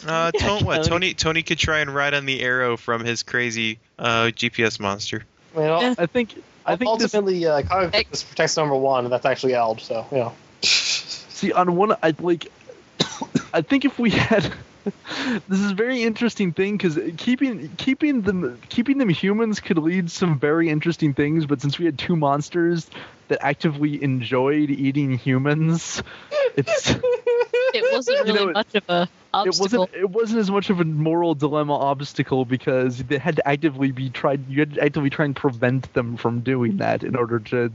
Uh, Yeah, Tony, what, Tony. Tony Tony could try and ride on the arrow from his crazy uh, GPS monster. I mean, ul- I think. I think this ultimately, uh, Kyle is protects number one, and that's actually Eld. So you know. See, on one, I like. [coughs] I think if we had, [laughs] this is a very interesting thing because keeping keeping them keeping them humans could lead some very interesting things. But since we had two monsters that actively enjoyed eating humans, it's [laughs] It [laughs] wasn't You really know, much of a it obstacle. wasn't it wasn't as much of a moral dilemma obstacle because they had to actively be tried you had to actively try and prevent them from doing that in order to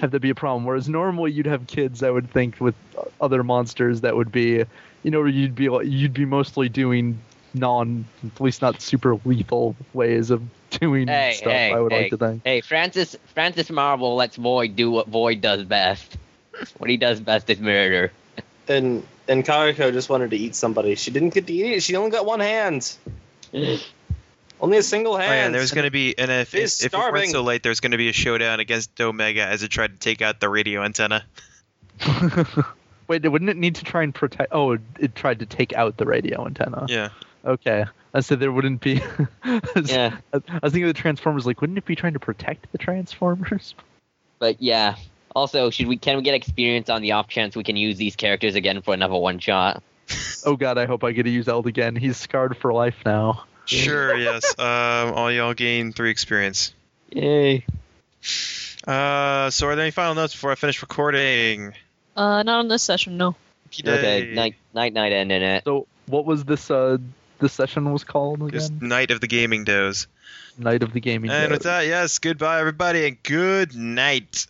have that be a problem whereas normally you'd have kids i would think with other monsters that would be you know you'd be like- you'd be mostly doing non at least not super lethal ways of doing Hey, stuff hey, i would hey. like to think Hey, Francis, Francis Marvel lets Void do what Void does best. [laughs] What he does best is murder. And and Kariko just wanted to eat somebody. She didn't get to eat it. She only got one hand. Only a single Oh, yeah, hand. there's going to be, and if, He's if, if it weren't starving. so late, there's going to be a showdown against Omega as it tried to take out the radio antenna. wait wouldn't it need to try and protect oh it tried to take out the radio antenna Yeah. Okay. I said there wouldn't be. [laughs] I was- Yeah. I was thinking of the Transformers. Like, wouldn't it be trying to protect the Transformers? [laughs] But yeah. Also, should we can we get experience on the off chance we can use these characters again for another one shot? Oh God, I hope I get to use Eld again. He's scarred for life now. [laughs] Sure. yes. Um, all y'all gain three experience. Yay. Uh, so are there any final notes before I finish recording? Uh, not on this session, no. Okay, Yay. night night night end in it. So, what was this? Uh, this session was called again. Just Night of the Gaming Doze. Night of the Gaming. And Dead. with that, yes, goodbye everybody and good night.